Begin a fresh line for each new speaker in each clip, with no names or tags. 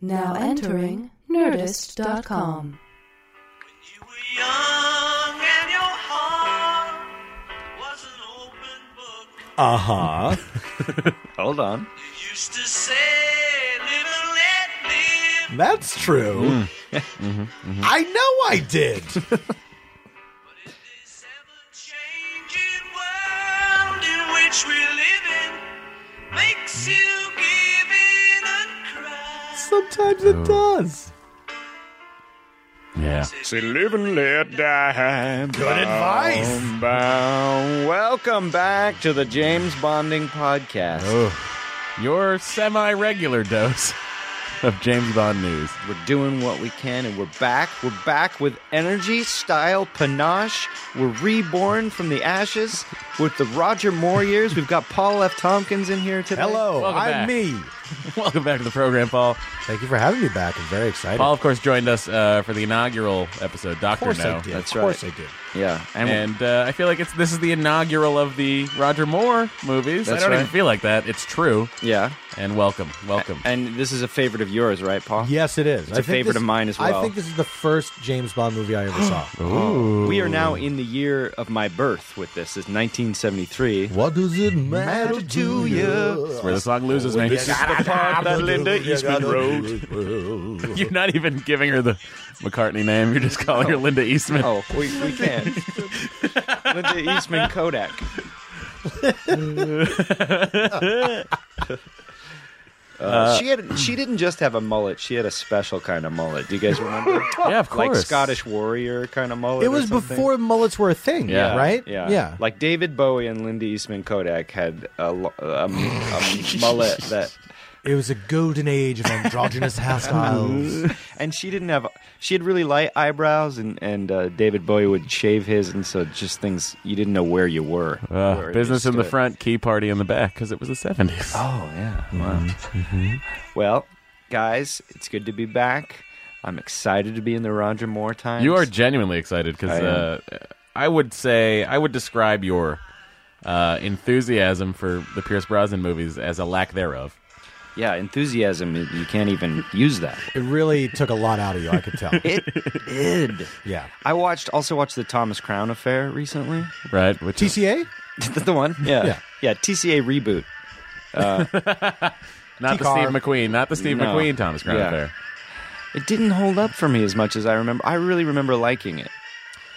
Now entering Nerdist.com.
When you were young and your heart was an open book,
Uh huh.
Hold on.
you used to say, live and let live.
That's true.
Mm.
I know I did.
But in this ever changing world in which we live in, makes you give in and cry.
Sometimes it does.
Yeah. See, live and let die. Good
advice.
Welcome back to the James Bonding podcast.
Oh. Your semi regular dose of James Bond news.
We're doing what we can, and we're back. We're back with energy, style, panache. We're reborn from the ashes with the Roger Moore years. We've got Paul F. Tompkins in here today.
Hello,
Welcome
I'm
back.
me.
Welcome back to the program, Paul.
Thank you for having me back. I'm very excited.
Paul, of course, joined us uh, for the inaugural episode,
of
Doctor
course
No.
I did.
That's
of course
right.
I did.
Yeah,
And uh, I feel like it's this is the inaugural of the Roger Moore movies. I
That's
don't even
right.
feel like that. It's true.
yeah,
And welcome, welcome.
and this is a favorite of yours, right, Paul?
Yes, it is.
It's a favorite of mine as well.
I think this is the first James Bond movie I ever saw.
We are now in the year of my birth with this. It's 1973.
What does it matter to you?
That's where the song loses me.
the part that Linda Eastman wrote.
You're not even giving her the McCartney name. You're just calling her Linda Eastman.
Oh, we, we can't. Linda Eastman Kodak. Uh, she had. She didn't just have a mullet. She had a special kind of mullet. Do you guys remember?
Yeah, of course.
Like Scottish warrior kind of mullet.
It
or
was
something?
before mullets were a thing,
Yeah.
right?
Yeah.
yeah.
Like David Bowie and Linda Eastman Kodak had a, lo- um, a mullet that
it was a golden age of androgynous hairstyles.
and she didn't have she had really light eyebrows and and uh, david bowie would shave his and so just things you didn't know where you were
Uh,
where they
business in the
stood.
front, key party in the back, because it was the 70s.
oh yeah wow
Mm-hmm.
well guys it's good to be back i'm excited to be in the roger moore times
You are genuinely excited because
I am.
uh, I would say I would describe your uh, enthusiasm for the Pierce Brosnan movies as a lack thereof.
yeah enthusiasm you you can't even use that
it really took a lot out of you, I could tell.
it did
Yeah.
i watched also watched the thomas crown affair recently
Right? Which is
TCA?
That's the one yeah
Yeah.
yeah, tca reboot
not the
TCAR.
Steve McQueen, not the Steve
No.
McQueen Thomas Crown
Yeah.
affair.
it didn't hold up for me as much as i remember i really remember liking it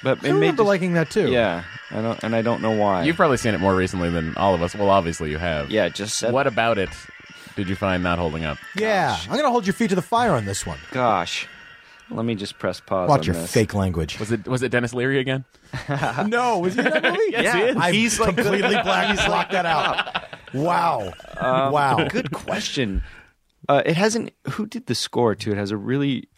but
I
it made
remember
just-
liking that too.
Yeah, I don't, and I don't know why.
You've probably seen it more recently than all of us. Well, obviously you have.
yeah, just said,
What about it did you find not holding up?
Yeah. I'm going to hold your feet to the fire on this one.
Gosh, let me just press pause.
Watch
on
your
this.
fake language.
Was it was it Dennis Leary again?
no, was he in that movie?
Yeah, he is.
I
He's like- Um,
completely black. He's blocked that out. Wow. wow.
Good question. Uh, it hasn't. Who did the score to it? Has a really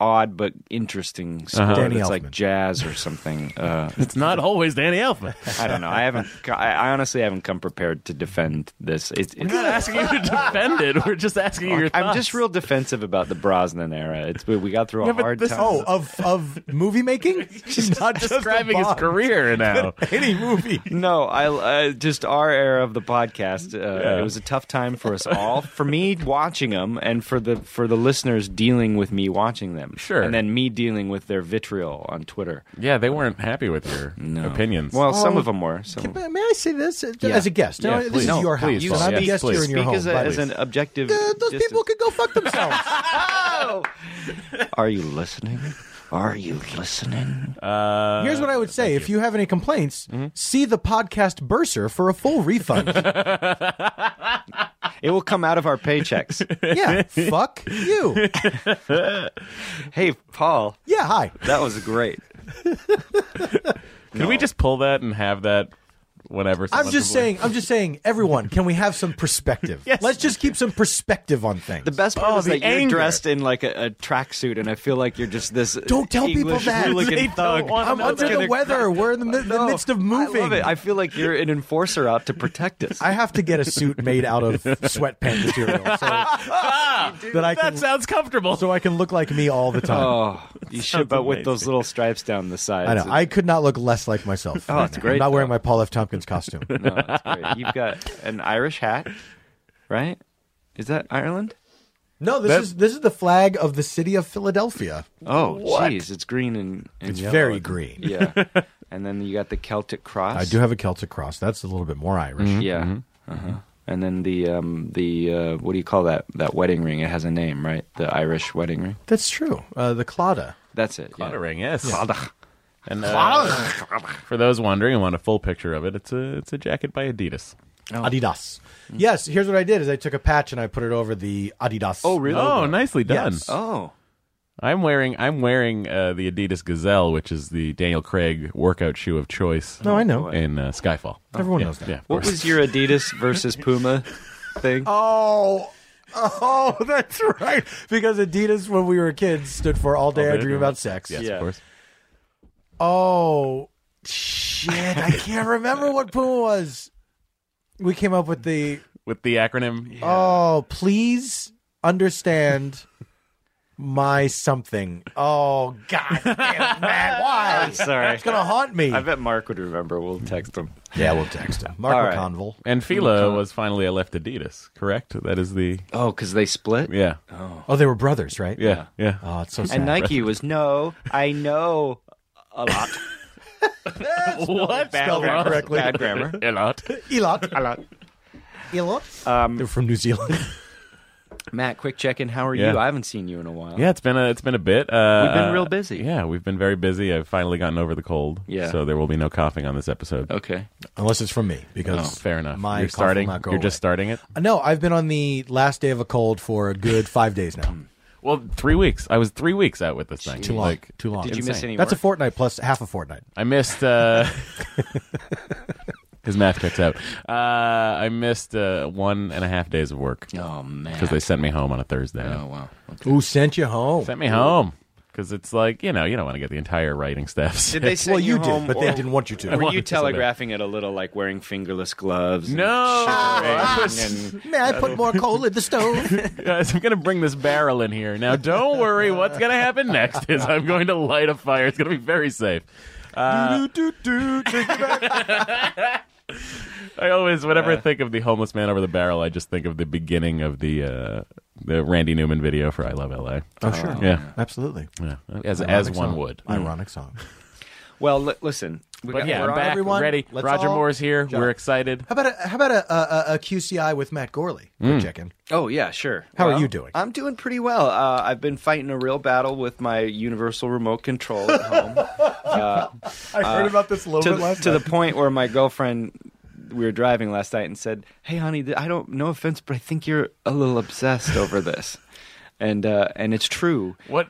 odd but
Uh-huh.
interesting score.
Danny
it's like
Elfman.
jazz or something. Uh,
It's not always Danny Elfman.
I don't know. I haven't. I, I honestly haven't come prepared to defend this. It's,
We're
it's,
not asking you to defend it. We're just asking you your thoughts.
I'm just real defensive about the Brosnan era. It's we got through a
Yeah, but
hard
this-
time.
Oh, of of movie making? She's not just
describing his career now.
Any movie.
No, I uh, just our era of the podcast. Uh,
Yeah.
It was a tough time for us all. For me watching them, and for the for the listeners dealing with me watching them. him.
Sure.
And then me dealing with their vitriol on Twitter.
Yeah, they weren't happy with your opinions.
Well, some of them were. Some,
May may I say this as
Yeah.
as a guest? No,
Yeah,
this
please.
is your house.
please,
and I'm
yes,
a guest
please.
here in your
speak
home.
as, a,
by
as
the
an
way.
objective.
Uh, those
distance.
people could go fuck themselves.
Are you listening? Are you listening? Uh,
Uh,
Here's what I would say: if you have any complaints,
Mm-hmm.
see the podcast Bursar for a full refund.
It will come out of our paychecks.
yeah, fuck you.
hey, Paul,
Yeah, hi.
that was great.
Can we just pull that and have that whenever?
I'm
someone
just
complains?
saying. I'm just saying. Everyone, can we have some perspective? Let's just keep some perspective on things.
The best part
Oh,
is
the
that you're
anger.
dressed in like a, a tracksuit, and I feel like you're just this.
Don't tell people
English
that.
hooligan
They
thug.
wanna
I'm
know
under
that.
the weather. We're in the, mi- the
No,
midst of moving.
I love it. I feel like you're an enforcer out to protect us.
I have to get a suit made out of sweatpant material so that I
that
can
sounds comfortable.
so I can look like me all the time.
oh, you should, but with those little stripes down the sides.
I know. I could not look less like myself.
Oh,
right
it's
now.
great,
I'm not wearing
though.
my Paul F. Tompkins costume.
No, that's great. You've got an Irish hat, right? Is that Ireland?
no, this
That-
is this is the flag of the city of Philadelphia.
Oh, jeez, it's green and, and
It's
yellow.
very green.
Yeah, and then you got the Celtic cross.
I do have a Celtic cross. That's a little bit more Irish.
Yeah. Uh-huh. And then the um the uh, what do you call that that wedding ring? It has a name, right? The Irish wedding ring.
That's true. Uh, the Clada.
That's it. yeah.
Clotter ring, yes. And uh, for those wondering and want a full picture of it, it's a it's a jacket by Adidas.
Oh. Adidas. Yes, here's what I did is I took a patch and I put it over the Adidas.
Oh, really?
Oh, nicely done.
Yes.
Oh.
I'm wearing I'm wearing uh, the Adidas Gazelle, which is the Daniel Craig workout shoe of choice.
No, I know.
in uh, Skyfall.
Everyone
yeah,
knows that.
Yeah, of
What
course.
was your Adidas versus Puma thing?
Oh, oh, that's right. Because Adidas, when we were kids, stood for "All
Oh,
Day I
Day I
Dream
Dream
About Sex."
yes,
yeah.
of course.
Oh shit! I can't remember what Puma was. We came up with the
With the acronym,
oh, please understand my something. Oh god, damn it, man, why?
Sorry.
It's gonna haunt me.
I bet Mark would remember. We'll text him.
Yeah, we'll text him. Marco
All right.
Conville.
and Fila was finally I left Adidas. Correct. That is the
Oh, because they split.
yeah
Oh, they were brothers, right?
yeah yeah.
Oh, it's so sad.
And Nike was no. I know a lot.
what?
Spelled it correctly.
Bad grammar.
A lot.
Elot. Elot. Elot. Um, They're from New Zealand.
Matt, quick check in. How are
Yeah.
you? I haven't seen you in a while.
Yeah, it's been a it's been a bit. Uh,
We've been
uh,
real busy.
Yeah, we've been very busy. I've finally gotten over the cold.
Yeah.
so there will be no coughing on this episode. Oh,
Okay.
Unless it's from me, because
Fair enough.
My
you're
cough will
starting.
not go
you're just
away.
starting it.
No, I've been on the last day of a cold for a good five days now.
Well, three weeks. I was three weeks out with this thing.
Too long.
Mm. Like,
Too long.
Did you miss
Insane.
any?
That's a
work?
fortnight plus half a fortnight.
I missed. Uh, his math checks out. Uh, I missed uh, one and a half days of work
Oh man.
because they sent me home on a Thursday.
Oh wow. Okay.
Ooh, sent you home.
Sent me home because it's like you know you don't want to get the entire writing staff. sick.
Did they send
well, you
you
did,
home,
but they
or-
didn't want you to.
Were
wanted
you
to say that.
telegraphing it a little like wearing fingerless gloves? and
No.
shivering
I
and-
May I put more coal in the stove?
Guys, I'm going to bring this barrel in here. Now, don't worry. What's going to happen next is I'm going to light a fire. It's going to be very safe. Uh, I always, whenever I think of the homeless man over the barrel, I just think of the beginning of the uh, the Randy Newman video for "I Love LA."
oh, sure.
Yeah,
Absolutely.
yeah. as
Ironic
Uh, as one
song.
would.
Ironic song.
well, li- listen. We
But
got-
yeah,
we're
I'm
on
back,
everyone.
ready.
Let's
Roger
all
Moore's here.
jump.
We're excited.
How about a, how about a, a, a- a QCI with Matt Gorley? Quick Check-in.
Oh yeah, sure.
How are
Well,
you doing?
I'm doing pretty well. Uh, I've been fighting a real battle with my universal remote control at home
I
Uh,
heard about this a little
to, the, to the point where my girlfriend. We were driving last night and said, "Hey, honey, th- I don't. No offense, but I think you're a little obsessed over this." And uh, and it's true.
What?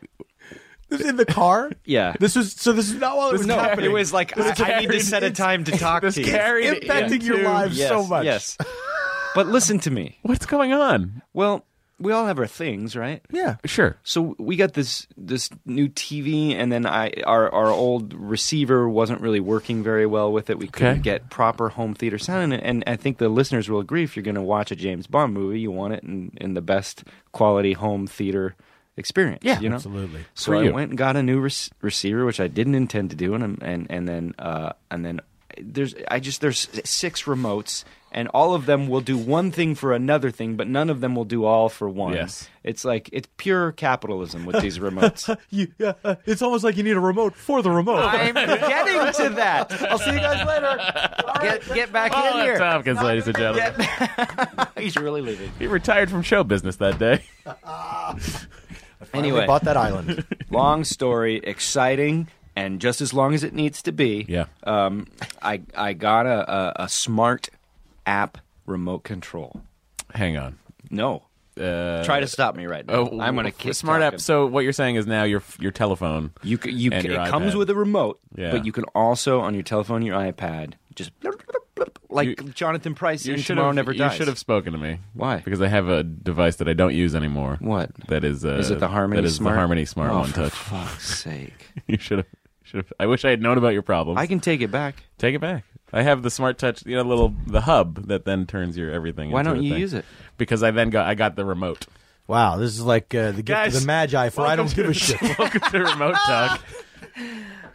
This is in the car.
Yeah.
This was so. This is not while it was
no,
happening.
it was like I, I need to set a time to talk
This
to you.
carried
It's impacting
into-
your lives.
yes,
so much.
Yes. But listen to me.
What's going on?
Well, we all have our things, right?
Yeah.
Sure.
So we got this this new TV, and then I our our old receiver wasn't really working very well with it. We couldn't
Okay.
get proper home theater sound, and, and I think the listeners will agree. If you're going to watch a James Bond movie, you want it in, in the best quality home theater experience.
Yeah,
you know?
absolutely.
So
For
I
you.
went and got a new rec- receiver, which I didn't intend to do, and I'm- and and then uh, and then there's I just there's six remotes, and all of them will do one thing for another thing, but none of them will do all for one.
Yes.
it's like it's pure capitalism with these remotes.
You, uh, uh, it's almost like you need a remote for the remote.
I'm getting to that. I'll see you guys later. Get get back
Paul
in
F.
here.
Tompkins, ladies and gentlemen.
He's really leaving.
He retired from show business that day.
Anyway,
bought that island.
long story, exciting, and just as long as it needs to be.
Yeah.
Um, I I got a, a, a smart app remote control.
Hang on.
No.
Uh,
Try to stop me right now.
Oh,
I'm going to
for
kick
smart
talking.
app. So what you're saying is now your your telephone.
You c- you
and
c-
your
it comes
iPad.
with a remote,
Yeah.
but you can also on your telephone, your iPad, just blip, blip, blip, like Jonathan Price
You
in
should
Tomorrow
have
Never
you
Dies.
should have spoken to me.
Why?
Because I have a device that I don't use anymore.
What?
That is. Uh,
Is it the Harmony
That is
Smart?
the Harmony Smart
Oh,
One
for
Touch.
fuck's sake.
You should have. Should have. I wish I had known about your problem.
I can take it back.
Take it back. I have the smart touch, you know, little the hub that then turns your everything.
Why
into
don't
a
you
thing.
use it?
Because I then got I got the remote.
Wow, this is like uh, the gift
Guys,
of the Magi for I
welcome
don't
to
give a
the-
shit.
Welcome to remote talk.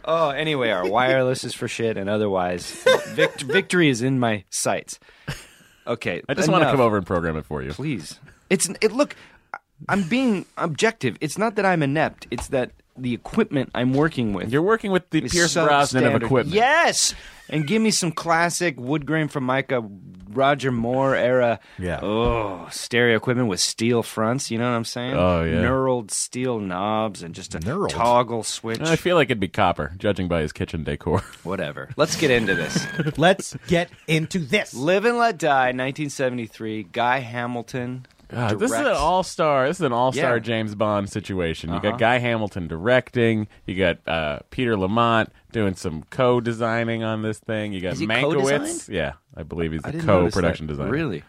Oh, anyway, our wireless is for shit, and otherwise, vict- victory is in my sights. Okay,
I just want to
enough.
come over and program it for you.
please. It's it. Look, I'm being objective. It's not that I'm inept. It's that the equipment I'm working with.
You're working with the
is
Pierce Brosnan of
substandard.
equipment.
Yes, and give me some classic wood grain from Micah, Roger Moore era.
Yeah.
Oh, stereo equipment with steel fronts. You know what I'm saying?
Oh, yeah.
Knurled steel knobs and just a
Knurled?
toggle switch.
I feel like it'd be copper, judging by his kitchen decor.
Whatever. Let's get into this.
Let's get into this.
Live and Let Die, 1973. Guy Hamilton.
God, this is an
directs.
all-star. This is an all-star
Yeah.
James Bond situation. You
Uh-huh.
got Guy Hamilton directing. You got uh, Peter Lamont doing some co-designing on this thing. You got
Is he
Mankiewicz.
co-designed?
Yeah, I believe he's
I
the
didn't notice
co-production
that.
designer.
Really?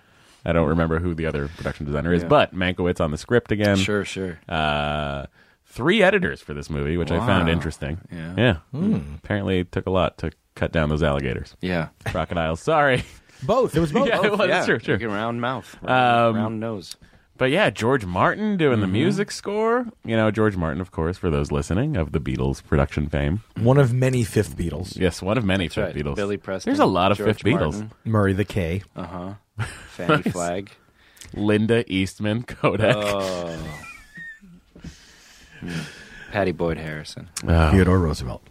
I don't remember who the other production designer is,
Yeah.
but Mankiewicz on the script again.
Sure, sure.
Uh, three editors for this movie, which I found
Wow.
interesting.
Yeah.
Yeah. Hmm. Apparently, it took a lot to cut down those alligators,
Yeah.
crocodiles. Sorry.
Both. It was both.
Oh, yeah, it was. Sure, sure.
Big round mouth,
Um,
round, round nose.
But yeah, George Martin doing the music score. You know, George Martin, of course, for those listening of the Beatles production fame.
One of many fifth Beatles.
Yes, one of many
That's right.
fifth Beatles.
Billy Preston.
There's a lot of
George
fifth Beatles.
Martin.
Murray the K.
Uh huh. Fanny
Nice.
Flag.
Linda Eastman, Kodak,
Oh. Mm. Patty Boyd Harrison.
Oh,
Theodore Roosevelt.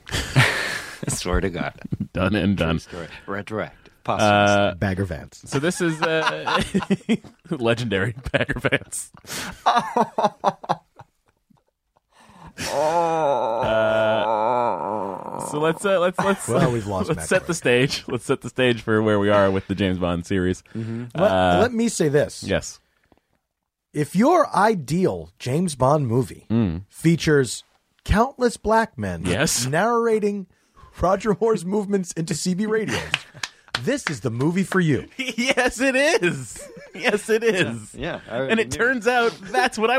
Swear to God.
done and done.
Story. Redirect. Posthumous.
Um, Uh,
Bagger Vance.
so this is uh, legendary Packer fans. Oh. Uh, so let's uh, let's let's
Well, we've lost
let's
Matt
set the stage. Let's set the stage for where we are with the James Bond series.
Mm-hmm. let,
Uh,
let me say this.
Yes.
If your ideal James Bond movie features countless black men
Hmm. Yes.
narrating Roger Moore's movements into CB radios, this is the movie for you.
yes, it is. Yes, it is.
yeah, I
and it
knew.
turns out that's what I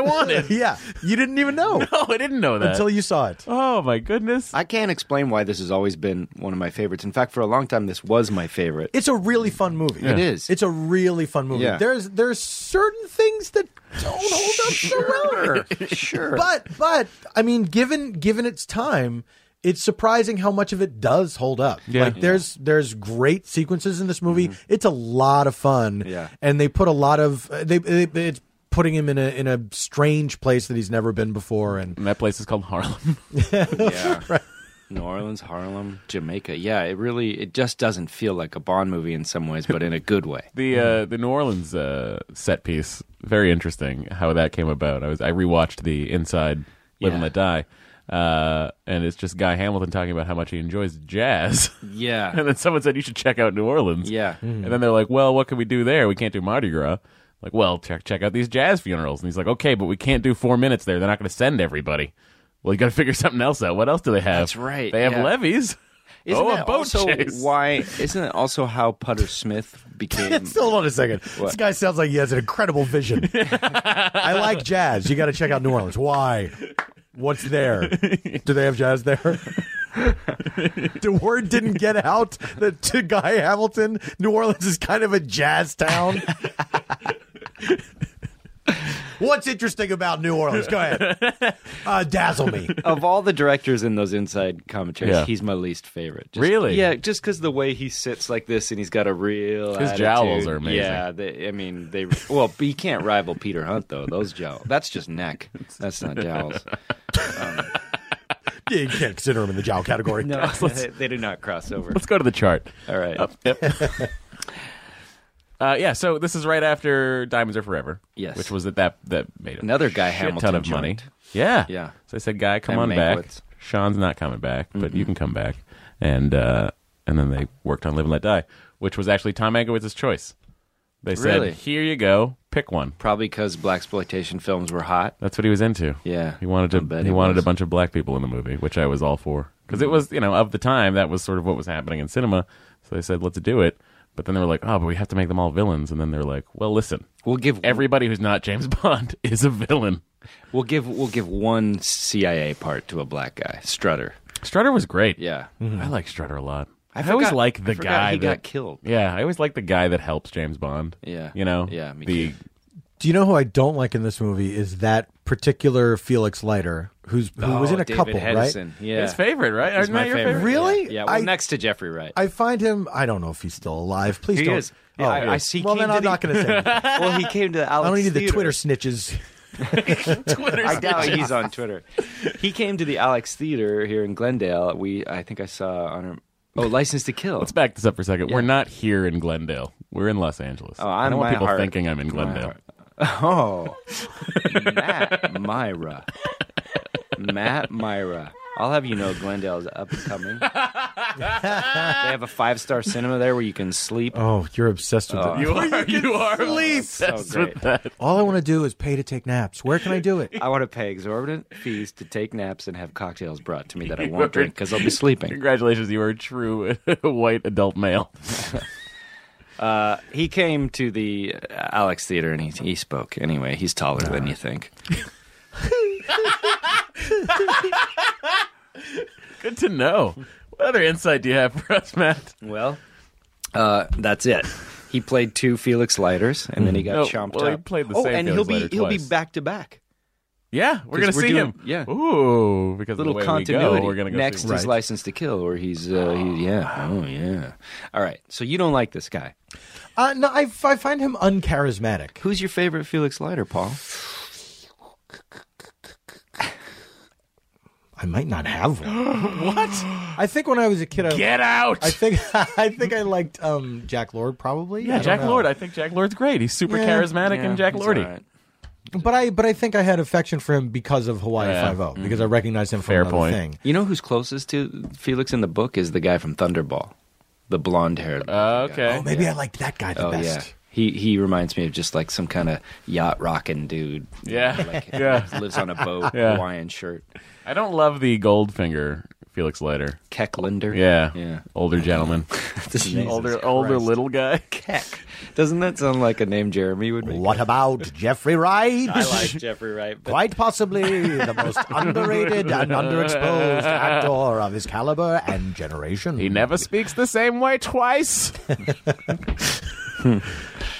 wanted.
Yeah, you didn't even know
no, Oh, I didn't know that.
until you saw it.
oh my goodness.
I can't explain why this has always been one of my favorites. In fact, for a long time, this was my favorite.
It's a really fun movie.
It is.
It's a really fun movie.
Yeah.
There's there's certain things that don't hold up so well.
sure.
But but I mean, given given its time, it's surprising how much of it does hold up.
Yeah. Mm-hmm.
Like there's there's great sequences in this movie. It's a lot of fun.
Yeah.
And they put a lot of uh, they, they it's putting him in a in a strange place that he's never been before and
and that place is called Harlem.
yeah. New Orleans, Harlem, Jamaica. Yeah, it really it just doesn't feel like a Bond movie in some ways, but in a good way.
the
Mm-hmm.
uh, the New Orleans uh, set piece very interesting how that came about. I was I rewatched the Inside Live
Yeah.
and Let Die, uh, and it's just Guy Hamilton talking about how much he enjoys jazz,
Yeah.
and then someone said you should check out New Orleans.
Yeah.
and then they're like, well, what can we do there? We can't do Mardi Gras. Like, well, check check out these jazz funerals. And he's like, okay, but we can't do four minutes there. They're not going to send everybody. Well, you got to figure something else out. What else do they have?
That's right,
They have
yeah.
levies.
Isn't
oh, a
that
boat
also
chase.
why isn't it also how Putter Smith became
Hold on a second. This
What?
guy sounds like he has an incredible vision. I like jazz. You got to check out New Orleans. Why? What's there? Do they have jazz there? the word didn't get out that to Guy Hamilton, New Orleans is kind of a jazz town. What's interesting about New Orleans? Go ahead. Uh, dazzle me.
of all the directors in those inside commentaries,
Yeah.
he's my least favorite. Just-
Really?
Yeah, just because the way he sits like this and he's got a real.
His
attitude.
jowls are amazing.
Yeah, they, I mean they. Well, but you can't rival Peter Hunt though. Those jowls. That's just neck. That's not jowls.
You can't consider him in the jowl category.
No, they, they do not cross over.
Let's go to the chart. Oh,
All right.
Yep. uh, yeah, so this is right after Diamonds Are Forever.
Yes.
Which was that that, that made a
Another Guy
shit
Hamilton
ton of
joint.
money. Yeah.
Yeah.
So I said, Guy, come
And
on back.
Mankiewicz.
Sean's not coming back, but you can come back. And uh, and then they worked on Live and Let Die, which was actually Tom Mankiewicz's choice. They said,
Really?
here you go, pick one.
Probably because black exploitation films were hot.
That's what he was into.
Yeah.
He wanted to.
I bet
he
he
wanted
was.
a bunch of black people in the movie, which I was all for because it was you know of the time that was sort of what was happening in cinema. So they said let's do it, but then they were like, oh, but we have to make them all villains, and then they're like, well, listen,
We'll give
everybody who's not James Bond is a villain.
We'll give we'll give one CIA part to a black guy, Strutter.
Strutter was great.
Yeah.
I like Strutter a lot. I,
forgot-
always like the
I forgot
guy
he
that
got killed.
Yeah, I always like the guy that helps James Bond.
Yeah.
you know.
Yeah, me
the
too.
Do you know who I don't like in this movie is that particular Felix Leiter, who's who was
Oh,
in a
David
couple,
Hedison.
right?
Yeah.
his favorite, right?
He's
Isn't
my
that your
favorite.
favorite?
Really?
Yeah, yeah well,
I-
next to Jeffrey Wright.
I find him. I don't know if he's still alive. Please
He
don't.
is. Yeah, I-
he
I
is.
see-
Well, then
came to
I'm
the-
not going to say. anything.
well, he came to Alex.
I don't need the
Theater.
Twitter snitches.
Twitter.
I doubt he's on Twitter. He came to the Alex Theater here in Glendale. We, I think I saw on. Our, oh, License to Kill.
Let's back this up for a second. We're not here in Glendale. We're in Los Angeles.
Oh,
I
I'm
don't want
my
people
heart.
thinking I'm in
My
Glendale.
Oh, Matt Myra, Matt Myra. I'll have you know Glendale is up and coming. they have a five star cinema there where you can sleep.
Oh, you're obsessed with it.
You are, you are
so
obsessed
great.
with that.
All I want to do is pay to take naps. Where can I do it?
I want to pay exorbitant fees to take naps and have cocktails brought to me that I won't drink because I'll be sleeping.
Congratulations, you are a true white adult male.
He came to the uh, Alex Theater and he, he spoke. Anyway, he's taller than you think.
Good to know. What other insight do you have for us, Matt?
Well, uh, that's it. He played two Felix Leiters, and then he got
No,
chomped
well, he
out.
played the
oh,
same
and
Felix
he'll be
Leiter
he'll be
twice.
back to back.
Yeah, we're gonna
'Cause we're
see
doing-
him.
yeah.
Ooh, because
Little
of the way
continuity.
We go, we're gonna go
Next
see
is
him.
License to Kill, where he's uh, he, yeah, oh yeah. All right, so you don't like this guy.
Uh, no, I, I find him uncharismatic.
Who's your favorite Felix Leiter, Paul?
I might not have one. what? I think when I was a kid, I,
Get out.
I think I think I liked um, Jack Lord probably. I
yeah,
don't
Jack
know.
Lord. I think Jack Lord's great. He's super
Yeah.
charismatic and Jack
he's
Lordy.
all right.
But I but I think I had affection for him because of Hawaii
Yeah.
Five
Mm-hmm.
O because I recognized him from
Fair
another
point.
thing.
You know who's closest to Felix in the book is the guy from Thunderball, the blonde haired.
Uh, Okay.
Oh, maybe I liked that guy the
oh
best.
yeah, he he reminds me of just like some kind of yacht rocking dude.
Yeah.
like,
Yeah.
lives on a boat,
Yeah.
Hawaiian shirt,
I don't love the Goldfinger Felix Leiter.
Kecklender.
Yeah.
yeah.
Older gentleman.
This is
older older little guy.
Keck. Doesn't that sound like a name Jeremy would make?
What about Jeffrey Wright?
I like Jeffrey Wright. But
Quite possibly the most underrated and underexposed actor of his caliber and generation.
He never speaks the same way twice.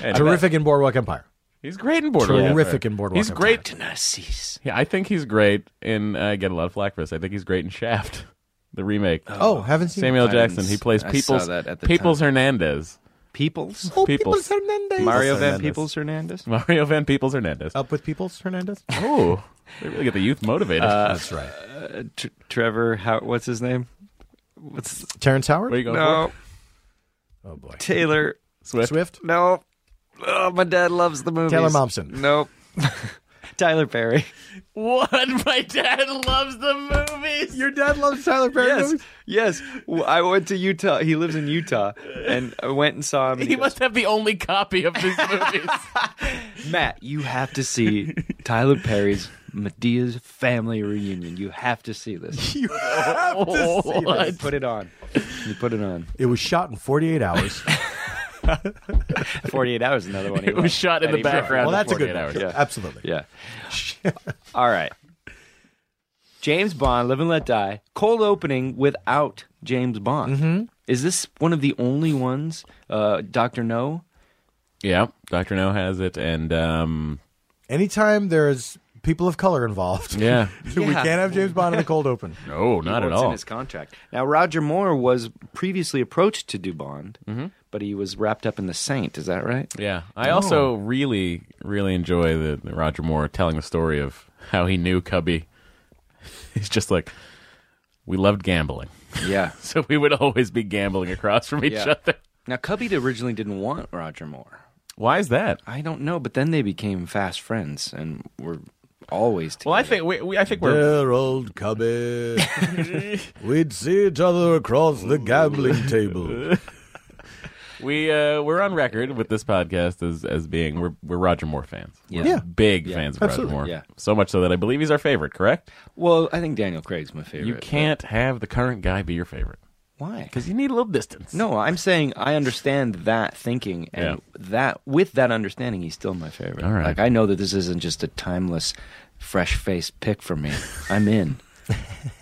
Terrific in Boardwalk Empire.
He's great in Boardwalk.
Terrific
Empire.
in Boardwalk
He's
Empire.
great.
Narcisse.
Yeah, I think he's great in. uh, I get a lot of flack for this. I think he's great in Shaft, the remake.
Oh, haven't seen
Samuel
I
Jackson. He
didn't-
plays
I
Peoples
saw that at the
Peoples Hernandez.
Peoples?
Oh,
Peoples.
Peoples Hernandez.
Mario Van
Hernandez.
Peoples Hernandez?
Mario Van Peoples Hernandez.
Up with Peoples Hernandez.
Oh, they really get the youth motivated.
Uh,
That's right.
Tr- Trevor, how, what's his name? What's
Terrence Howard.
what are you going
No,
oh boy.
Taylor.
for?
Swift.
No. Oh, my dad loves the movies.
Taylor Momsen.
Nope. Tyler Perry.
What? My dad loves the movies.
Your dad loves Tyler Perry.
Yes, yes. Well, I went to Utah. He lives in Utah, and I went and saw him. and
he
goes,
must have the only copy of these movies.
Matt, you have to see Tyler Perry's Medea's family reunion. You have to see this. You
What?
put it on. You put it on.
It was shot in 48 hours.
48 hours, another one. he
It was
left.
shot in
And
the
he brought-
background.
well,
in
that's a good
48 hours.
one.
Yeah.
Absolutely.
Yeah. All right. James Bond, Live and Let Die. Cold opening without James Bond.
Mm-hmm.
Is this one of the only ones? Uh, Dr. No?
Yeah, Doctor No has it, and um,
anytime there's people of color involved,
Yeah.
we
Yeah.
can't have James Bond in the cold open.
No, not at
What's in
all.
his contract. Now, Roger Moore was previously approached to do Bond, but he was wrapped up in The Saint. Is that right?
Yeah. I also really, really enjoy the, the Roger Moore telling the story of how he knew Cubby. He's just like, we loved gambling.
Yeah.
So we would always be gambling across from each
Yeah.
other.
Now, Cubby originally didn't want Roger Moore.
Why is that?
I don't know, but then they became fast friends and were always together.
Well, I think we, we I think we're
Dear old cubby, we'd see each other across the gambling table.
we uh, we're on record with this podcast as as being we're we're Roger Moore fans. We're
Yeah.
big fans of
absolutely.
Roger Moore.
Yeah.
So much so that I believe he's our favorite. Correct?
Well, I think Daniel Craig's my favorite.
You can't have the current guy be your favorite
but- Why?
because you need a little distance.
No, I'm saying I understand that thinking, and that with that understanding, he's still my favorite.
All right.
Like I know that this isn't just a timeless, fresh-faced pick for me. I'm in.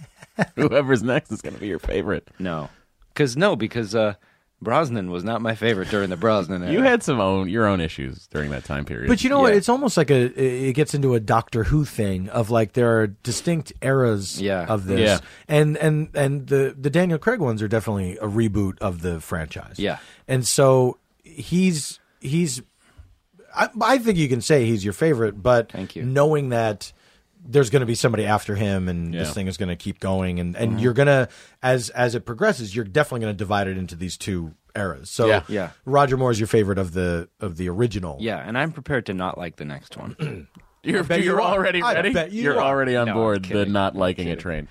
whoever's next is going to be your favorite.
No, because no, because uh, Brosnan was not my favorite during the Brosnan era.
You had some own your own issues during that time period.
But you know what?
Yeah.
It's almost like a it gets into a Doctor Who thing of like there are distinct eras
Yeah.
of this,
Yeah.
and and and the the Daniel Craig ones are definitely a reboot of the franchise.
Yeah.
and so he's he's I, I think you can say he's your favorite, but
Thank you.
knowing that there's going to be somebody after him and this
Yeah.
thing is going to keep going and
Mm-hmm.
and you're going to as as it progresses you're definitely going to divide it into these two eras so
Yeah.
Yeah.
roger moore is your favorite of the of the original
yeah, and I'm prepared to not like the next one.
you're,
bet
you're
you are.
already
I
ready.
bet you
are
are.
already on
No, I'm
board the
kidding.
not liking a train.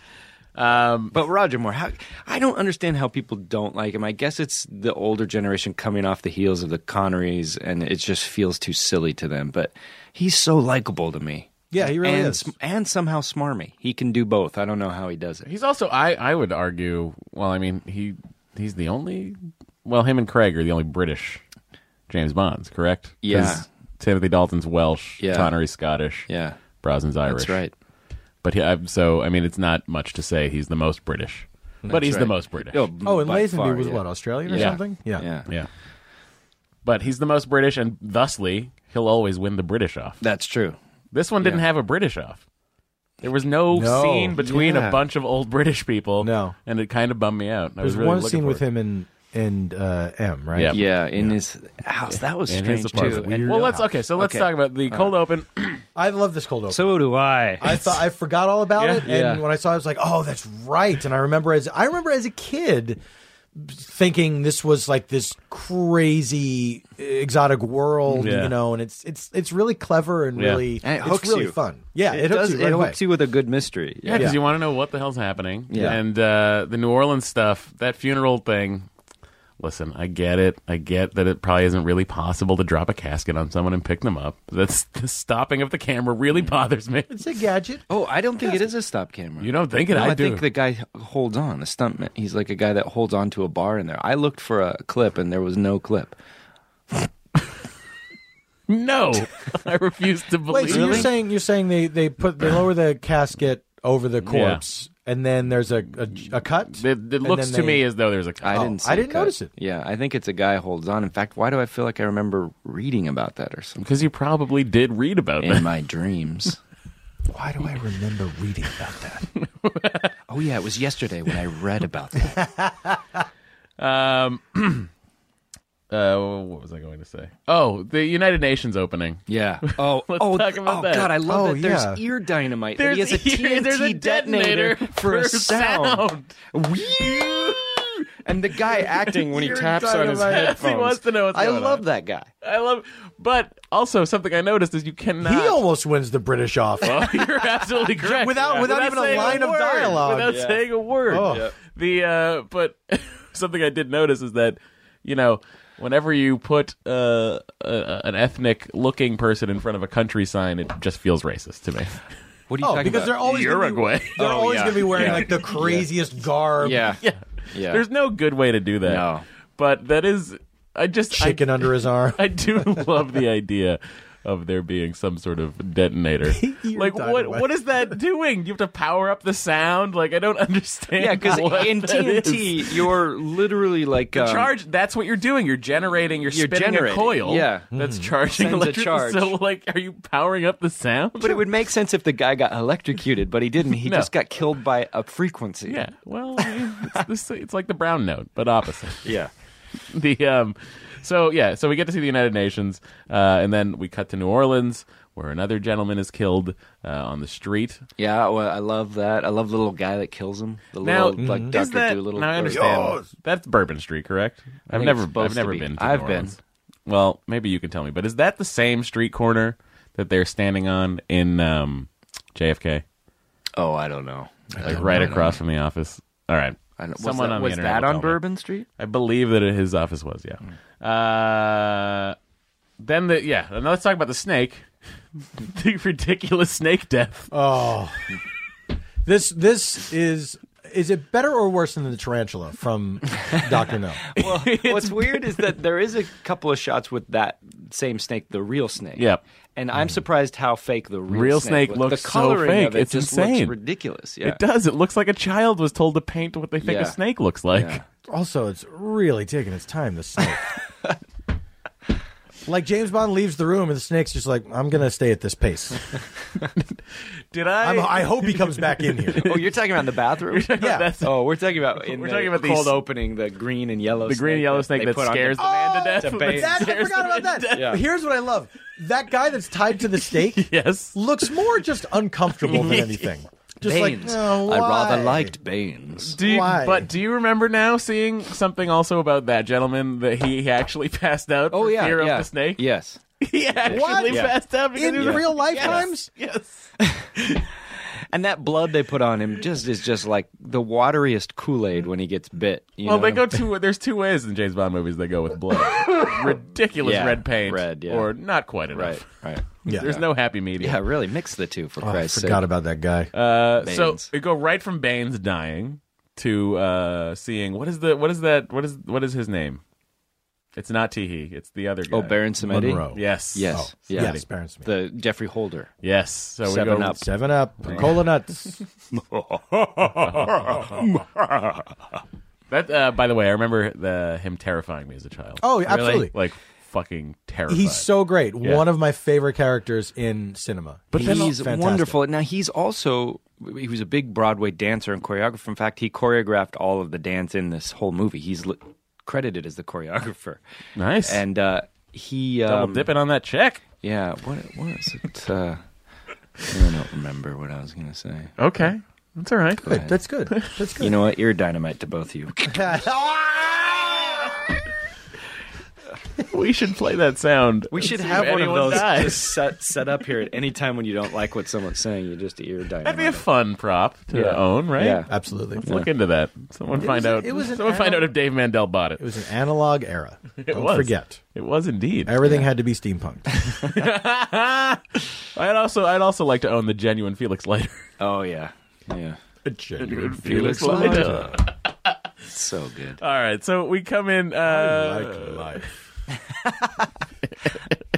Um,
but Roger Moore, how, I don't understand how people don't like him. I guess it's the older generation coming off the heels of the Connerys, and it just feels too silly to them. But he's so likable to me.
yeah he really
and,
is
sm- and somehow smarmy. He can do both. I don't know how he does it.
he's also I I would argue. Well, I mean he he's the only. Well, him and Craig are the only British James Bonds, correct? 'Cause
Yeah.
Timothy Dalton's Welsh.
Yeah.
Connery's Scottish.
Yeah,
Brosnan's Irish.
that's right.
But he, I, so I mean, it's not much to say he's the most British. but he's the
right.
most British.
No,
Oh, and
by
Lazenby
far,
was
yeah.
what Australian or
Yeah.
something? Yeah.
Yeah.
Yeah. But he's the most British, and thusly, he'll always win the British off.
that's true.
This one didn't have a British off. There was no,
No.
scene between a
Yeah.
bunch of old British people.
No.
And it kind of bummed me out. I
There's
was really
one
looking
scene
for
with
it.
him and and uh, M, right?
Yeah.
Yeah, in his house. That was
And his
strange too.
apartment.
And-
well, let's okay. So let's
Okay.
talk about the cold open.
I love this cold open.
so do I.
I thought I forgot all about it, and
Yeah.
when I saw it, I was like, "Oh, that's right." And I remember as I remember as a kid thinking this was like this crazy exotic world,
Yeah.
you know. And it's it's it's really clever and
Yeah.
really
And it
it's
hooks
really
you.
fun. Yeah, it,
it,
hooks
does.
you. Right
it
away.
hooks you with a good mystery.
Yeah, because
Yeah.
you want to know what the hell's happening.
Yeah.
And uh, the New Orleans stuff, that funeral thing. Listen, I get it. I get that it probably isn't really possible to drop a casket on someone and pick them up. That's the stopping of the camera really
Mm.
bothers me.
It's a gadget.
Oh, I don't think it is a stop camera.
You don't think it?
No,
I
I,
do.
think the guy holds on. The stuntman. He's like a guy that holds on to a bar in there. I looked for a clip and there was no clip.
No, I refuse to believe.
Wait, so you're saying you're saying they they put they lower the casket over the corpse, and then there's a a, a cut.
It, it
And
looks
then
to
they-
me as though there's a.
I
Oh,
didn't. See
I
a
didn't
cut.
notice it.
Yeah, I think it's a guy holds on. In fact, why do I feel like I remember reading about that or something
because you probably did read about
in
that.
my dreams?
Why do I remember reading about that?
Oh yeah, it was yesterday when I read about that.
Um, uh, what was I going to say? Oh, the United Nations opening.
Yeah. Oh.
Let's
oh.
talk about
oh
that.
God, I love
Oh,
that.
yeah.
There's ear dynamite. that he
There's
has a
ear-
TNT
there's a detonator
for a
for
sound. Whee! and the guy acting when he
Ear
taps on his
dynamite.
headphones.
He wants to know what's
I
going
love
on.
that guy.
I love, but also something I noticed is you cannot.
He almost wins the British off.
Oh, you're absolutely correct.
Without- without even a
saying
line of
word.
dialogue.
Without
Yeah.
saying a word.
Oh. Yeah.
The uh, but something I did notice is that you know whenever you put uh, a, an ethnic looking person in front of a country sign, it just feels racist to me.
What are you
Oh,
talking
because
about?
they're always gonna be-
Uruguay.
they're
Oh,
always
yeah.
going to be wearing
Yeah.
like the craziest garb,
yeah.
Yeah.
Yeah.
There's no good way to do that.
No.
But that is, I just I-
chicken under his arm.
I do love the idea of there being some sort of detonator.
You're
like
talking
what
about-
what is that doing? You have to power up the sound? Like I don't understand.
Yeah, because
what
in
that is.
TNT, you're literally like um,
charge that's what you're doing. You're generating you're,
You're
spinning
generating,
a coil.
yeah.
That's charging
Sends a
electricity.
charge.
So like are you powering up the sound?
But it would make sense if the guy got electrocuted, but he didn't. He
No.
just got killed by a frequency.
yeah. Well, I mean, it's, this, it's like the brown note, but opposite.
Yeah.
the um so yeah so we get to see the united nations uh and then we cut to new orleans where another gentleman is killed uh, on the street
Yeah, well, I love that. I love the little guy that kills him. The
now
little Oh, like
is
Doctor
that,
Doolittle.
now i
or-
understand that's bourbon street correct i've
it's
never
supposed
i've
to
never
be.
been to
I've
New
been.
Orleans. well maybe you can tell me but is that the same street corner that they're standing on in um jfk
Oh, I don't know.
like right across from the office all right
I don't, was
someone
that,
on the
was
internet
that
will
on
tell me.
Bourbon Street?
I believe that his office was, yeah. Uh, then the yeah. And let's talk about the snake. the ridiculous snake death.
Oh. This this is is it better or worse than the tarantula from Doctor No?
Well, what's weird is that there is a couple of shots with that same snake, the real snake.
Yep.
And I'm surprised how fake the real,
Mm-hmm. Real
snake,
snake
looked.
looks
The
so
coloring
fake,
of it
it's
just
insane.
looks ridiculous. Yeah.
It does. It looks like a child was told to paint what they think
Yeah.
a snake looks like.
Yeah.
Also, it's really taking its time. The snake. Like James Bond leaves the room and the snake's just like, I'm gonna stay at this pace.
Did I?
I'm, I hope he comes back in here.
Oh, you're talking about in the bathroom?
Yeah,
That's
oh, we're talking about in
We're
the
talking about
cold
these-
opening, the green and yellow,
the green and yellow snake
they
that
put on
scares the
the-
man to death.
to
that
bathe.
That's, I
scares
forgot
the
about
man to
that.
Yeah.
Here's what I love: that guy that's tied to the stake
Yes.
looks more just uncomfortable than anything. Just like,
Baines.
"Oh,
I rather
why?"
liked Baines.
Do you,
Why?
But do you remember now seeing something also about that gentleman that he he actually passed out
Oh
for
yeah,
fear
yeah.
of the snake?
Yes.
He actually
What? Yeah.
passed out because
in
he was-
real lifetimes.
Yes.
And that blood they put on him just is just like the wateriest Kool Aid when he gets bit. You
well,
know?
they go two. There's two ways in James Bond movies. They go with blood, ridiculous
Yeah,
red paint,
red, yeah.
or not quite enough.
right, right.
Yeah.
There's no happy medium.
Yeah, really mix the two for
Oh, I
Christ's sake.
forgot about that guy.
Uh, so
Baines.
we go right from Baines dying to uh, seeing what is the what is that what is what is his name? It's not Teehee. It's the other guy.
oh, Baron Samedi.
Monroe. Oh,
Yes.
Yes,
yeah,
yes.
it's Baron Samedi.
The Jeffrey Holder.
Yes. So we
Seven
go
Up.
Seven Up, Cola Nuts.
That uh, by the way, I remember the him terrifying me as a child.
Oh, absolutely.
Like fucking terrified.
He's so great.
Yeah.
One of my favorite characters in cinema.
But
He's
he's
fantastic.
wonderful. Now he's also he was a big Broadway dancer and choreographer. In fact, he choreographed all of the dance in this whole movie. He's li- credited as the choreographer.
nice
And uh, he
double
um,
dipping on that check.
Yeah, what what is it? Uh, I don't remember what I was gonna say.
Okay, that's all right.
Good. That's good. That's good.
You know what? You're dynamite to both of you.
We should play that sound.
We should
See
have
if
one of
anyone
those
dies.
just set, set up here at any time when you don't like what someone's saying. You're just ear dynamite.
That'd be a fun prop to
Yeah.
own, right?
Yeah.
Absolutely.
Let's look into that. Someone
was
find
a-
out.
it was an
someone find
animal-
out if Dave Mandel bought it.
It was an analog era. Don't
was.
forget.
It was indeed.
Everything had to be steampunked.
I'd also I'd also like to own the genuine Felix Leiter.
Oh yeah, yeah.
Felix Uh,
Leiter. It's so good.
All right, so we come in.
I
Uh,
like life.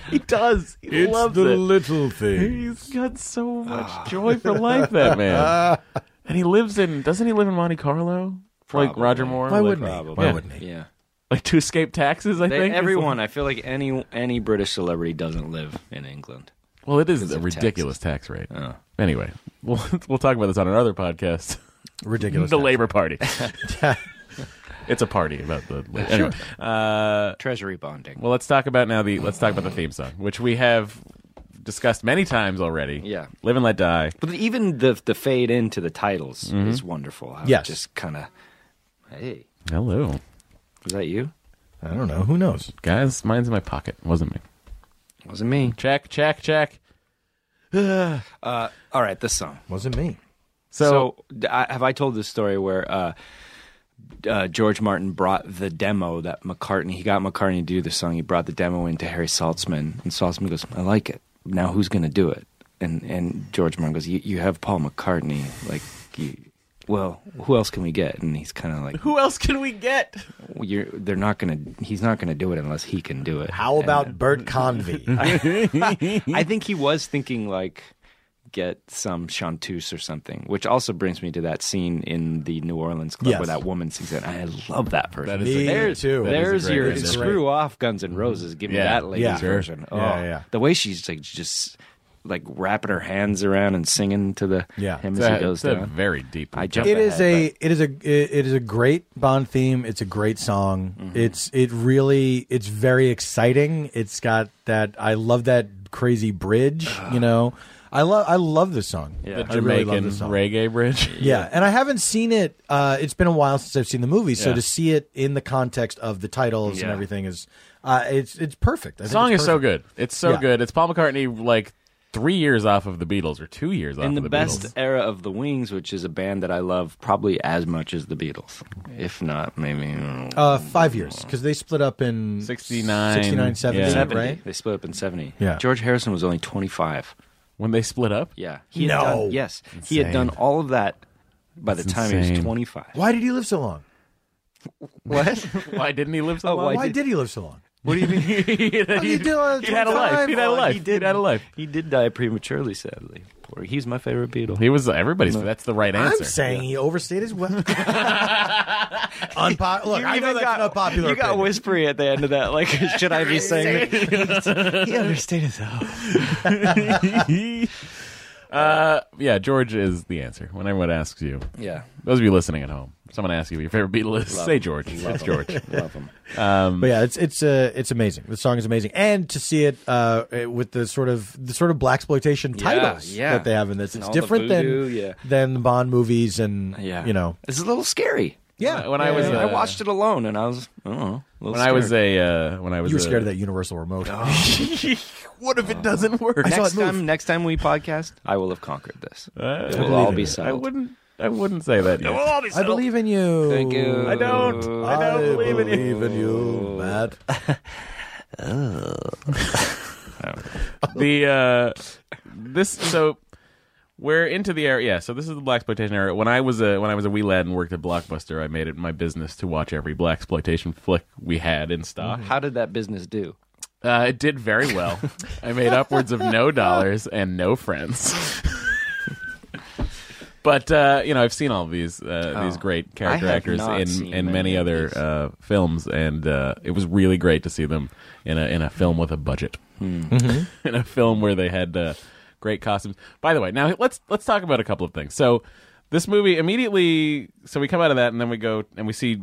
he does. He loves it.
little thing.
He's got so much joy for life, that man. And he lives in doesn't he live in Monte Carlo? Like
Probably.
Roger Moore.
Why
like,
wouldn't he? Why
Yeah.
wouldn't he?
Yeah.
like to escape taxes? I
They,
think is-
everyone, I feel like any any British celebrity doesn't live in England.
Well, it is
Because
a
of
ridiculous tax rate.
Oh.
Anyway, we'll we'll talk about this on another podcast.
Ridiculous.
the Labor Party. it's a party about the. Anyway, uh,
Treasury bonding.
well, let's talk about now the let's talk about the theme song, which we have discussed many times already.
Yeah.
live and let die.
but even the the fade into the titles is wonderful. How it
Yes.
Just kind of. Hey,
Hello,
was that you?
I don't know. Who knows?
guys. Mine's in my pocket. Wasn't me.
Wasn't me.
Check, check, check.
All right, this song.
Wasn't me.
So-
So, d I have I told this story where uh, uh, George Martin brought the demo that McCartney he got McCartney to do the song. He brought the demo into Harry Saltzman, and Saltzman goes, "I like it. Now who's going to do it?" And and George Martin goes, "You you have Paul McCartney. Like you, well, who else can we get? And he's kind of like,
Who else can we get?
well, you're, they're not going to, he's not going to do it unless he can do it.
How
And
about Bert Convey?
I think he was thinking like, get some chanteuse or something, which also brings me to that scene in the New Orleans club
Yes.
where that woman sings it. I love that version.
That is
Me
a-
There's- too.
that is a
There's
great
your
rendition.
screw off Guns N' Roses. Give me
Yeah.
that ladies
Yeah. Sure.
version. Oh,
Yeah, yeah.
the way she's like just like wrapping her hands around and singing to the
Yeah.
him
It's
as
a,
he goes
it's a
down.
very deep.
I
jump.
jump
it is a
ahead,
it is a it is a great Bond theme. It's a great song.
Mm-hmm.
It's it really it's very exciting. It's got that I love that crazy bridge, you know. I love I love this song.
Yeah.
the
I really
Jamaican
love this song.
reggae bridge.
Yeah, and I haven't seen it. Uh, it's been a while since I've seen the movie, so
Yeah.
to see it in the context of the titles and
Yeah.
everything is, uh, it's it's perfect. I
The
think
song
it's
is so
perfect.
good. It's so
Yeah.
good. It's Paul McCartney like three years off of the Beatles or two years off
In the,
of the
best
Beatles.
era of the Wings, which is a band that I love probably as much as the Beatles, if not maybe mm,
Uh, five years because they split up in
69,
69, 70,
yeah.
70.
right?
They split up in seventy.
Yeah.
George Harrison was only twenty five.
when they split up.
Yeah, he had
No.
done, yes, he had
Insane.
done all of that by the
That's
time he was
insane.
twenty five.
Why did he live so long?
What?
Why didn't he live so
Oh,
long?
why
Why
did-
did he live so long?
what do you mean?
he,
you doing all the
he had a life.
time?
He had a
Well,
life.
He
He
did
had a life.
He did die prematurely, sadly. Poor. He's my favorite Beatle.
He was everybody's. That's the right answer.
I'm saying he overstayed his welcome. Unpo- look, I know that's an unpopular.
You got
opinion.
whispery at the end of that. Like, should I be saying that? he understated himself.
uh, yeah, George is the answer. When everyone asks you,
Yeah.
those of you listening at home, if someone asks you what your favorite Beatle is,
Love
say
him.
George.
Love
it's
him.
George.
Love him.
But yeah, it's it's uh, it's amazing. The song is amazing, and to see it uh, eh, with the sort of the sort of black exploitation
Yeah,
titles
yeah.
that they have in this,
And
it's
all the
different
voodoo,
than
yeah.
than the Bond movies, and
Yeah.
you know,
It's a little scary.
yeah.
When I was,
yeah,
uh,
yeah.
I watched it alone, and I was, I don't know, a little
When I was
scared.
a, uh, when I was
you were
a-
scared of that universal remote.
Oh,
what if it doesn't work?
I saw
next
it move.
time, next time we podcast, I will have conquered this.
Uh,
It will all
believe
be
it.
I
settled.
wouldn't. I wouldn't say that. Yet.
I believe in you.
Thank you.
I don't. I don't believe in you.
in you, Matt.
the uh this so we're into the era yeah so this is the black exploitation era when i was a when i was a wee lad and worked at blockbuster i made it my business to watch every black exploitation flick we had in stock
How did that business do?
uh, it did very well i made upwards of no dollars and no friends But uh, you know, I've seen all these uh,
Oh.
these great
I
character
have
actors
not
in,
seen
in
many
many
of
other
these.
uh, films, and uh, it was really great to see them in a in a film with a budget,
Hmm.
in a film where they had uh, great costumes. By the way, now let's let's talk about a couple of things. So this movie immediately, so we come out of that, and then we go and we see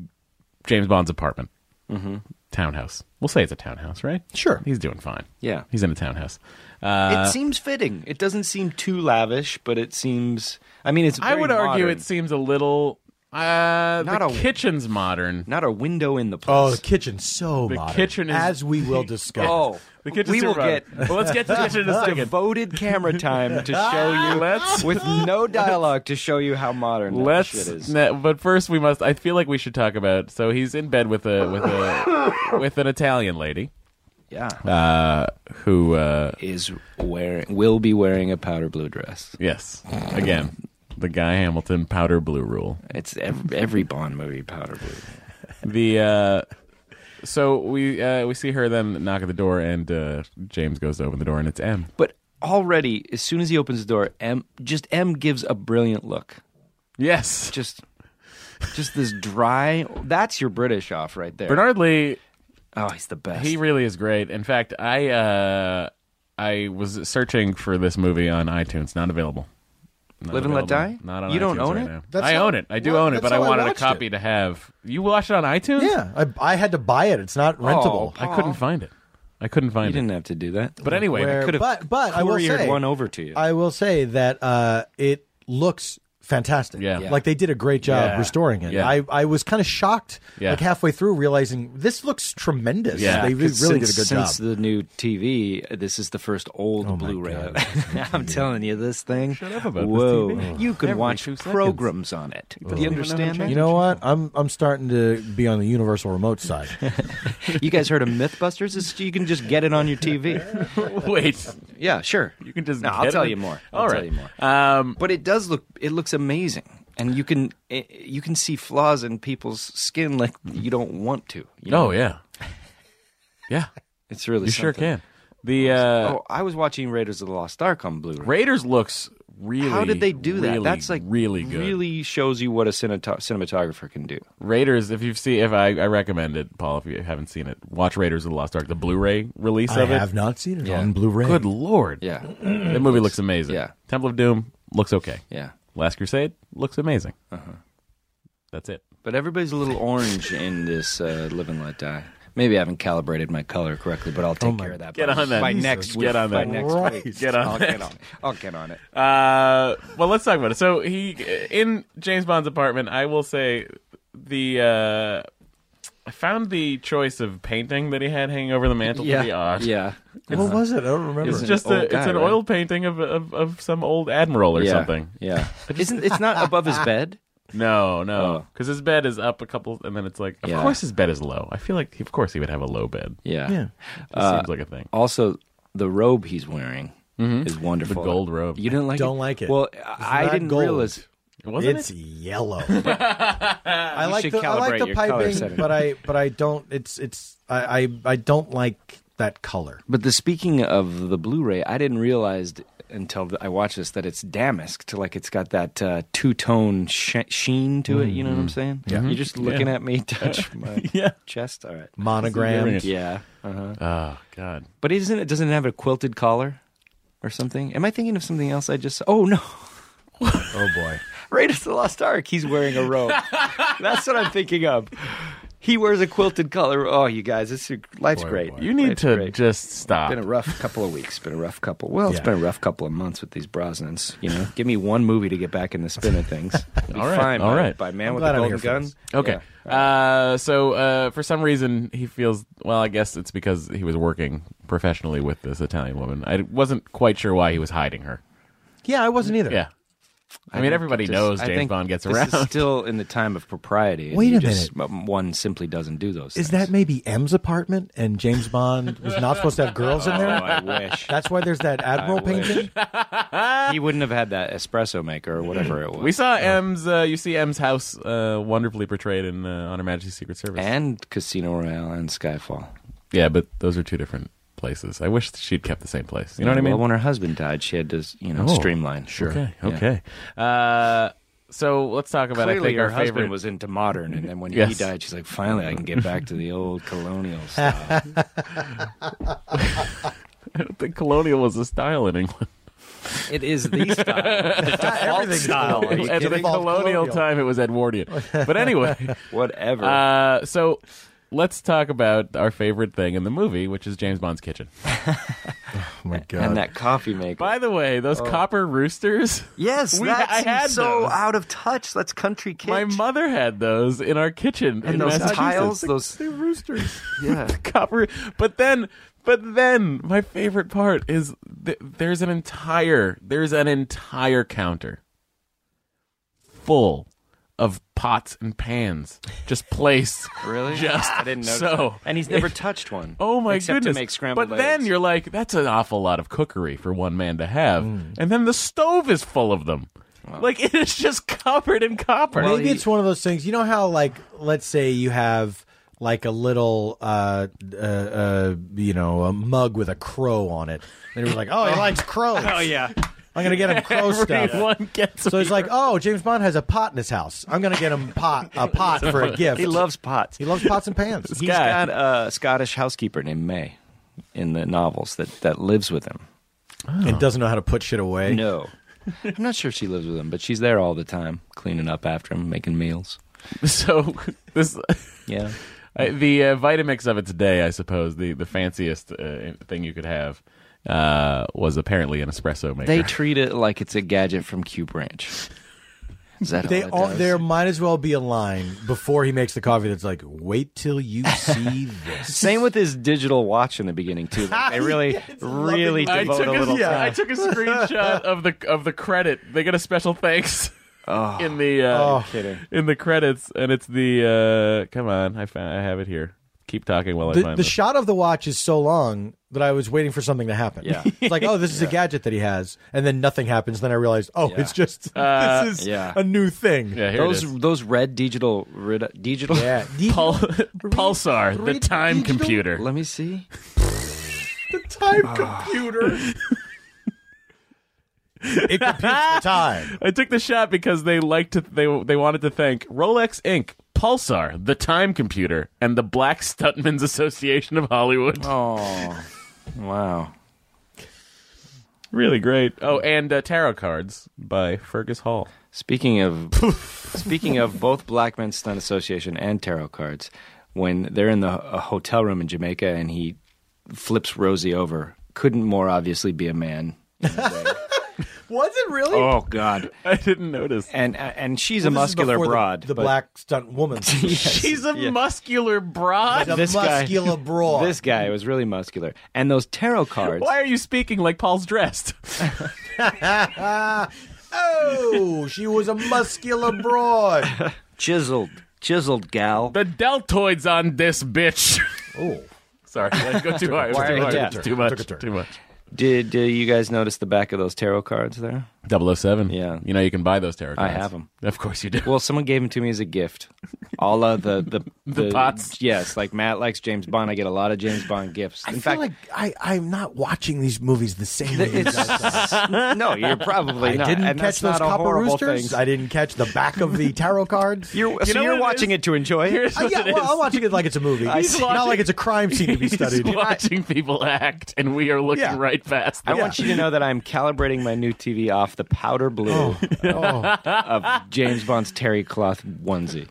James Bond's apartment,
Mm-hmm.
townhouse. We'll say it's a townhouse, right?
Sure.
He's doing fine.
Yeah.
he's in a townhouse. Uh,
it seems fitting. It doesn't seem too lavish, but it seems. I mean, it's.
I
very
would argue
modern.
it seems a little. Uh,
Not
the
a-
kitchen's modern.
not a window in the
Oh, the
place.
kitchen's so
The
modern,
kitchen is-
as we will discuss.
Oh,
The kitchen's
we
too
will
modern.
get
Well, let's get to the kitchen in a second.
devoted camera time to show you
Let's-
with no dialogue to show you how modern that
Let's.
shit is.
ne- but first, we must. I feel like we should talk about. So he's in bed with a with a with an Italian lady
yeah,
uh, who. Uh,
is wearing will be wearing a powder blue dress.
yes, again, the Guy Hamilton powder blue rule.
It's every, every Bond movie powder blue.
The. Uh, so we uh, we see her then knock at the door, and uh, James goes to open the door, and it's M.
But already, as soon as he opens the door, M just M gives a brilliant look.
Yes,
Just. Just this dry. That's your British off right there.
Bernard Lee
oh, he's the best.
He really is great. In fact, I uh, I was searching for this movie on iTunes. Not available. Not
Live and Let
available.
Die?
Not on
You don't
iTunes
own
right
it?
now.
That's
I
how-
own it. I do
well,
own it, but
that's
I
how I
wanted a
watched
copy
it.
to have. You watched it on iTunes?
Yeah, I, I had to buy it. It's
Oh,
not rentable.
Paul.
I couldn't find it. I couldn't
You
find it.
didn't have to do that.
But anyway,
Where-
could've
but but I will
couriered
say
one over to you.
I will say that uh, it looks fantastic.
Yeah. Yeah.
like they did a great job
Yeah.
restoring it.
Yeah.
I, I was kind of shocked,
Yeah.
like halfway through, realizing this looks tremendous.
Yeah.
they re-
Because
really did a
since,
good job.
since the new TV, this is the first old
Oh
Blu-ray. I'm telling you, this thing. Shut
up about this
whoa!
TV.
You can
Every
watch
two seconds.
programs on it. Do you understand that?
you know what? I'm I'm starting to be on the universal remote side.
You guys heard of MythBusters? It's, you can just get it on your TV.
wait.
yeah, sure.
You can just.
No,
get
I'll tell
it.
you more.
All
I'll
right.
tell you more.
Um,
But it does look. It looks amazing. and you can eh, you can see flaws in people's skin like you don't want to. You know?
Oh yeah, yeah.
it's really
You sure
something.
can. The uh,
oh, I was watching Raiders of the Lost Ark on Blu-ray.
Raiders looks really.
How did they do that?
really,
That's like
really good.
Really shows you what a cineto- cinematographer can do.
Raiders. If you've seen, if I, I recommend it, Paul. If you haven't seen it, watch Raiders of the Lost Ark, the Blu-ray release
I
of it.
have not seen it
Yeah.
on Blu-ray.
Good lord,
Yeah,
that movie looks amazing.
yeah.
Temple of Doom looks okay.
yeah. Uh-huh.
Last Crusade looks amazing. That's it.
But everybody's a little orange in this uh, Live and Let Die. Maybe I haven't calibrated my color correctly, but I'll take care of that.
Oh Get
by,
on that.
by
Jesus.
next week.
Get on
by
that.
next week.
Christ.
Get on
I'll
that.
get on. I'll get on it.
Uh, well, let's talk about it. So he in James Bond's apartment. I will say the uh, I found the choice of painting that he had hanging over the mantle to be odd.
yeah.
What was it? I don't remember.
It's
an
just
old
a, it's
guy,
an
right?
oil painting of, of of some old admiral or
yeah.
something.
Yeah. Isn't it's not above his bed?
No, no,
Oh.
because his bed is up a couple, and then it's like, of
Yeah.
course his bed is low. I feel like, he, of course, he would have a low bed.
Yeah. Uh,
Yeah.
It seems like a thing.
Also, the robe he's wearing is wonderful.
Mm-hmm. The gold robe.
You didn't like
Don't
it?
like it.
Well,
It's
I I
not
didn't
gold.
realize.
Wasn't
it's
it?
yellow. I like
should
the I
calibrate
like the
your color
piping,
setting.
but I but I don't. It's it's I I, I don't like that color.
But the speaking of the Blu-ray, I didn't realize until I watched this that it's damask to like it's got that uh, two-tone sh- sheen to it. You know what I'm saying? Mm-hmm. Yeah. You're just looking at me touch my
Yeah.
chest. All right.
Monogram.
Yeah. Uh-huh.
Oh God.
But isn't it doesn't it have a quilted collar or something? Am I thinking of something else? I just oh no.
Oh boy.
Raiders of the Lost Ark. He's wearing a robe. That's what I'm thinking of. He wears a quilted collar. Oh, you guys, this is, life's great.
You need
Life's
to
great.
just stop.
Been a rough couple of weeks. Been a rough couple. Well, it's
Yeah.
been a rough couple of months with these Brosnans. You know, give me one movie to get back in the spin of things. It'll be
All right,
fine.
all
by,
right.
By Man
I'm
with
glad
a
I'm
Golden
here for
Gun.
this.
Okay. Uh, so uh, for some reason he feels well. I guess it's because he was working professionally with this Italian woman. I wasn't quite sure why he was hiding her.
Yeah, I wasn't either.
Yeah. I, mean,
think
everybody
this-
knows
I
James
think
Bond gets
this
around.
Is still in the time of propriety. and
Wait
you
a
just- m- One simply doesn't do those.
Is
things.
that maybe M's apartment and James Bond was not supposed to have girls in
Oh,
there?
I wish.
That's why there's that admiral
I wish.
painting. Oh,
he wouldn't have had that espresso maker or whatever it was.
We saw M's. Uh, you see M's house uh, wonderfully portrayed in uh, On Her Majesty's Secret Service.
and Casino Royale and Skyfall.
yeah, but those are two different places. I wish she'd kept the same place. You know what I mean?
Well, when her husband died, she had to, you know,
Oh,
streamline. Sure.
Okay. Okay. Uh, so let's talk about. I
Clearly,
think
her
our
husband
favorite
was into modern, and then when he
Yes.
died, she's like, "Finally, I can get back to the old colonial stuff."
I don't think colonial was a style in England.
it is the style, the default
everything's
style. Are you
At the
kidding?
Default
colonial
colonial.
time, it was Edwardian. But anyway,
Whatever.
uh, so let's talk about our favorite thing in the movie, which is James Bond's kitchen.
Oh my god.
and that coffee maker.
By the way,
Oh.
those copper roosters.
yes,
we-
that
I
seems
had
so
those.
out of touch. That's country kitsch.
My mother had those in our kitchen
And
in
those
Massachusetts.
tiles,
Like,
those-
they're roosters.
Yeah.
Copper. But then, but then, my favorite part is th- there's an entire there's an entire counter full of pots and pans just placed.
Really?
Just
I didn't know.
so.
And he's never touched one.
Oh my
except
goodness!
To make scrambled
but then
eggs.
you're like, that's an awful lot of cookery for one man to have,
Mm.
and then the stove is full of them. Like it is just covered in copper.
Maybe it's one of those things. You know how, like, let's say you have like a little, uh, uh, uh, you know, a mug with a crow on it. And it was like, oh, he likes crows. Oh
yeah.
I'm gonna get him crow stuff.
Everyone gets
So he's like, oh, James Bond has a pot in his house. I'm gonna get him pot a pot for a gift.
He loves pots.
he loves pots and pans.
He's
guy.
got a Scottish housekeeper named May in the novels that, that lives with him.
and doesn't know how to put shit away.
No. I'm not sure if she lives with him, but she's there all the time, cleaning up after him, making meals.
oh.
So this
Yeah.
I, the uh, Vitamix of its day, I suppose, the the fanciest uh, thing you could have uh, was apparently an espresso maker.
They treat it like it's a gadget from Q Branch. Is that
They
all
all,
it does?
there might as well be a line before he makes the coffee that's like, wait till you see this.
Same with his digital watch in the beginning too. Like, they really, really
I
devote
took,
a
a,
little.
yeah, I took a screenshot of the of the credit. They get a special thanks in the uh,
Oh.
Kidding.
in the credits, and it's the uh, come on, I found I have it here. Keep talking while I
The,
find
the
this.
shot of the watch is so long that I was waiting for something to happen.
Yeah.
it's like, oh, this is a gadget that he has, and then nothing happens. Then I realized, oh,
Yeah.
it's just
Uh,
this is
yeah.
a new thing.
yeah, here it is.
Those those red digital red, digital.
Yeah.
Pul- Pulsar, the
read
time
digital-
computer.
Let me see.
The time computer. it computes the time.
I took the shot because they liked to they they wanted to thank Rolex Inc., Pulsar, the Time Computer, and the Black Stuntmen's Association of Hollywood.
Oh, wow.
Really great. Oh, and uh, tarot cards by Fergus Hall.
Speaking of speaking of both Black Men Stunt Association and tarot cards, when they're in the a hotel room in Jamaica and he flips Rosie over, couldn't more obviously be a man.
Was it really?
Oh God!
I didn't notice.
And and she's
Well,
a
this is
muscular
before the-
broad.
The,
but-
black stunt woman.
She's a muscular broad.
The
This guy-
muscular broad.
This guy was really muscular. And those tarot cards.
Why are you speaking like Paul's dressed?
Oh, she was a muscular broad.
Chiseled. Chiseled gal.
the deltoids on this bitch.
Oh,
Sorry, I go too hard. It was
Why-
too hard.
yeah.
It was Too
Took a
much.
turn.
Too much.
Did, did you guys notice the back of those tarot cards there?
007.
Yeah.
You know you can buy those tarot
I
cards.
have 'em.
Of course you do.
Well, someone gave them to me as a gift. A la the the,
The pots.
Yes, like Matt likes James Bond. I get a lot of James Bond gifts.
I
In
feel
fact,
like I, I'm not watching these movies the same way you guys are.
it's, no, you're probably
I
not.
didn't
and
catch
that's
those
not a
copper
horrible
roosters.
thing.
I didn't catch the back of the tarot cards.
You're, so
know
you're
what it
watching
is?
it to enjoy it.
Here's
Uh,
what
yeah,
it
well,
is.
I'm watching it like it's a movie.
He's
It's
watching-
not like it's a crime scene to be studied.
He's watching people act, and we are looking
Yeah.
right past
I
them.
want you to know that I'm calibrating my new TV off the powder blue
Oh.
of James Bond's terry cloth onesie.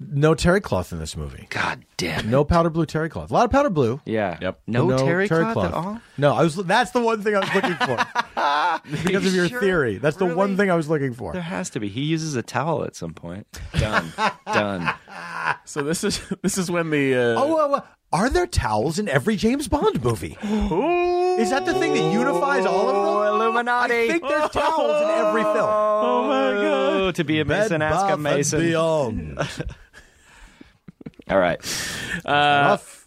No terry cloth in this movie.
God damn.
No powder blue terry cloth. A lot of powder blue.
Yeah.
Yep.
No,
but
Oh, terry, cloth, at all.
No, I was. That's the one thing I was looking for because of your
sure?
theory. That's the one
Really?
thing I was looking for.
There has to be. He uses a towel at some point. Done. Done.
So this is this is when the uh,
Oh, uh, uh, are there towels in every James Bond movie? Is that the thing that unifies all of them?
Oh, Illuminati.
I think there's towels in every film.
Oh my god! To be a Mason,
Bed,
ask
bath,
a
and
Mason.
beyond.
All right. Uh,
Enough.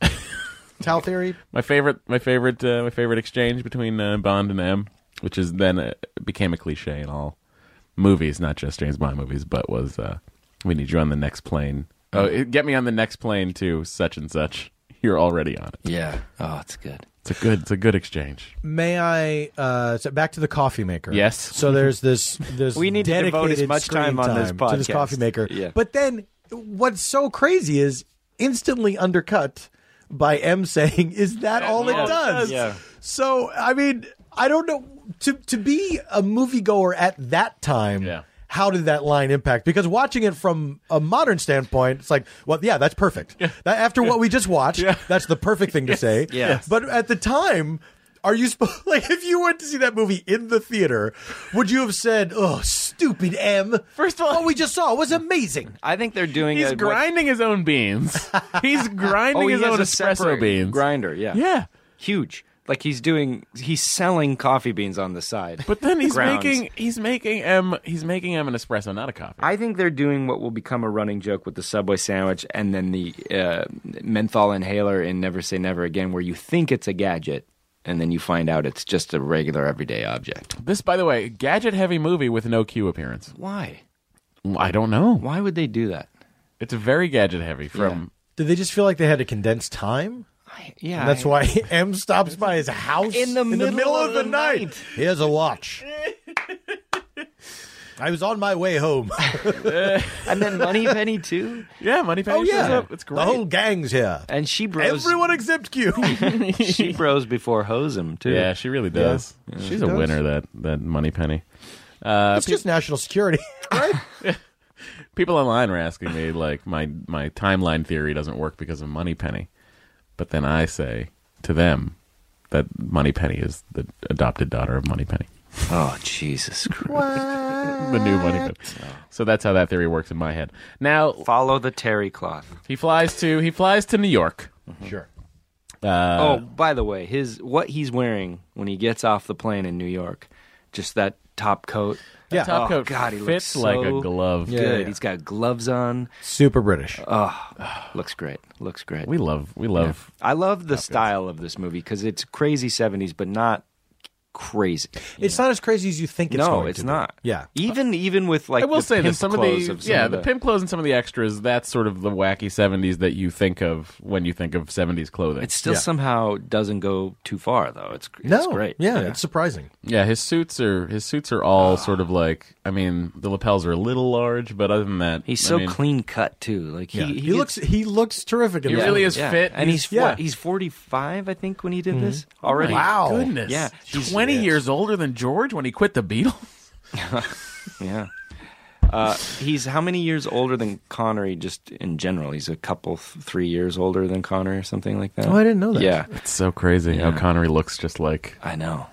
Towel theory.
Uh, my favorite my favorite uh, my favorite exchange between uh, Bond and M, which is then uh, became a cliche in all movies, not just James Bond movies, but was uh, we need you on the next plane. Oh, it- get me on the next plane to such and such. You're already on it.
Yeah. Oh, it's good.
It's a good it's a good exchange.
May I uh, so back to the coffee maker?
Yes.
So there's this this
We need to
dedicated
devote as much
screen
time on this
to this
podcast.
coffee maker.
Yeah.
But then what's so crazy is instantly undercut by M saying, "Is that all
yeah,
it does?"
yeah.
So I mean, I don't know to to be a moviegoer at that time.
Yeah.
How did that line impact? Because watching it from a modern standpoint, it's like, well, yeah, that's perfect. That, after what we just watched, that's the perfect thing to say.
Yes.
But at the time, are you sp- like if you went to see that movie in the theater, would you have said, "Oh, stupid M"?
First of all-
what we just saw was amazing.
I think they're doing.
He's
a,
grinding his own beans. He's grinding
What, oh, he
his
has
own
a
espresso
separate
beans.
grinder. Yeah.
Yeah.
Huge. Like he's doing. He's selling coffee beans on the side.
But then he's
Grounds.
making he's making M he's making M an espresso, not a coffee.
I think they're doing what will become a running joke with the Subway sandwich and then the uh, menthol inhaler in Never Say Never Again, where you think it's a gadget and then you find out it's just a regular everyday object.
This, by the way, gadget heavy movie with no Q appearance.
Why?
I don't know.
Why would they do that?
It's very gadget heavy from
Did they just feel like they had to condense time?
I, yeah.
And that's
I-
why M stops by his house
In the middle
of,
of
the,
the
night.
night.
Here's a watch. I was on my way home.
and then Money Penny too.
yeah, Money
Oh,
Oh,
Penny shows up. It's
The
great.
whole gang's here.
And she bros.
Everyone except Q.
she bros before Hosem too.
yeah, she really does. She's a
does.
winner. That that Money Penny.
it's just national security, right?
People online were asking me like my my timeline theory doesn't work because of Money Penny, but then I say to them that Money Penny is the adopted daughter of Money Penny,
Oh Jesus Christ!
the new Money Penny. So that's how that theory works in my head. Now
Follow the terry cloth.
he flies to he flies to New York. Uh,
sure.
Uh, oh, by the way, his what he's wearing when he gets off the plane in New York, just that top coat.
Yeah.
Top
Oh,
coat
God, he
fits
looks
like
so
a glove.
Yeah.
Good. He's got gloves on.
Super British.
Uh,
Looks great. Looks great.
We love, we love.
I love the style of this movie because it's crazy 70s, but not crazy.
it's not as crazy as you think it's
no,
going
it's
to be.
not.
Yeah.
Even even with like
I will
the
say that
pimp
some of
clothes
the
of some
yeah
of
the pimp clothes and some of the extras that's sort of the wacky '70s that you think of when you think of '70s clothing.
It still
Yeah.
somehow doesn't go too far though. It's, it's
No.
great.
Yeah, it's surprising.
yeah, his suits are his suits are all sort of like I mean the lapels are a little large, but other than that,
He's
I
so
mean,
clean cut too. Like he,
Yeah.
he
He,
gets-
looks he looks terrific. In
He
this
really
movie.
is fit,
and he's
yeah.
what, he's 45 I think when he did this already.
Wow.
Goodness,
Yeah, he's-
twenty years older than George when he quit the Beatles.
Yeah. Uh, he's how many years older than Connery just in general? He's a couple th- 3 years older than Connery or something like that.
Oh, I didn't know that.
Yeah.
It's so crazy how Connery looks just like
I know.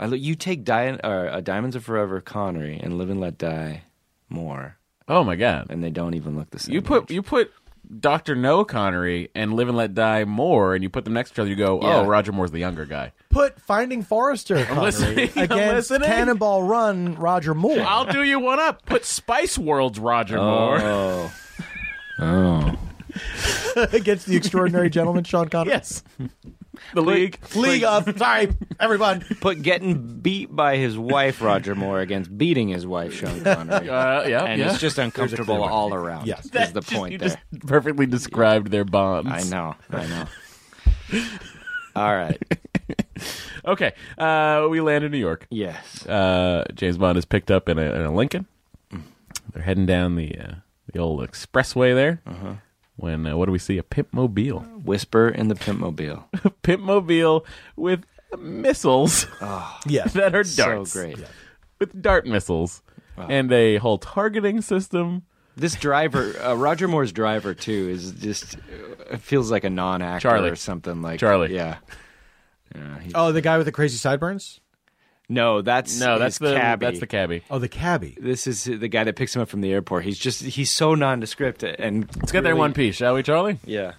I look, you take Di- or, uh, Diamonds Are Forever Connery and Live and Let Die more,
oh my god.
and they don't even look the same.
You put
age.
you put Doctor No Connery and Live and Let Die Moore, and you put them next to each other. You go, oh,
Yeah.
Roger Moore's the younger guy.
Put Finding Forrester Connery,
listening. I'm
against
listening.
Cannonball Run Roger Moore.
I'll do you one up. Put Spice World's Roger Moore.
Oh. oh.
against the extraordinary gentleman Sean Connery.
Yes, the league.
League of sorry, everyone.
Put getting beat by his wife, Roger Moore, against beating his wife, Sean Connery.
Uh, yeah,
and
yeah.
it's just uncomfortable all around.
Yes.
Is
That
the
just-
point
you
there.
just perfectly described their bonds.
I know. I know. all right.
Okay, uh, we land in New York.
Yes.
Uh, James Bond is picked up in a, in a Lincoln.
Mm.
They're heading down the uh, the old expressway there.
Uh-huh.
When uh, what do we see? A pimp mobile.
Whisper in the Pimp Mobile.
pimp mobile with missiles
Yes.
that are
Oh, so
darts.
great.
With dart missiles. And a whole targeting system.
This driver, uh, Roger Moore's driver too, is just uh, it feels like a non-actor
Charlie.
or something like
Charlie.
Yeah. Yeah, he-
Oh, the guy with the crazy sideburns?
no, that's
No, that's
his
the
cabbie.
that's the cabbie.
Oh, the cabbie.
This is the guy that picks him up from the airport. He's just he's so nondescript and
Let's get there in
really-
one piece, shall we, Charlie?
Yeah.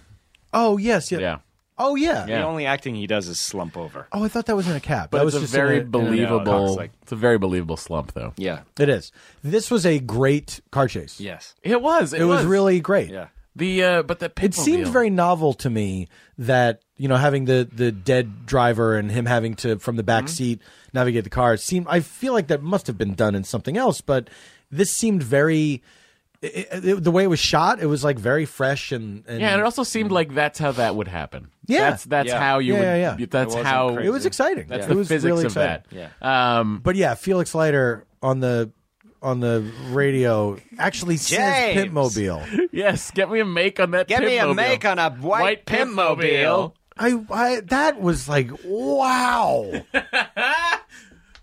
Oh, yes, yeah.
Yeah.
Oh, yeah.
Yeah.
The only acting he does is slump over.
Oh, I thought that was in a cab.
But
that was
it's a
just
very
in in
believable
looks like-
it's a very believable slump though.
Yeah.
It is. This was a great car chase.
Yes.
It was. It,
It, was, really great.
Yeah.
the uh but the
It
pimp
seemed
mobile-
very novel to me that you know having the the dead driver and him having to from the back
Mm-hmm.
seat navigate the car. It seemed I feel like that must have been done in something else, but this seemed very. It, it- the way it was shot, it was like very fresh and, and
Yeah, and it also seemed like that's how that would happen.
Mm. Yeah.
That's that's
Yeah.
how you
Yeah, yeah,
would
yeah.
that's
It wasn't
how
crazy.
it was exciting.
that's
It
the
was
physics
really
of
exciting.
that. Yeah. Um
But yeah, Felix Leiter on the on the radio actually says
James.
pimp mobile.
Yes, get me a make on that.
Get
pimp
me a
mobile.
make on a white pimp mobile.
I, I that was like wow.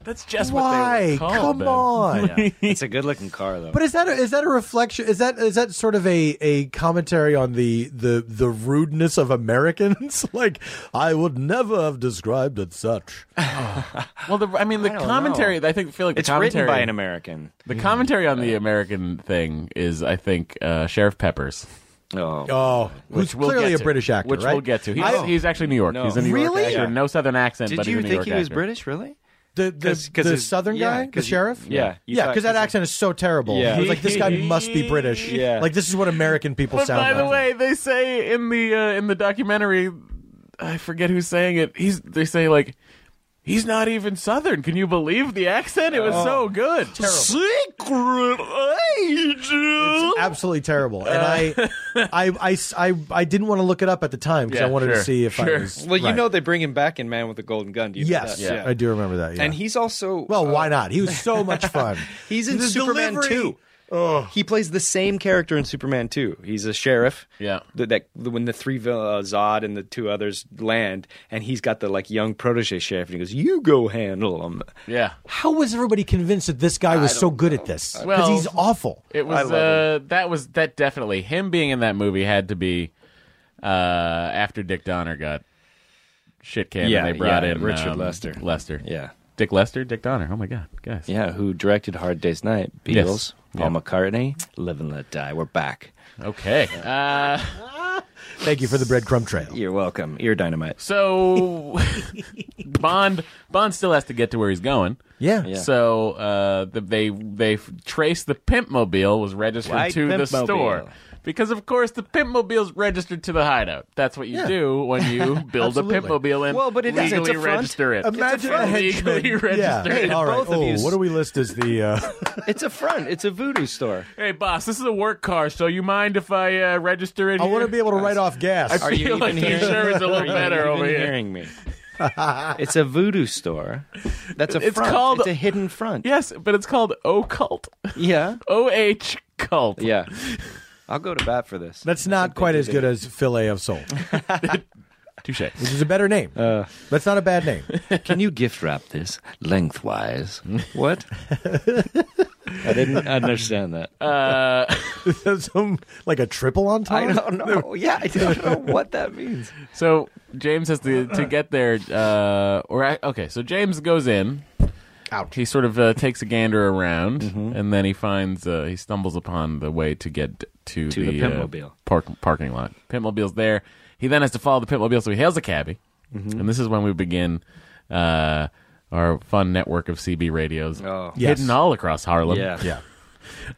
That's just what they
Why?
were called,
Come
Ben.
on.
It's a good-looking car though.
But is that a, is that a reflection? Is that is that sort of a, a commentary on the, the the rudeness of Americans? like I would never have described it such.
Well, the, I mean, the
don't
commentary. I think feel like
it's
the commentary.
written by an American.
the commentary on the American thing is, I think, uh, Sheriff Pepper's,
Oh.
Oh,
which
who's
we'll
clearly
get
a
to,
British actor,
which
right?
we'll get to. He's,
I-
he's actually New York.
No.
He's a New
Really?
York actor. No southern accent.
Did
but he's
you
a New
think
York
he was
actor.
British, really?
The the,
'Cause- 'cause
the
his-
southern
yeah,
guy, the
'cause you-
sheriff.
yeah, you
yeah,
thought-
because that accent is so terrible.
Yeah.
I was like, this guy must be British.
Yeah.
like this is what American people
But
sound.
by the
like.
way, they say in the uh, in the documentary, I forget who's saying it. He's they say like. He's not even Southern. Can you believe the accent? It was
Oh.
so good. Secret agent.
It's absolutely terrible. And I,
Uh.
I, I, I, I didn't want to look it up at the time because
Yeah,
I wanted
sure,
to see if
sure.
I was.
Well, you
right.
know they bring him back in Man with the Golden Gun. Do you know
Yes,
that?
I do remember that. Yeah.
And he's also
well,
uh,
why not? He was so much fun.
He's in
The
Superman
delivery-
2. He plays the same character in Superman 2. He's a sheriff.
Yeah.
That, that when the three vil- uh, Zod and the two others land, and he's got the like young protege sheriff, and he goes, "You go handle him."
Yeah.
How was everybody convinced that this guy was so good at this? Because
Well-
he's awful.
It was uh, that was that definitely him being in that movie had to be uh, after Dick Donner got shit canned
Yeah,
and they brought
yeah,
in
Richard
um,
Lester.
Lester,
Yeah.
Dick Lester, Dick Donner. Oh my God, guys,
Yeah. Who directed Hard Day's Night?
Yes.
Beatles. Paul
Yeah.
McCartney. Live and Let Die. We're back.
okay. Uh,
Thank you for the breadcrumb trail.
You're welcome. You're dynamite.
So Bond Bond still has to get to where he's going.
Yeah.
So uh, the, they they f- traced the pimp mobile was registered
Why
to the
Pimpmobile?
store because of course the pimp mobile's registered to the hideout. That's what you
Yeah.
do when you build a
Absolutely.
pimp mobile and
Well, but it is- it's
legally
a front.
register it.
Imagine a,
front.
henchman.
Legally registered.
Yeah.
Hey,
All right.
both of
oh,
you.
what do we list as the? Uh,
It's a front. It's a voodoo store.
Hey boss, this is a work car, so you mind if I uh, register it?
I
here?
want to be able to write off gas.
Are you
feel
even
like the
hearing?
insurance a little
Are you
better
even
over here.
Hearing me. it's a voodoo store. That's a
It's
front.
called-
it's a hidden front.
Yes, but it's called Occult.
Yeah.
O H cult.
Yeah. I'll go to bat for this.
That's not quite
they
as
did
good as fillet of soul,
Touche.
which is a better name. That's not a bad name.
Can you gift wrap this lengthwise? what? I didn't understand that.
Uh,
Some like a triple on top.
I don't know. Yeah, I don't know what that means.
so James has to to get there. Uh, or ac- okay, so James goes in.
Out.
He sort of uh, takes a gander around,
Mm-hmm.
and then he finds uh, he stumbles upon the way to get to,
To the
uh,
Pimpmobile.
park, parking lot. Pimpmobile's there. He then has to follow the Pimpmobile, so he hails a cabbie,
Mm-hmm.
and this is when we begin uh, our fun network of CB radios
Oh.
Yes.
hidden all across Harlem.
Yeah.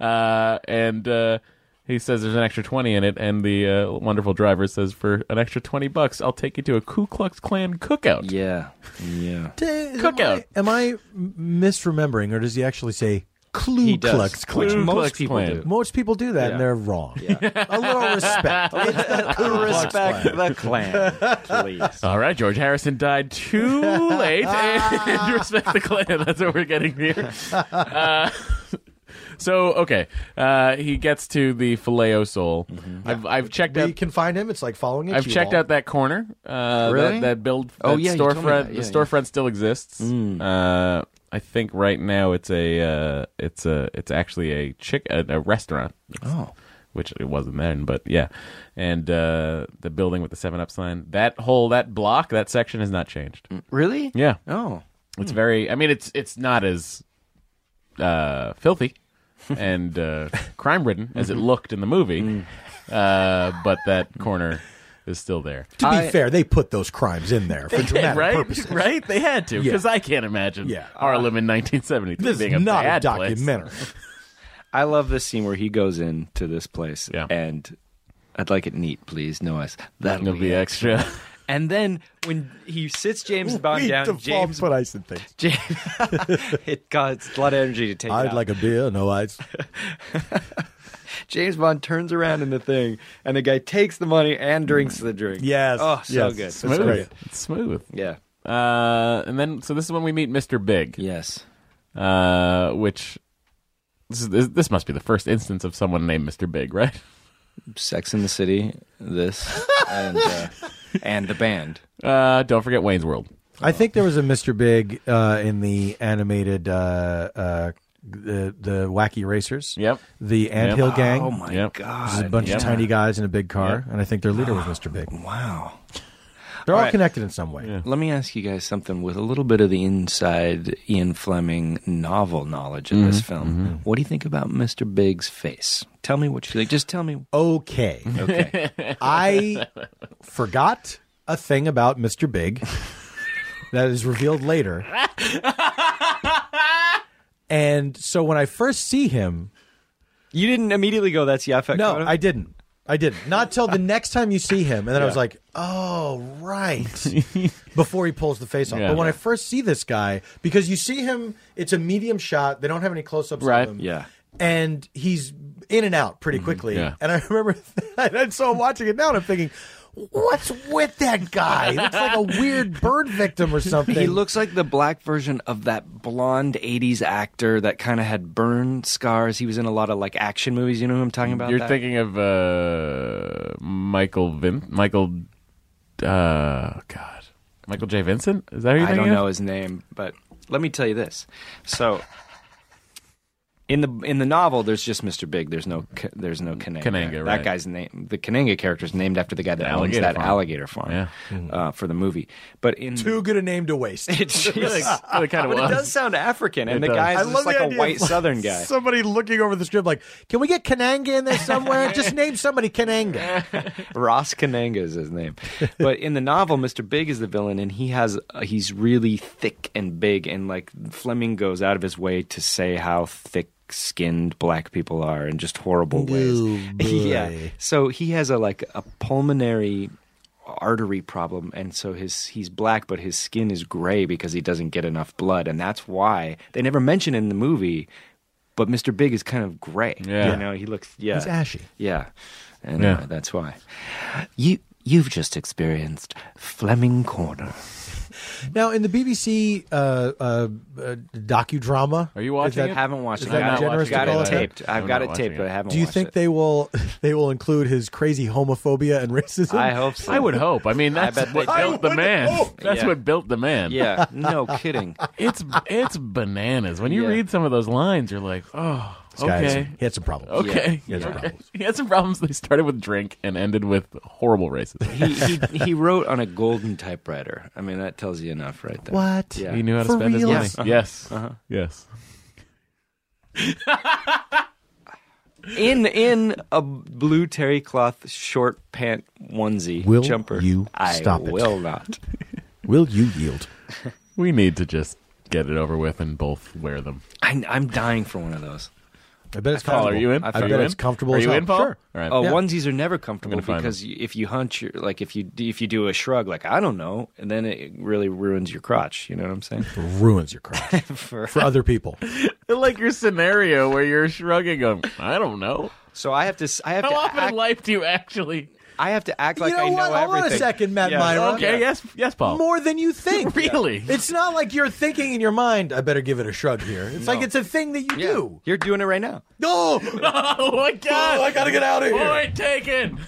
Yeah.
uh, and uh, he says there's an extra 20 in it and the uh, wonderful driver says for an extra 20 bucks i'll take you to a ku klux klan cookout
Yeah. Yeah.
Cookout.
Am I, am I m- misremembering, or does he actually say
He
Ku
does.
Klux Klan?
Which
Ku
most
Klux
people
Klan.
do.
Most people do that, and they're wrong. a little respect. It's the Ku Klux
Respect
Klan.
the clan, please.
all right george harrison died too late and respect the klan that's what we're getting here uh, so okay uh, he gets to the filet o soul i've, I've checked out
We can find him. It's like following a
I've
cue
checked
ball.
out that corner. Uh,
Really?
That, that build.
Oh,
that
yeah, you told me
storefront.
that. Yeah,
the
yeah. Mm.
storefront still exists. Uh, I think right now it's a uh, it's a it's actually a chick a, a restaurant.
Oh.
Which it wasn't then, but yeah, and uh, the building with the Seven Up sign. That whole that block that section has not changed.
Really?
Yeah,
Oh.
it's
Hmm.
very. I mean, it's it's not as uh, filthy and uh, crime ridden as
Mm-hmm.
it looked in the movie,
Mm.
uh, but that corner is still there.
To be
I-
fair, they put those crimes in there for dramatic
right?
purposes.
Right? They had to because I can't imagine
Yeah.
Harlem in 1973
This
being a
is not a
bad place.
documentary.
I love this scene where he goes in to this place
Yeah.
and I'd like it neat, please. No ice. That'll
It'll
be
be extra.
And then when he sits James Bond
We
down,
default
James,
put ice in things.
James it got a lot of energy to take. it
I'd
out.
like a beer, no ice.
James Bond turns around in the thing, and the guy takes the money and drinks the drink.
Yes,
Oh, so
yes.
good. That's
smooth.
great.
It's smooth.
Yeah.
Uh, and then, so this is when we meet Mr. Big,
Yes.
uh, which this, is, this- this must be the first instance of someone named Mr. Big, right?
Sex in the City. This and uh, and the band.
Uh, don't forget Wayne's World.
I think there was a Mr. Big uh, in the animated uh, uh, the the Wacky Racers.
Yep.
The Anthill
Yep.
Gang.
Oh my
Yep.
There's
god.
a bunch
yeah.
of tiny guys in a big car,
Yep.
and I think their leader was Mr. Big.
Wow.
They're all,
right.
connected in some way.
Let me ask you guys something with a little bit of the inside Ian Fleming novel knowledge in this
Mm-hmm.
film. What do you think about Mr. Big's face? Tell me what you think. Just tell me.
Okay.
Okay.
I forgot a thing about Mr. Big that is revealed later. and so when I first see him,
you didn't immediately go. That's Yaphet.
no,
Kotto?"
I didn't. I didn't. Not till the next time you see him, and then I was like, "Oh, right." Before he pulls the face off.
Yeah.
But when I first see this guy, because you see him, it's a medium shot. They don't have any close-ups
Right. Mm-hmm,
of him.
Yeah.
and he's in and out pretty quickly.
yeah.
And I remember, and so I'm watching it now, and I'm thinking, what's with that guy? He looks like a weird bird victim or something.
He looks like the black version of that blonde '80s actor that kind of had burn scars. He was in a lot of like action movies. You know who I'm talking about?
You're
that?
thinking of uh, Michael Vin- Michael. Uh, God, Michael J. Vincent. Is that who you're
I
thinking
don't
of?
know his name, but let me tell you this. So, in the in the novel, there's just Mr. Big. There's no K- there's no Kananga.
Kananga,
that
right.
guy's name. The Kananga character is named after the guy that owns
alligator
that
farm.
alligator farm.
Yeah.
Uh, for the movie, but in
Too good a name to waste.
it's really,
really kinda
but
was.
it does sound African, and
It
the
does.
guy
I
is just like a white Southern guy.
Somebody looking over the script, like, can we get Kananga in there somewhere? Just name somebody Kananga.
Ross Kananga is his name. But in the novel, Mr. Big is the villain, and he has uh, he's really thick and big, and like Fleming goes out of his way to say how thick. Skinned black people are in just horrible ways. yeah, so he has a like a pulmonary artery problem, and so his he's black, but his skin is gray because he doesn't get enough blood, and that's why they never mention in the movie. But Mr. Big is kind of gray.
Yeah.
you know, he looks yeah,
He's ashy.
yeah. And
Yeah.
uh, that's why. You you've just experienced Fleming Corner.
Now, in the BBC uh, uh, uh, docudrama,
Are you
is
watching
that-
it?
haven't watched
Is
it.
that
I got,
generous
it- got
to call
it
it that?
taped. I've
I'm
got
not
it taped,
watching
but I
it.
haven't
do you
watched
think
it.
they will they will include his crazy homophobia and racism?
I hope so.
I would hope. I mean, that's
bet they
what
don't.
built the man. That's
Yeah.
what built the man.
Yeah, no kidding.
it's it's bananas. When you
Yeah.
read some of those lines, you're like, oh,
This guy has-
okay,
he had some problems.
okay.
He had some
okay.
problems.
He had some problems. They started with drink and ended with horrible racism.
He, he he wrote on a golden typewriter. I mean, that tells you enough right there.
What?
Yeah.
He knew how to
For
spend
real?
his money. Yes, Uh-huh. yes.
In in a blue terry cloth short pant onesie
Will
jumper.
you
I
stop it?
will not.
Will you yield?
We need to just get it over with and both wear them.
I, I'm dying for one of those.
I bet it's
Paul,
comfortable.
are you in?
I
Are
bet
you
it's
in?
comfortable.
Are
as
you
hell.
in, Paul?
Sure.
All right.
Oh,
Yeah.
onesies are never comfortable
find
because you, if you hunch your like if you if you do a shrug like I don't know, and then it really ruins your crotch. You know what I'm saying?
Ruins your crotch
For-
for other people.
like your scenario where you're shrugging them. I don't know.
so I have to s- I have
How
to
often
act,
in life do you actually?
I have to act like
you know
I know
what? Hold
everything.
on a second, Matt
Yeah.
Myra.
Okay, yes, yes, Paul.
More than you think.
Really?
It's not like you're thinking in your mind, I better give it a shrug here. It's like it's a thing that you
Yeah.
do.
You're doing it right now.
No!
Oh my God!
I gotta get out of here.
Point taken.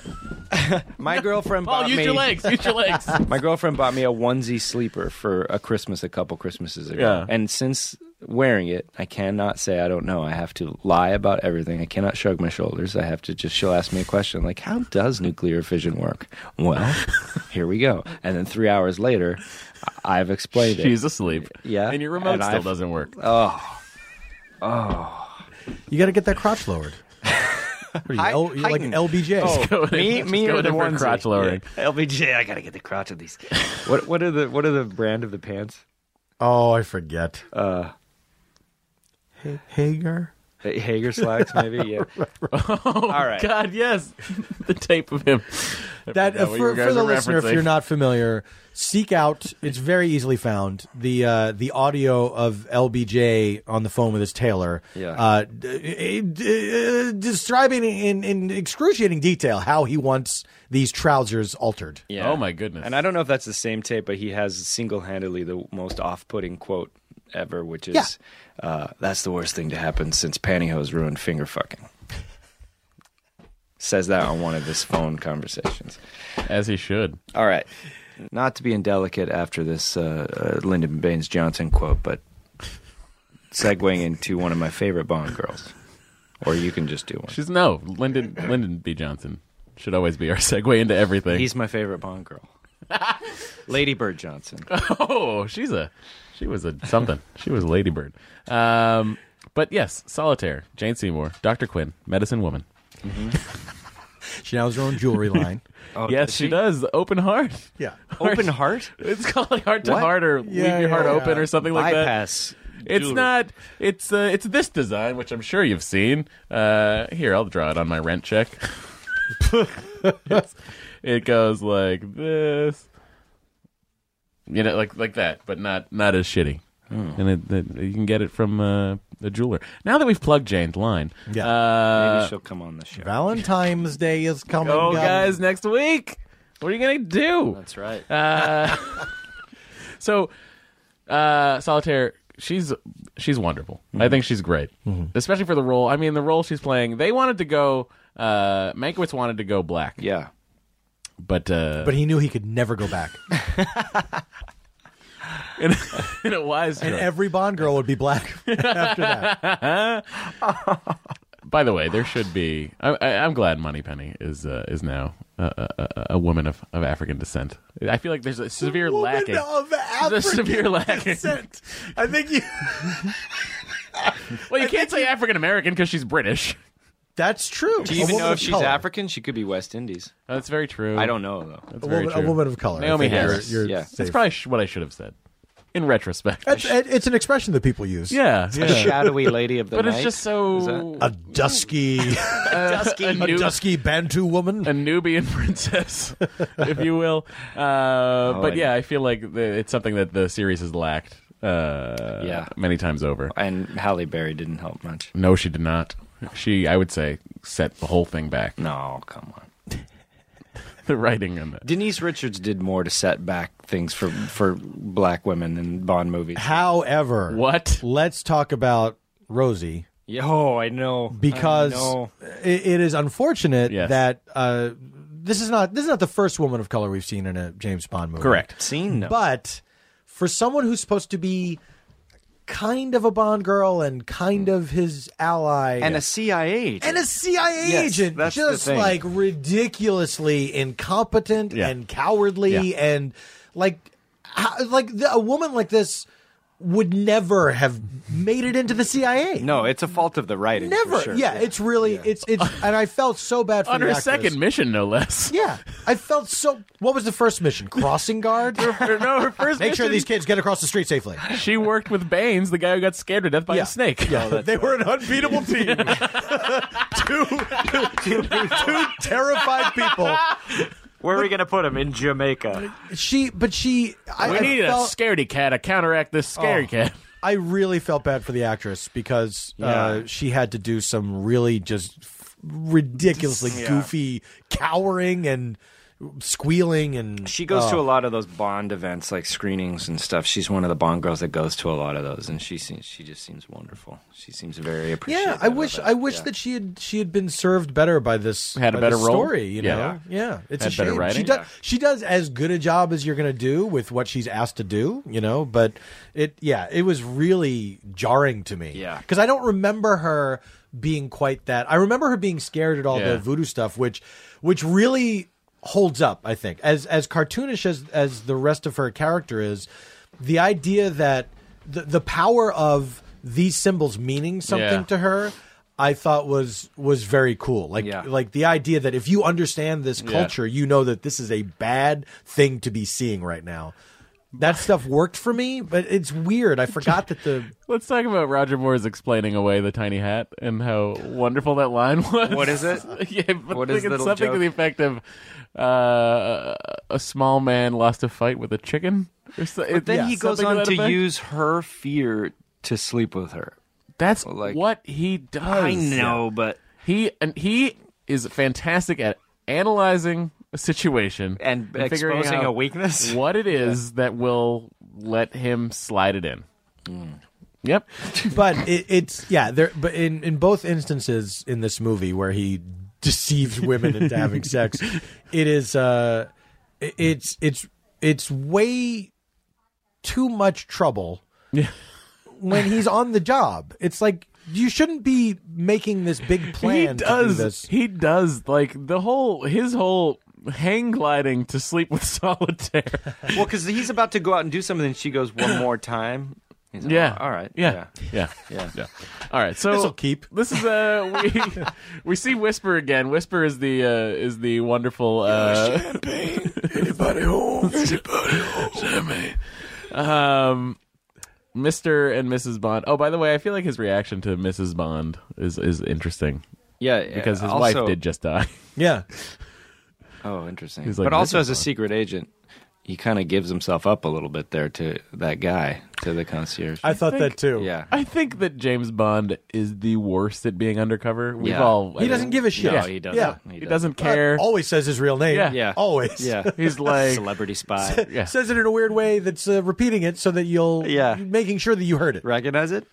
My girlfriend
Paul,
bought
Oh, use
me
your legs. Use your legs.
my girlfriend bought me a onesie sleeper for a Christmas a couple Christmases ago.
Yeah.
And since wearing it, I cannot say I don't know. I have to lie about everything. I cannot shrug my shoulders. I have to just she'll ask me a question like, How does nuclear fission work? Well, here we go. And then three hours later, I- I've explained
She's
it.
asleep.
Yeah.
And your remote
And
still
I've- Oh,
doesn't work.
You gotta get that crotch lowered. What are you,
Hi-
L- you're like an
heightened.
LBJ.
Oh, me,
just
me
go
or
with
the
it for
onesie?
crotch lowering.
Yeah. LBJ, I gotta get the crotch of these. what what are the what are the brand of the pants?
Oh, I forget. Uh, Hager?
The Hager slacks, maybe. Yeah. All right.
Oh, God, yes. the tape of him.
That, uh,
what you
for,
guys
for the
were
listener, if
referencing.
you're not familiar, seek out. It's very easily found. The uh, the audio of LBJ on the phone with his tailor,
Yeah.
uh, d- d- uh, describing in, in excruciating detail how he wants these trousers altered.
Yeah.
Oh, my goodness.
And I don't know if that's the same tape, but he has single-handedly the most off-putting quote ever, which is, uh, "That's the worst thing to happen since pantyhose ruined finger fucking." Says that on one of his phone conversations.
As he should.
All right, not to be indelicate after this uh, uh, Lyndon Baines Johnson quote, but segueing into one of my favorite Bond girls, or you can just do one.
She's no. Lyndon, Lyndon B. Johnson should always be our segue into everything.
He's my favorite Bond girl, Lady Bird Johnson.
oh, she's a. She was a something. she was a ladybird. Um, but yes, Solitaire, Jane Seymour, Dr. Quinn, Medicine Woman.
She now has her own jewelry line.
Oh,
yes,
does
she does. Open heart.
Yeah.
Open heart.
It's called like heart to
What?
heart or
Yeah,
leave your heart
yeah, yeah.
open or something like that.
bypass.
It's
jewelry.
not. It's uh, it's this design, which I'm sure you've seen. Uh, here, I'll draw it on my rent check. It's- it goes like this, you know, like like that, but not not as shitty.
Hmm.
And it, it, you can get it from uh, a jeweler. Now that we've plugged Jane's line,
Yeah.
Uh,
Maybe she'll come on the show.
Valentine's Day is coming.
oh,
up.
guys, next week, what are you gonna do?
That's right.
So, uh, Solitaire, she's she's wonderful.
Mhm.
I think she's great, especially for the role. I mean, the role she's playing. They wanted to go. Uh, Mankiewicz wanted to go black,
yeah.
but uh,
But he knew he could never go back.
in, in a wise
And
truck.
every Bond girl would be black after that.
By the way, there should be. I, I, I'm glad Money Penny is uh, is now a, a, a- a woman of, of African descent. I feel like there's a severe
Woman
lacking.
of
a
African
severe lacking.
descent. I think you.
Well, you can't say African American because she's British.
That's true.
Do
A
you even
woman
know
of
if she's
color.
African? She could be West Indies.
That's very true.
I don't know though.
That's
A
very
woman, a
true.
woman of color. I
Naomi
think you're-
Harris.
You're,
Yeah. That's
That's
safe.
probably sh- what I should have said. In retrospect,
That's- it- it's an expression that people use.
yeah,
A
yeah.
shadowy lady of the
but
night.
it's just
Is that-
so
A dusky,
dusky,
a dusky Bantu woman.
a Nubian princess, if you will. Uh,
Oh,
but
I
yeah, I feel like the, it's something that the series has lacked uh,
Yeah.
many times over.
and Halle Berry didn't help much.
No, she did not. She, I would say, set the whole thing back.
No, come on.
the writing on that.
Denise Richards did more to set back things for for black women in Bond movies.
However,
What?
Let's talk about Rosie
Yeah, Oh, I know.
because
I know.
it, it is unfortunate
Yes.
that uh, this is not this is not the first woman of color we've seen in a James Bond movie.
Correct.
scene no.
But for someone who's supposed to be kind of a Bond girl and kind of his ally
and a CIA.
and a CIA
Yes,
agent,
that's the
just
thing.
like ridiculously incompetent
Yeah.
and cowardly, and like, how, like the, a woman like this would never have made it into the CIA.
no, it's a fault of the writing. for
never.
sure.
Yeah, it's really it's it's, and I felt so bad for
On
the
her
actress.
second mission, no less.
Yeah, I felt so. What was the first mission? Crossing guard.
Or no, her first
Make sure
mission,
these kids get across the street safely.
She worked with Baines, the guy who got scared to death by
Yeah.
a snake.
they were an unbeatable team. two, two terrified people.
Where are we gonna put him in Jamaica?
She, but she. I,
we
I
need
felt, Oh.
a scaredy cat to counteract this scary cat.
I really felt bad for the actress because uh, she had to do some really just f- ridiculously goofy cowering and squealing and
She goes to a lot of those Bond events, like screenings and stuff. She's one of the Bond girls that goes to a lot of those, and she seems she just seems wonderful. She seems very appreciative.
yeah, I
of
wish
it.
I wish
Yeah.
that she had she had been served better by this
Had a
by
better
this
role?
story. You
Yeah.
know, yeah, it's a
Had better
shame. She
writing?
does
Yeah.
she does as good a job as you're going to do with what she's asked to do. You know, but it yeah, it was really jarring to me.
Yeah.
because I don't remember her being quite that. I remember her being scared at all
Yeah.
the voodoo stuff, which which really holds up. I think as as cartoonish as as the rest of her character is, the idea that the the power of these symbols meaning something
Yeah.
to her I thought was was very cool. Like
Yeah.
like the idea that if you understand this culture, you know that this is a bad thing to be seeing right now. That stuff worked for me, but it's weird. I forgot that the
Let's talk about Roger Moore's explaining away the tiny hat and how wonderful that line was.
What is it?
yeah, but
What
I
is
think
the
it's
little
something to
joke?
the effect of uh, a small man lost a fight with a chicken. Or so,
But then
Yeah,
he goes
something
on
that
to
effect.
use her fear to sleep with her.
That's
like-
what he does.
I know, but
He and he is fantastic at analyzing a situation
and,
figuring
exposing
out
a weakness.
What it is that will let him slide it in.
Mm.
Yep.
but it, it's yeah there but in in both instances in this movie where he deceives women into having sex it is uh i- it's it's it's way too much trouble when he's on the job it's like you shouldn't be making this big plan
he
to do
does.
this
He does like the whole his whole hang gliding to sleep with solitaire.
Well, because he's about to go out and do something, and she goes one more time. He's like,
Yeah.
"Oh, all right.
Yeah. Yeah. Yeah. All right. So
This'll keep.
This is uh we we see Whisper again. Whisper is the uh is the wonderful uh champagne. Anybody home? Anybody home? Champagne. Um Mr. and Mrs. Bond. Oh, by the way, I feel like his reaction to Mrs. Bond is is interesting
yeah, yeah.
because his
also,
wife did just die.
yeah
Oh, interesting.
He's like,
but also
"This
as a secret agent, he kind of gives himself up a little bit there to that guy, to the concierge.
i thought that
think-
too
yeah.
I think that James Bond is the worst at being undercover. We've
Yeah.
all
he doesn't give a shit
No, he doesn't.
yeah
he doesn't care.
Uh, always says his real name
Yeah.
Yeah.
always
Yeah.
He's like
Celebrity spy.
yeah.
says it in a weird way that's uh, repeating it so that you'll
Yeah.
making sure that you heard it
Recognize it?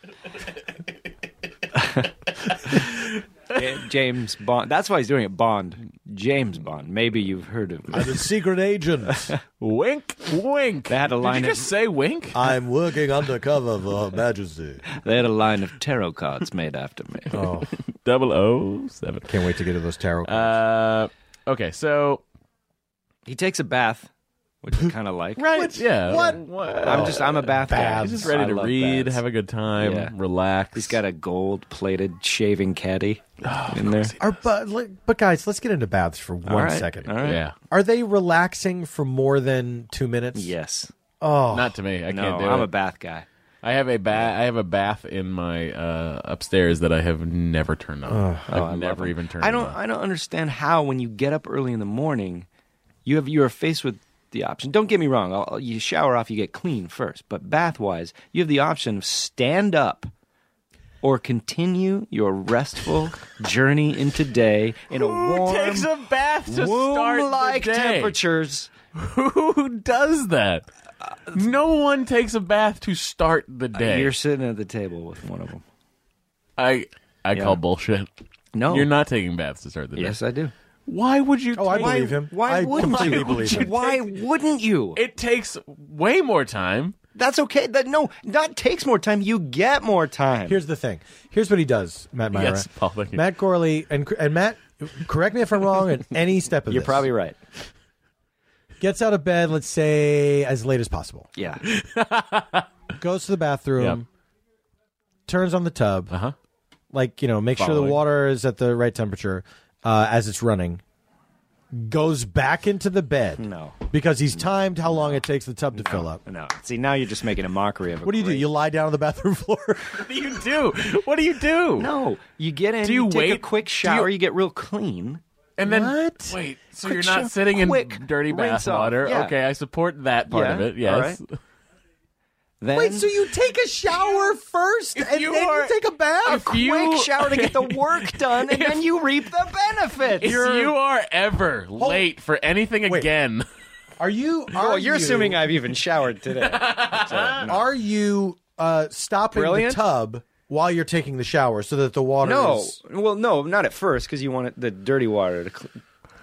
Eh, James Bond. That's why he's doing it. Bond. James Bond. Maybe you've heard of
I'm
him.
a secret agent.
Wink, wink.
They had a line
Did you
at-
just say wink?
I'm working undercover for Her Majesty.
They had a line of tarot cards made after me.
Oh,
Double O seven.
can't wait to get to those tarot.
Uh, okay, so
He takes a bath, which I kind of like.
right, yeah.
what?
I'm just I'm a bath guy.
Baths.
He's just ready
I
to
love
read,
baths.
have a good time,
Yeah.
relax.
He's got a gold plated shaving caddy in there.
Are, but, like, but guys, let's get into baths for one second.
All right, All right.
yeah.
Are they relaxing for more than two minutes?
Yes.
Oh,
Not to me. I
no,
can't do
I'm
it.
a bath guy.
I have a bath. I have a bath in my uh, upstairs that I have never turned on. I've
Oh, I love
never
them.
even turned.
I don't.
It on.
I don't understand how when you get up early in the morning, you have you are faced with the option. Don't get me wrong. I'll, you shower off, you get clean first, but bath wise, you have the option of stand up. Or continue your restful journey into day in a warm,
takes a bath to start the
womb-like
day?
temperatures.
Who does that? No one takes a bath to start the day.
Uh, You're sitting at the table with one of them.
I I
Yeah.
call bullshit.
No,
You're not taking baths to start the day.
Yes, I do.
Why would you?
oh, I
take-
believe him.
Why
I
wouldn't
completely
you?
believe him.
Why wouldn't you?
It takes way more time.
That's okay. That no, not takes more time. You get more time.
Here's the thing. Here's what he does, Matt Myra.
Yes, Paul, thank you.
Matt Gorley and and Matt. Correct me if I'm wrong. At any step of
You're
this,
probably right.
gets out of bed. Let's say as late as possible.
Yeah.
Goes to the bathroom.
Yep.
Turns on the tub.
Uh huh.
Like you know, make sure
Following.
the water is at the right temperature uh, as it's running. Goes back into the bed.
No.
because he's timed how long it takes the tub to fill up.
No. See, now you're just making a mockery of it.
What do you do? You lie down on the bathroom floor.
What do you do? What do you do?
No, you get in.
Do you
take a
wait?
quick
Do
shower. You...
you-
get real clean.
And then
What?
wait, so
Quick
you're not
shower.
sitting in
Quick
dirty
rinse
bath
off.
water.
Yeah.
Okay, I support that part
Yeah,
of it.
all
Yes.
Then
Wait, so you take a shower first,
If
and
you
then
are-
you take a bath.
if you-
quick shower to get the work done, and then you reap the benefits.
If you are ever late for anything
Wait.
again,
Are you? Are
well, you're
you,
assuming I've even showered today.
Are you uh, stopping
Brilliant.
the tub while you're taking the shower so that the water?
no,
Is...
well, no, not at first because you want it, the dirty water to. Cl-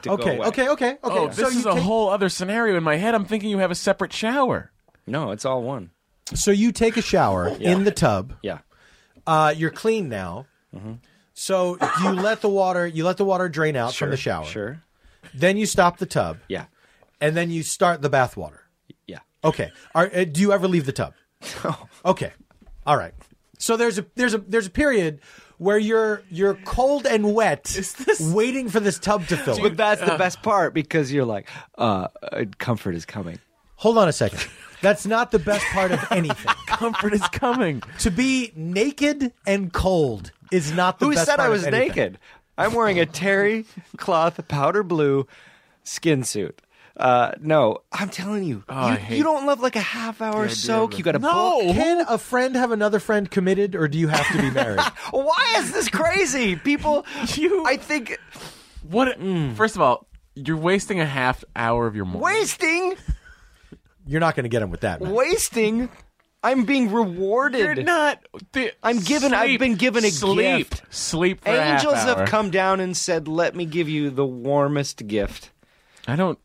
to go
Okay.
away.
Okay. Okay. Okay.
oh,
so
this
you
is a
take-
whole other scenario in my head. I'm thinking you have a separate shower.
No, it's all one.
So you take a shower in the tub.
Yeah.
Uh, you're clean now.
Mm-hmm.
So you let the water you let the water drain out from the shower.
Sure.
Then you stop the tub,
Yeah.
and then you start the bath water.
Yeah.
Okay. Are, uh, do you ever leave the tub? Okay. All right. So there's a there's a there's a period where you're you're cold and wet, waiting for this tub to fill.
But that's the best part because you're like, uh, uh, comfort is coming.
Hold on a second. That's not the best part of anything.
Comfort is coming.
to be naked and cold is not the
Who
best
said
part
I
of
was
anything.
naked? I'm wearing a terry cloth powder blue skin suit. Uh, no, I'm telling you,
I
you,
hate-
you don't love like a half hour soak. You got a book.
Can a friend have another friend committed, or do you have to be married?
Why is this crazy, people?
You-
I think
What? mm. First of all, you're wasting a half hour of your morning.
wasting,
You're not going to get him with that. Matt.
wasting. I'm being
You're
rewarded.
not. the-
I'm given- I've
sleep,
been given a
sleep.
gift.
Sleep. For a half
Angels
hour.
have come down and said, "Let me give you the warmest gift."
I don't.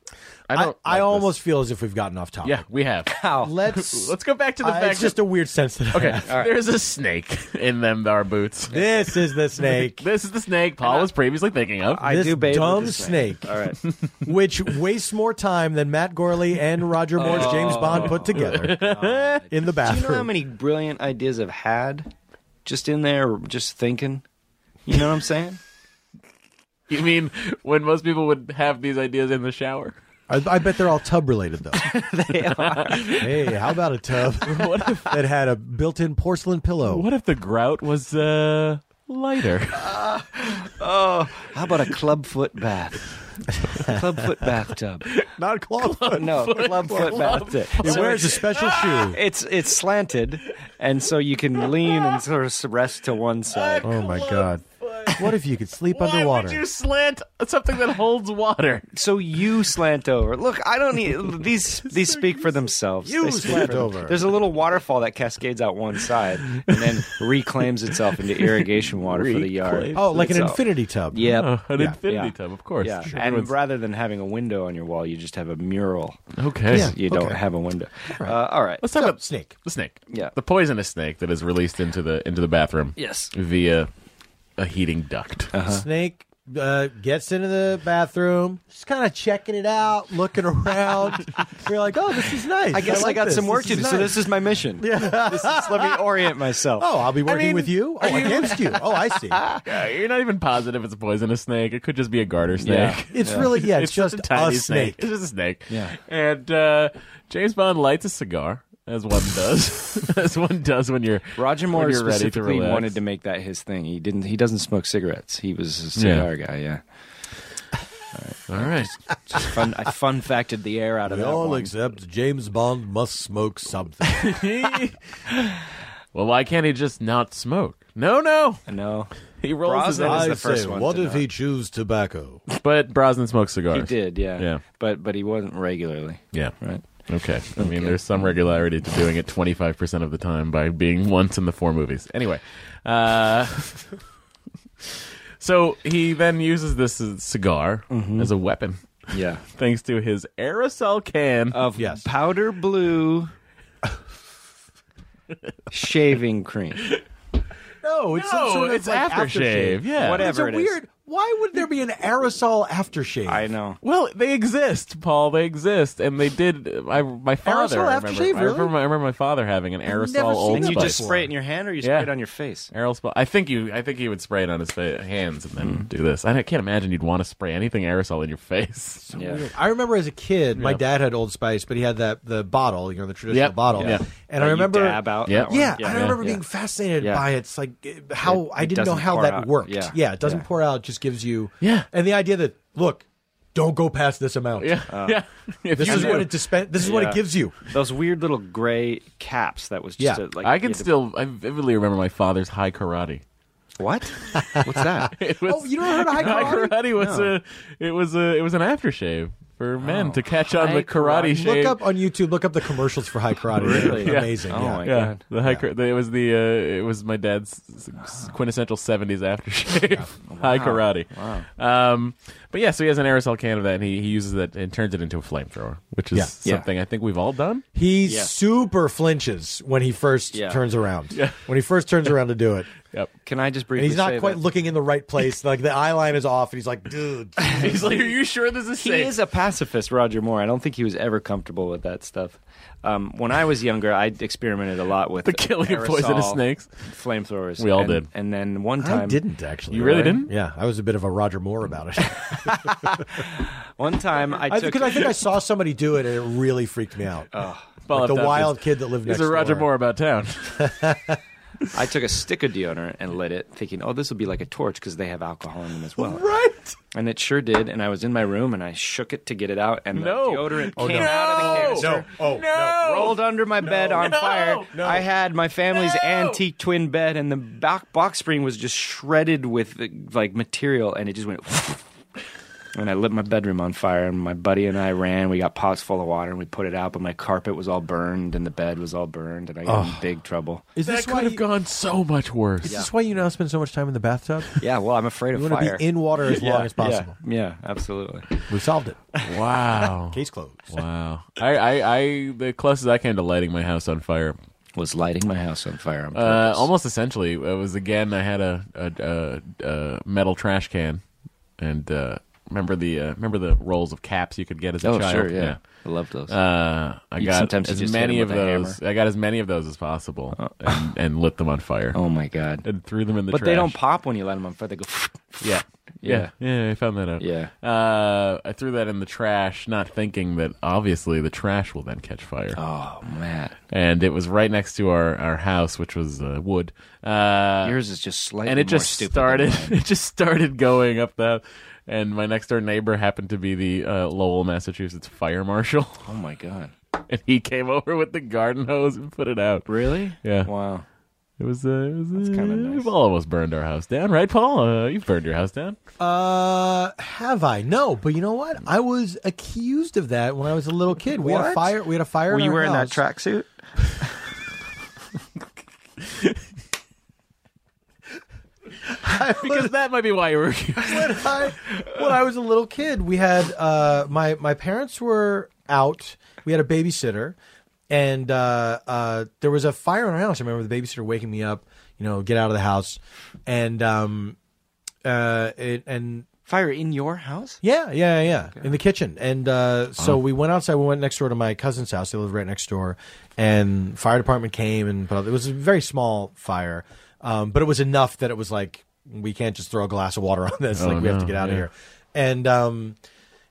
I
I,
don't.
I
like this.
almost feel as if we've gotten off topic.
Yeah, we have.
How?
Let's
Let's go back to the
Uh,
fact.
it's just a weird sense that I
Okay,
have.
there's a snake in them our boots.
This is the snake.
This is the snake Paul was previously thinking of.
I
this
do bathe with
dumb
the
snake,
All right.
which wastes more time than Matt Gorley and Roger Moore's James Bond put together in the
Do you know how
bathroom.
many brilliant ideas I've had just in there, just thinking? You know what I'm saying?
You mean when most people would have these ideas in the shower?
I, I bet they're all tub related though. Hey, how about a tub that had a built-in porcelain pillow?
What if the grout was uh, lighter?
Uh, oh.
How about a club foot bath? club foot bathtub.
Not clawfoot.
No, club foot bathtub.
It wears a special shoe.
It's it's slanted, and so you can lean and sort of rest to one side.
Oh my god. What if you could sleep
Why
underwater?
would you slant something that holds water?
So you slant over. Look, I don't need these. These speak for themselves.
You
They speak
slant
for them-
over.
There's a little waterfall that cascades out one side and then reclaims itself into irrigation water for the yard.
Reclaims.
oh, like an
So-
infinity tub.
Yep.
Oh, an infinity
yeah.
tub, of course.
yeah.
Sure.
And
Everyone's-
rather than having a window on your wall, you just have a mural.
okay.
Yeah.
You don't have a window. Uh, all right.
Let's talk about
snake.
the snake.
Yeah.
The poisonous snake that is released into the into the bathroom.
Yes. Uh-huh.
Via a heating duct.
Snake uh, gets into the bathroom, just kind of checking it out, looking around. You're like, oh, this is nice.
I guess I,
like
got
this.
some work
This
to do. So this is my mission. Yeah. This is, let me orient myself.
Oh, I'll be working
mean,
with you. Oh, against you. Oh, I see.
Yeah, you're not even positive it's a poisonous snake. It could just be a garter snake.
Yeah.
It's really yeah. It's, just,
a
a
tiny
snake.
It's just a snake.
Yeah.
And uh, James Bond lights a cigar, as one does, as one does when you're
Roger
when
Moore
you're ready to
specifically
relax.
wanted to make that his thing. He didn't. He doesn't smoke cigarettes. He was a cigar guy. Yeah.
All right.
Just fun. I fun facted the air out of that one.
except James Bond must smoke something.
well, why can't he just not smoke? No, no.
no,
He rolls his
Brosnan
eyes.
is the first one to know.
chews tobacco?
But Brosnan smokes cigars.
he did. Yeah.
Yeah.
But but he wasn't regularly.
Yeah.
Right.
Okay. I mean, there's some regularity to doing it 25% of the time by being once in the four movies. Anyway. Uh, so he then uses this as- cigar as a weapon
Yeah.
thanks to his aerosol can.
Of
Yes.
powder blue shaving cream.
No, it's some
No,
sort of
it's
like
aftershave, yeah.
it's
Whatever
a
it is.
weird. Why would there be an aerosol aftershave?
I know.
well, they exist, Paul. They exist, and they did. I, my father,
Aerosol
I remember,
aftershave,
I
really?
remember, I remember my father having an aerosol
never seen
old
that
And you
Spice.
just spray it in your hand, or you spray
Yeah.
it on your face.
Errol Spell. I think you. I think he would spray it on his fa- hands and then do this. I don't- can't imagine you'd want to spray anything aerosol in your face.
Yeah.
I remember as a kid, my
Yeah.
dad had Old Spice, but he had that the bottle, you know, the traditional
Yep.
bottle.
Yeah.
And
That
I
you
remember
dab out.
Yeah.
that one.
Yeah, uh, I
yeah,
remember
yeah.
being fascinated
Yeah.
by it. It's like uh, how I
it
didn't know
doesn't
how
pour
that
out.
worked.
Yeah.
it doesn't pour out; it just gives you.
Yeah.
and the idea that look, don't go past this amount.
Yeah, yeah. If
Uh, this
you
is
knew-
what it dispen- This is what
Yeah.
it gives you.
Those weird little gray caps that was just
Yeah.
a, like
I
you
can
had to-
still. I vividly remember my father's high karate.
what? What's that?
It was,
oh, you never heard of high
high
karate?
karate was a. It was a. It was an aftershave for men to catch on
high
the karate,
karate.
shave.
Look up on YouTube. Look up the commercials for high karate.
Really?
They're
Yeah.
amazing.
Oh
yeah.
my
yeah,
God.
the high. Kar- it was the. Uh, it was my dad's s- s- quintessential '70s aftershave, high karate. Wow. Um, but yeah, so he has an aerosol can of that, and he, he uses that and turns it into a flamethrower, which is
Yeah.
Yeah.
something I think we've all done.
He
Yeah.
super flinches when he first
Yeah.
turns around.
Yeah.
When he first turns around to do it,
Yep.
Can I just
and
briefly?
he's not
say
quite
that?
looking in the right place. Like the eye line is off, and he's like, "Dude,
He's like, "Are you sure this is
He
safe?"
is a pacifist, Roger Moore. I don't think he was ever comfortable with that stuff. Um, when I was younger, I experimented a lot with
The killing of poisonous
aerosol
snakes.
flamethrowers.
We all
and,
did.
And then one time,
I didn't actually."
you really didn't?
Yeah, I was a bit of a Roger Moore about it.
One time, I
I,
took.
because I think I saw somebody do it and it really freaked me out.
Paul
like the
Upton
wild
is-
kid that lived
He's
next
a
door.
Roger Moore about town.
I took a stick of deodorant and lit it, thinking, "Oh, this will be like a torch because they have alcohol in them as well."
Right?
And it sure did. And I was in my room and I shook it to get it out, and
No.
the deodorant
Oh,
came
no.
out of the
No.
canister.
Oh,
no.
rolled under my bed on
No.
fire.
No.
I had my family's
No.
antique twin bed, and the back box spring was just shredded with like material, and it just went. And I lit my bedroom on fire, and my buddy and I ran. We got pots full of water, and we put it out. But my carpet was all burned, and the bed was all burned, and I got in big trouble.
Is
that
this
could
why
have
you,
gone so much worse.
Is this why you now spend so much time in the bathtub?
Yeah, well, I'm afraid of
You want
fire.
to be in water as long as possible.
Yeah, yeah, absolutely.
We solved it.
Wow.
Case closed.
Wow. I, I, I, the closest I came to lighting my house on fire,
Was lighting my house on fire. On
uh,
purpose.
almost essentially, it was again, I had a, a, a, a metal trash can and, uh, remember the, uh, remember the rolls of caps you could get as a
Oh,
child?
sure, yeah. I love those.
Uh, I
You-
got
sometimes you
as
just hit
many
them
of
with a hammer.
those. I got as many of those as possible, and, and lit them on fire
oh my god!
and threw them in the
but
trash.
they don't pop when you light them on fire. They go.
Yeah. Yeah. yeah, I found that out.
Yeah.
uh, I threw that in the trash, not thinking that obviously the trash will then catch fire.
Oh man,
and it was right next to our, our house, which was uh, wood. Uh,
yours is just slightly
and it
more
just
stupid
started.
than mine.
It just started going up the. And my next door neighbor happened to be the uh, Lowell, Massachusetts fire marshal,
Oh my god,
and he came over with the garden hose and put it out.
really?
Yeah.
Wow.
It was, uh, it was
That's kinda
uh,
nice.
We've all almost burned our house down, right, Paul? Uh, you've burned your house down.
Uh, have I? No, but you know what? I was accused of that when I was a little kid. We had a
What?
fire. We had a fire.
Were
in
you
our
wearing
house.
that tracksuit?
Because that might be why you were.
when I when I was a little kid, we had uh, my my parents were out. We had a babysitter, and uh, uh, there was a fire in our house. I remember the babysitter waking me up. You know, get out of the house, and um, uh, it, and
Fire in your house?
yeah, yeah, yeah,
Oh
in the kitchen. And uh, so we went outside. We went next door to my cousin's house. They lived right next door, and fire department came and put out, it was a very small fire, um, but it was enough that it was like we can't just throw a glass of water on this. like we have to
Oh, no,
get out
yeah.
of here. And um,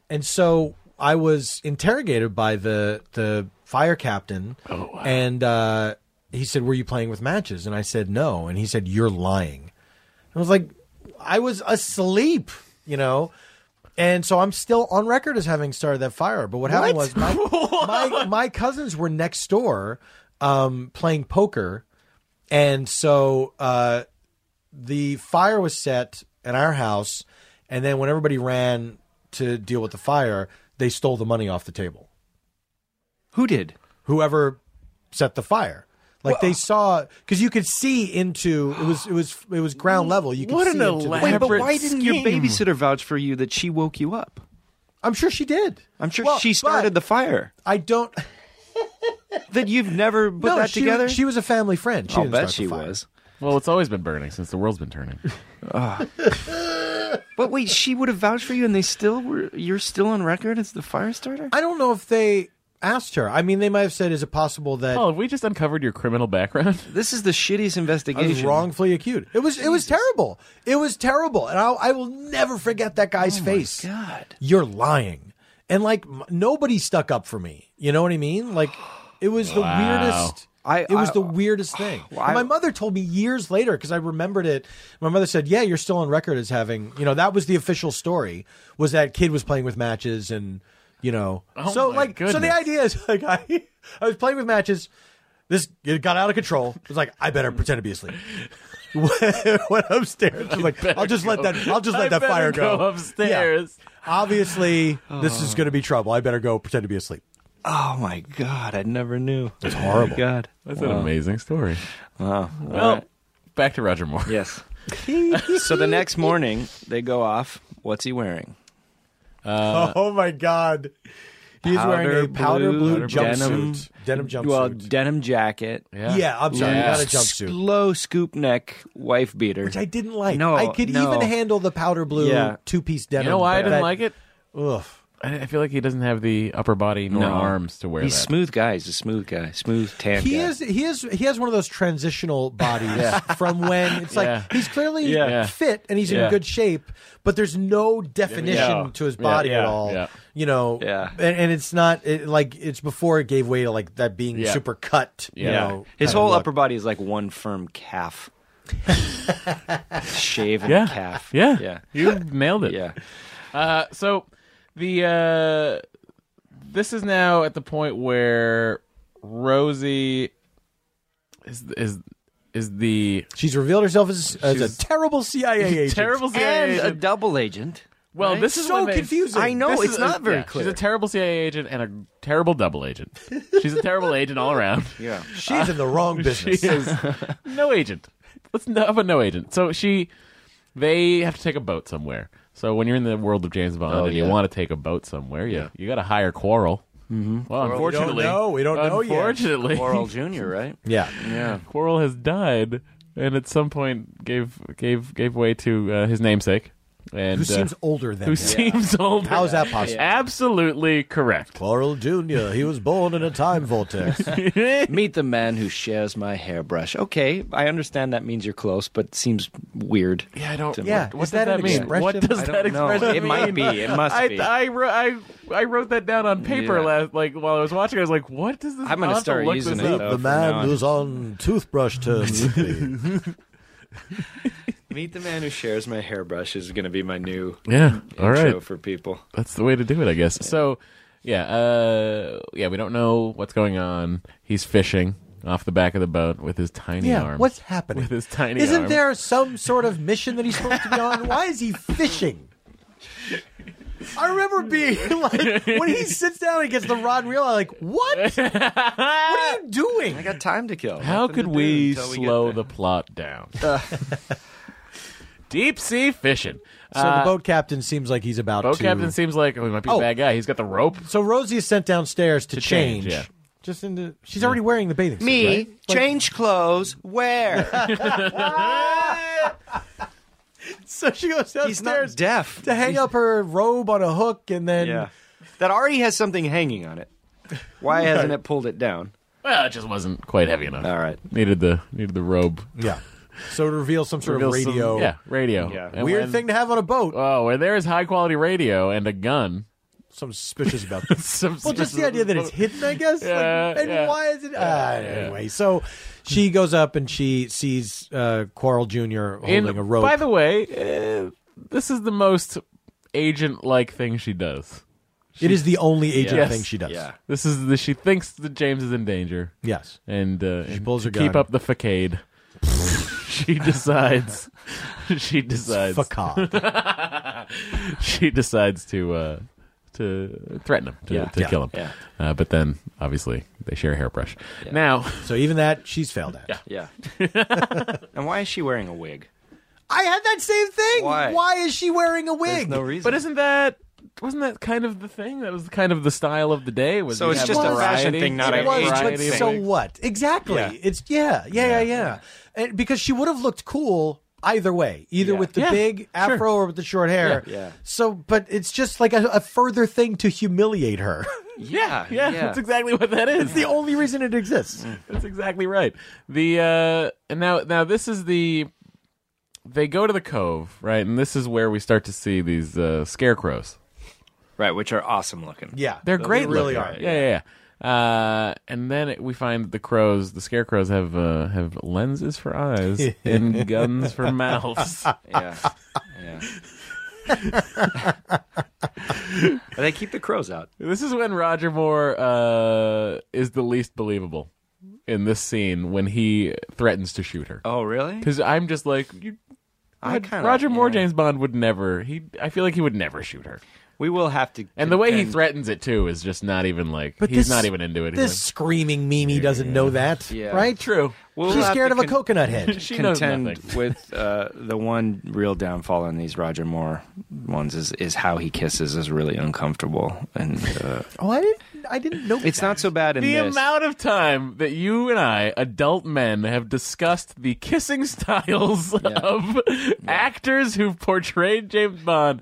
and so I was interrogated by the the fire captain,
Oh,
and uh, he said, "Were you playing with matches?" And I said, "No." And he said, "You're lying." I was like, I was asleep, you know. And so I'm still on record as having started that fire. But what, happened was my, my my cousins were next door um, playing poker, and so uh, the fire was set in our house. And then when everybody ran to deal with the fire, they stole the money off the table
Who did?
whoever set the fire. Like they saw, because you could see into it was it was it was ground level. You could
What
see
an
into the-
elaborate-
Wait, but
Elaborate
why didn't your
scheme.
babysitter vouch for you that she woke you up?
I'm sure she did.
I'm sure
Well,
she
but
started the fire.
I don't.
That you've never put
no,
that
she,
together?
She was a family friend. She
I'll
didn't
bet
start the
she
fire.
was.
Well, it's always been burning since the world's been turning.
But wait, she would have vouched for you, and they still were. You're still on record as the fire starter.
I don't know if they asked her. I mean, they might have said, "Is it possible that
Paul, have we just uncovered your criminal background?
This is the shittiest
I
investigation.
was wrongfully accused?" It was it was terrible. It was terrible, and I, I will never forget that guy's face.
God.
You're lying, and like m- nobody stuck up for me. You know what I mean? Like it was
Wow.
the weirdest.
I-
it was
I-
the weirdest thing.
Well, I-
my mother told me years later because I remembered it. My mother said, "Yeah, you're still on record as having, you know, that was the official story was that kid was playing with matches and, you know,
Oh
so
my
like, so
goodness.
the idea is like I, I was playing with matches. This it got out of control. It was like I better pretend to be asleep. went upstairs. I'm like, I'll just let that. I'll just let
I
that fire
better go
go
upstairs.
Yeah. Obviously, this is going to be trouble. I better go pretend to be asleep.
Oh my god! I never knew. It's
horrible.
God.
That's an amazing story.
Wow.
Well, back to Roger Moore.
Yes. so the next morning they go off. What's he wearing?
Uh,
oh my god. He's wearing a powder blue, jumpsuit. Denim,
denim,
jumpsuit.
Well, denim jacket.
yeah. I'm sorry.
Yeah.
Not a jumpsuit.
Low scoop neck wife beater.
Which I didn't like.
No,
I could
no.
even handle the powder blue
Yeah.
two piece denim.
You know why I
but
didn't
that-
like it?
Ugh.
I I feel like he doesn't have the upper body nor
No.
arms to wear
He's
that.
smooth guy. He's a smooth guy. Smooth tan.
He
guy.
is he is he has one of those transitional bodies from when it's like
Yeah.
he's clearly
Yeah.
fit and he's
Yeah.
in good shape, but there's no definition
Yeah.
to his body
Yeah.
at all.
Yeah.
You know,
Yeah.
and, and it's not it, like it's before it gave way to like that being
Yeah.
super cut. you
Yeah.
know,
His
kinda
whole
look.
upper body is like one firm calf. Shaven
Yeah.
calf.
Yeah.
Yeah.
You nailed it.
Yeah.
Uh, so the uh, this is now at the point where Rosie is is is the
She's revealed herself as, as a
She's-
terrible CIA agent.
terrible CIA
And a
agent.
double agent.
well, this is
so
when they-
confusing.
I know
this
it's
is-
not very
yeah,
clear.
She's a terrible CIA agent and a terrible double agent. She's a terrible agent all around.
yeah.
She's in the wrong business.
She is no agent. Let's no, but no agent. So she, they have to take a boat somewhere. So when you're in the world of James Bond
Oh,
and
yeah.
you want to take a boat somewhere, you you got to hire Quarrel. Mm-hmm. Well, unfortunately,
know. We don't know yet.
Unfortunately,
Oral Jr., right?
Yeah.
Yeah.
Quarrel has died, and at some point gave gave gave way to uh, his namesake, and
Who
uh,
seems older than
who
him?
seems older.
How is that possible?
Absolutely correct.
Quarrel Jr. He was born in a time vortex.
Meet the man who shares my hairbrush. Okay, I understand that means you're close, but it seems weird.
Yeah, I don't.
Yeah,
what, what
is
does
that
that
an
mean? What
expression?
does
I
that
don't know.
expression
It
mean?
might be. It must
I,
be.
I, wrote- I, I wrote that down on paper
Yeah.
last, like while I was watching. I was like, "What does this?"
I'm gonna
I'll have to
start
look
using
this
it,
up.
though.
the
from now
man
on.
who's on toothbrush terms with me.
Meet the man who shares my hairbrush is going to be my new
Yeah. All
intro
right.
for people.
That's the way to do it, I guess. So, yeah. Uh, yeah. We don't know what's going on. He's fishing. off the back of the boat with his tiny
Yeah,
arm.
what's happening?
With his tiny
Isn't
arm.
there some sort of mission that he's supposed to be on? Why is he fishing? I remember being like, when he sits down and gets the rod and reel, I'm like, what? What are you doing?
I got time to kill.
How
Nothing to
could
do
we
until get
slow
there.
the plot down? Deep sea fishing.
So the boat captain seems like he's about
Uh, Boat
to.
captain seems like oh, he might be
Oh.
a bad guy. He's got the rope.
so Rosie is sent downstairs to,
To
change.
change, yeah.
Just into she's already wearing the bathing suit.
Me
right?
change clothes. Where
So she goes
he's not
downstairs
deaf.
to hang up her robe on a hook and then
Yeah, that already has something hanging on it. Why hasn't it pulled it down?
Well, it just wasn't quite heavy enough.
All right.
Needed the needed the robe.
Yeah. So it reveals some sort
Reveals
of
some-
radio
yeah, radio.
Yeah.
And
weird
when-
thing to have on a boat.
Oh, where there is high quality radio and a gun.
Some suspicious about this.
Some
Well, just the idea that it's hidden, I guess. Like,
Yeah,
and
yeah.
why is it? Uh, anyway, so she goes up and she sees uh, Quarrel Junior holding
And
a rope.
By the way, uh, this is the most agent-like thing she does.
it is the only agent
Yes.
thing she does.
Yeah.
This is the, she thinks that James is in danger,
Yes.
and uh, she
pulls her
keep
gun.
up the facade. she decides. she decides.
Facade.
She decides to uh, to threaten him to,
Yeah.
to
Yeah.
kill him.
Yeah.
Uh, but then, obviously, they share a hairbrush. Now,
so even that she's failed at.
Yeah. and why is she wearing a wig?
I had that same thing.
Why?
is she wearing a
There's
wig?
no reason.
but isn't that wasn't that kind of the thing? That was kind of the style of the day. Was
So
you
it's
have
just a
variety-
fashion thing, not
it
an
was, but
variety of
so
wigs.
what? Exactly.
Yeah.
It's yeah, yeah, yeah, yeah. And because she would have looked cool either way, either
Yeah.
with the
Yeah,
big afro or with the short hair.
Yeah. Yeah.
So, but it's just like a, a further thing to humiliate her.
Yeah,
Yeah, that's exactly what that is.
the only reason it exists.
Mm.
That's exactly right. The uh and now now this is the they go to the cove, right? And this is where we start to see these uh scarecrows.
right, which are awesome looking.
Yeah.
They're
They
great
really
looking.
are.
Yeah, yeah, yeah. Uh, and then it, we find the crows, the scarecrows have uh, have lenses for eyes and guns for mouths.
yeah, yeah. But they keep the crows out.
This is when Roger Moore uh, is the least believable in this scene when he threatens to shoot her.
Oh, really?
Because I'm just like, you,
I
Rod-
kinda-
Roger Moore,
yeah.
James Bond would never. He, I feel like he would never shoot her.
We will have to.
And the way he
contend-
threatens it too is just not even like
But
he's
this-
not even into it. He's
This screaming Mimi doesn't know that,
Yeah.
right?
like, true.
We'll
She's
have
scared
to
of a
con-
coconut head.
She knows
contend
nothing.
with uh, the one real downfall in these Roger Moore ones is is how he kisses is really uncomfortable, and uh,
Oh, I didn't. I didn't know.
it's not so bad in
The
this.
amount of time that you and I, adult men, have discussed the kissing styles of actors who've portrayed James Bond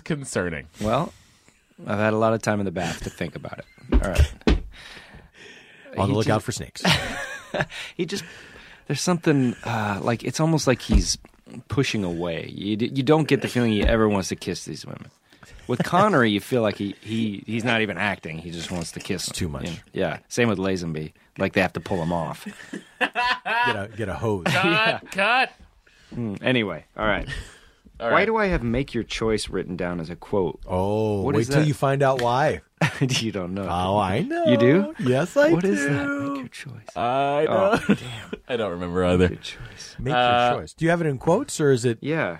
concerning.
Well, I've had a lot of time in the bath to think about it. All right.
on the lookout for snakes.
He just there's something uh, like it's almost like he's pushing away. You d- you don't get the feeling he ever wants to kiss these women. With Connery, you feel like he, he he's not even acting. He just wants to kiss. them.
too much.
You know? Yeah. Same with Lazenby. Like they have to pull him off.
get a get a hose.
Cut, cut.
Anyway, all right. Why do I have "Make Your Choice" written down as a quote?
Oh,
What
wait
is
till
that?
you find out why.
you don't know.
Oh, I know.
You do?
Yes, I
what
do.
is that? Make your choice. Oh,
I don't. I don't remember either.
Your choice.
Make your choice. Do you have it in quotes or is it
Uh, Yeah.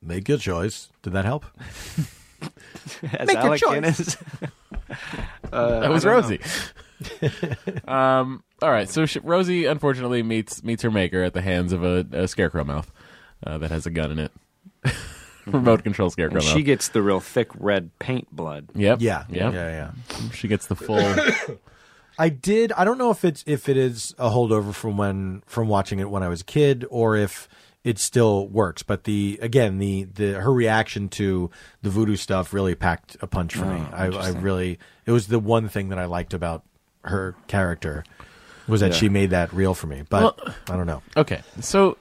make your choice? Did that help?
As
Make your
Alec
choice.
Guinness. Uh,
That was
I don't know.
Rosie. um, all right, so she, Rosie unfortunately meets meets her maker at the hands of a, a scarecrow mouth uh, that has a gun in it, remote control scarecrow
And
mouth.
she gets the real thick red paint blood.
yep,
Yeah.
yep.
Yeah, yeah.
She gets the full.
I did I don't know if it's if it is a holdover from when from watching it when I was a kid or if it still works, but the again the the her reaction to the voodoo stuff really packed a punch for
Oh,
me. I, I really it was the one thing that I liked about her character was that she made that real for me. But I don't know.
okay, so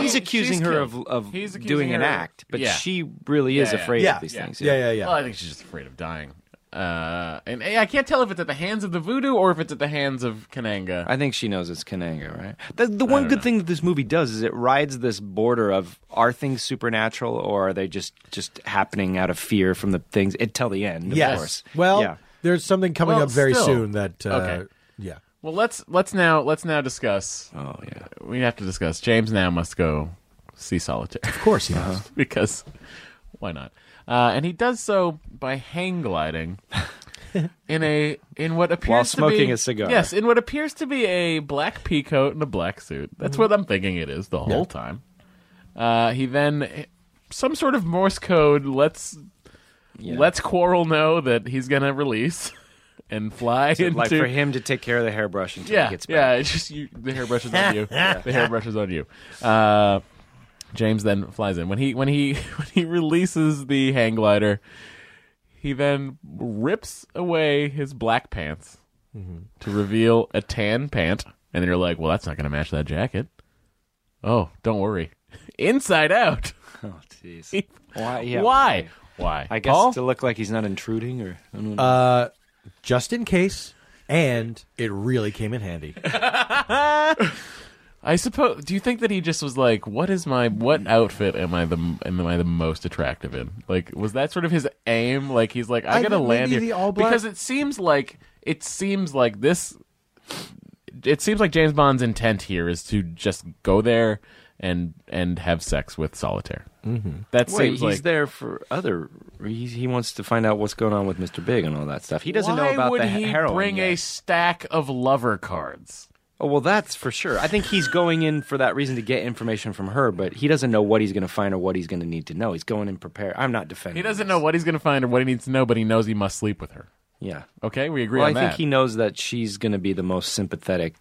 He's accusing
she's
her
killed.
of, of
He's accusing
doing an
her-
act, but
yeah.
she really is
Yeah, yeah,
afraid
Yeah.
of these things.
Yeah, yeah, yeah.
well, I think she's just afraid of dying. Uh, and eh, I can't tell if it's at the hands of the voodoo or if it's at the hands of Kananga.
I think she knows it's Kananga, right? The, the one good thing that this movie does is it rides this border of are things supernatural or are they just, just happening out of fear from the things it, till the end, of
Yes.
course.
Well,
yeah.
There's something coming
Well,
up very
still.
soon that. Uh,
Okay.
Yeah.
Well, let's let's now let's now discuss.
Oh yeah.
We have to discuss. James now must go see solitaire
Of course he does.
because why not? Uh, and he does so by hang gliding in a in what appears
While
to
smoking
be-
a cigar.
Yes, in what appears to be a black pea coat and a black suit. That's
Mm-hmm.
what I'm thinking it is the whole time. Uh, he then some sort of Morse code. Let's let's Quarrel know that he's gonna release and fly into
like for him to take care of the hairbrush until
yeah,
he gets
yeah.
back.
It's just you. The hairbrush is on you. The hairbrush is on you. Uh, James then flies in when he when he when he releases the hang glider. He then rips away his black pants
Mm-hmm.
to reveal a tan pant, and then you're like, "Well, that's not going to match that jacket." Oh, don't worry. Inside out.
Oh jeez. Why? Yeah,
Why? Why?
I guess
Paul?
to look like he's not intruding or. I don't know.
Uh, just in case, and it really came in handy.
I suppose. Do you think that he just was like, "What is my what outfit am I the am I the most attractive in?" Like, was that sort of his aim? Like, he's like, "I,
I
gotta
think
land
maybe
here,"
the all black-
because it seems like it seems like this. It seems like James Bond's intent here is to just go there and and have sex with solitaire. Mm-hmm. That
Wait,
seems
he's
like
there for other. He, he wants to find out what's going on with Mr. Big and all that stuff. He doesn't
Why
know about
would
the
he
heroin
bring
yet.
a stack of lover cards?
Oh well, that's for sure. I think he's going in for that reason to get information from her, but he doesn't know what he's going to find or what he's going to need to know. He's going in prepared. I'm not defending.
He doesn't
this.
know what he's going to find or what he needs to know, but he knows he must sleep with her.
Yeah.
Okay, we agree
Well, I
on that.
think he knows that she's going to be the most sympathetic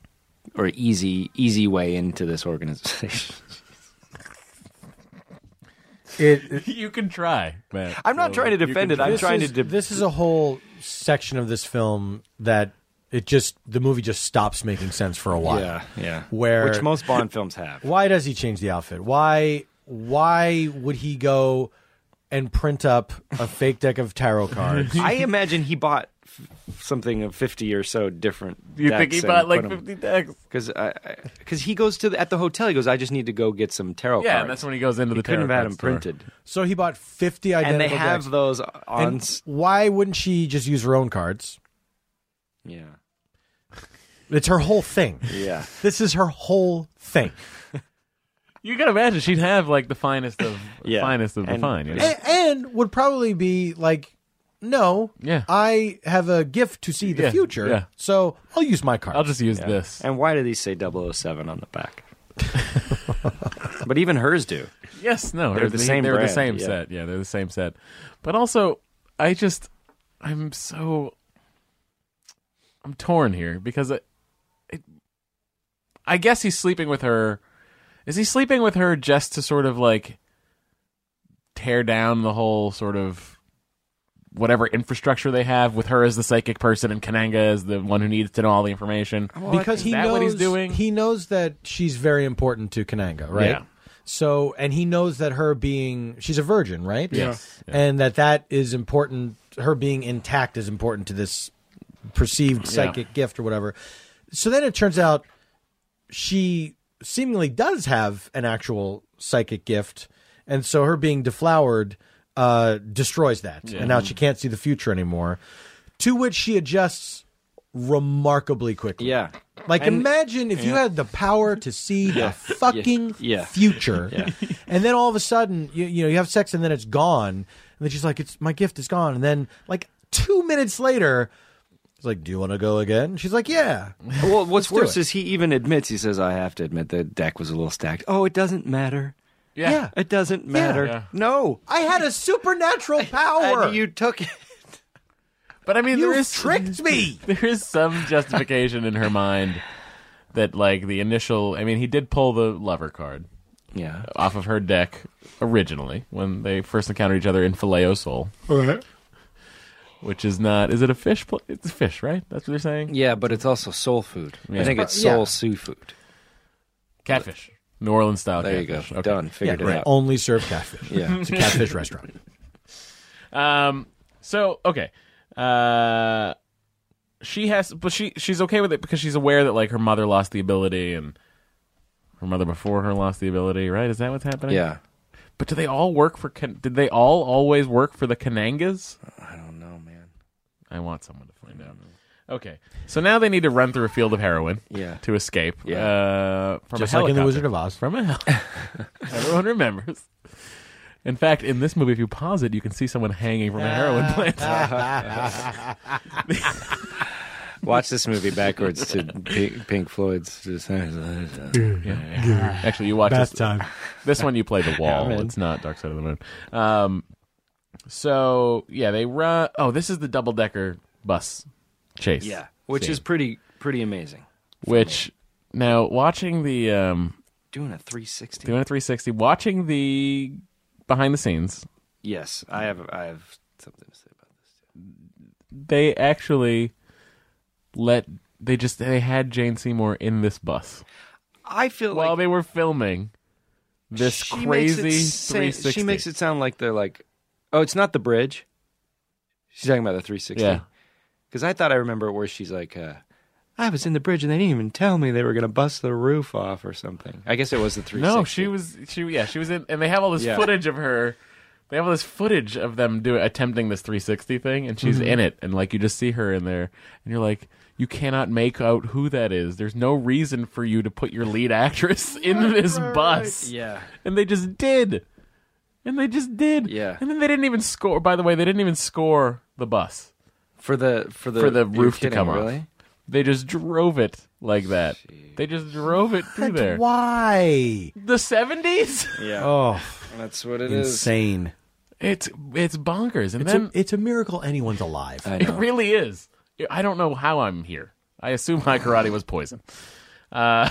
or easy easy way into this organization.
It, it-
you can try, man.
I'm not trying to defend it. I'm
this
trying
is-
to. De-
this is a whole section of this film that it just the movie just stops making sense for a while.
yeah, yeah.
Where-
which most Bond films have.
Why does he change the outfit? Why why would he go and print up a fake deck of tarot cards?
I imagine he bought f- something of 50 or so different.
You think he bought like 50 decks?
Because because he goes to the, at the hotel. He goes, I just need to go get some tarot
Yeah,
cards.
and that's when he goes into the
He couldn't have
tarot
had
card
them
store.
printed.
so he bought 50 identical
and they have
decks.
those on.
And why wouldn't she just use her own cards?
yeah,
It's her whole thing.
yeah.
This is her whole thing.
You can imagine she'd have like the finest of
Yeah.
finest of the
And-
fine. You know?
and, and would probably be like, no,
Yeah.
I have a gift to see the
Yeah,
future,
yeah.
so I'll use my card.
I'll just use this.
And why do these say 007 on the back? but even hers do.
Yes, no,
They're the same
They're
brand,
the same
yeah.
set. Yeah, they're the same set. But also, I just I'm so I'm torn here because I, it, I guess he's sleeping with her. Is he sleeping with her just to sort of like tear down the whole sort of whatever infrastructure they have with her as the psychic person and Kananga as the one who needs to know all the information?
because
is
he
that
knows
what he's doing?
He knows that she's very important to Kananga, right?
Yeah.
So, and he knows that her being she's a virgin, right?
Yes. Yeah.
and that that is important. Her being intact is important to this perceived psychic gift or whatever. So then it turns out she seemingly does have an actual psychic gift, and so her being deflowered uh, destroys that, and now she can't see the future anymore. To which she adjusts remarkably quickly.
Yeah.
Like,
And-
imagine if you had the power to see the fucking
Yeah.
future, and then all of a sudden, you, you know, you have sex, and then it's gone, and then she's like, "It's my gift is gone," and then like two minutes later, it's like, "Do you want to go again?" She's like, "Yeah."
Well, what's
do
worse
it.
is he even admits. He says, "I have to admit the deck was a little stacked." Oh, it doesn't matter.
yeah.
Yeah.
It doesn't matter.
Yeah.
No.
I had a supernatural power.
And you took it.
But I mean,
You
there is
tricked me.
there is some justification in her mind that like the initial i mean he did pull the lover card
Yeah.
off of her deck originally when they first encountered each other in Phileo Sol. Which is not is it a fish pl- it's a fish, right? That's what they're saying?
Yeah, but it's also soul food.
Yeah.
I think it's
Yeah.
soul seafood. food.
Catfish. New Orleans style
There you go.
catfish. Okay.
Done.
yeah,
Figured
right.
it out.
only serve catfish.
Yeah.
It's a catfish restaurant.
Um. So okay. Uh. She has, but she she's okay with it because she's aware that like her mother lost the ability and her mother before her lost the ability. Right? Is that what's happening?
Yeah.
But do they all work for? Kan- Did they all always work for the Kanangas?
I don't know, man.
I want someone to find out. Okay, so now they need to run through a field of heroin.
Yeah.
To escape.
Yeah.
Uh, from
Just
a
like in The
helicopter.
Wizard of Oz.
From a hel- everyone remembers. In fact, in this movie, if you pause it, you can see someone hanging from a
Ah.
heroin plant.
Watch this movie backwards to Pink, Pink Floyd's. Just-
uh, Yeah. Actually, you watch
Best
this,
time.
this one. You play the wall. it's not Dark Side of the Moon. Um, so yeah, they run. Oh, this is the double decker bus chase.
yeah, which
scene.
is pretty pretty amazing.
which now watching the um
Doing a 360.
doing a 360, watching the behind the scenes,
yes, I have I have something to say about this.
they actually let they just they had Jane Seymour in this bus
I feel
while
like
they were filming this
she
crazy
makes it sa-
360.
She makes it sound like they're like, oh, it's not the bridge. She's talking about the 360.
yeah.
Because I thought I remember where she's like, uh, I was in the bridge and they didn't even tell me they were going to bust the roof off or something. I guess it was the 360.
No, she was she yeah, she was in and they have all this
Yeah.
footage of her they have all this footage of them doing attempting this 360 thing and
Mm-hmm.
she's in it and like you just see her in there and you're like you cannot make out who that is. There's no reason for you to put your lead actress in this bus.
Yeah.
And they just did. And they just did.
Yeah.
And then they didn't even score by the way, they didn't even score the bus.
For the for the
For the
you're
roof to
kidding,
come off.
really?
They just drove it like that. They just drove it through there.
Why?
The 70s?
Yeah.
Oh,
That's what it is.
insane.
It's it's bonkers. And
It's,
then
a, it's a miracle anyone's alive.
I
It
know.
really is. I don't know how I'm here. I assume my karate was poison. Uh,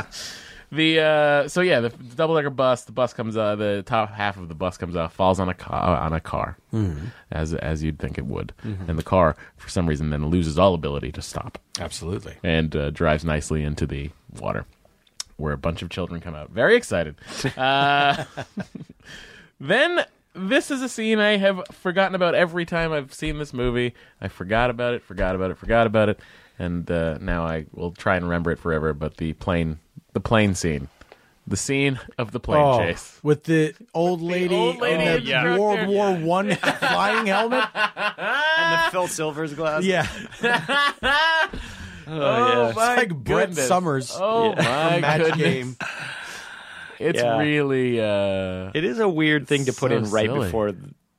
the uh, so yeah, the double decker bus. The bus comes. Uh, the top half of the bus comes off, falls on a car on a car,
Mm-hmm.
as as you'd think it would. And the car, for some reason, then loses all ability to stop
Absolutely.
and uh, drives nicely into the water, where a bunch of children come out very excited. Uh, then this is a scene I have forgotten about every time I've seen this movie. I forgot about it, forgot about it, forgot about it, and uh, now I will try and remember it forever. But the plane, the plane scene, the scene of the plane
Oh,
chase.
with the old lady,
old lady
in
in
the
the truck
World
there.
War One flying helmet.
And the Phil Silvers glass.
Yeah,
Ah! Oh, my
like Brett
goodness.
Summers
Oh my
match
goodness!
game.
It's
Yeah.
really uh,
It is a weird thing to put
So
in right
silly.
before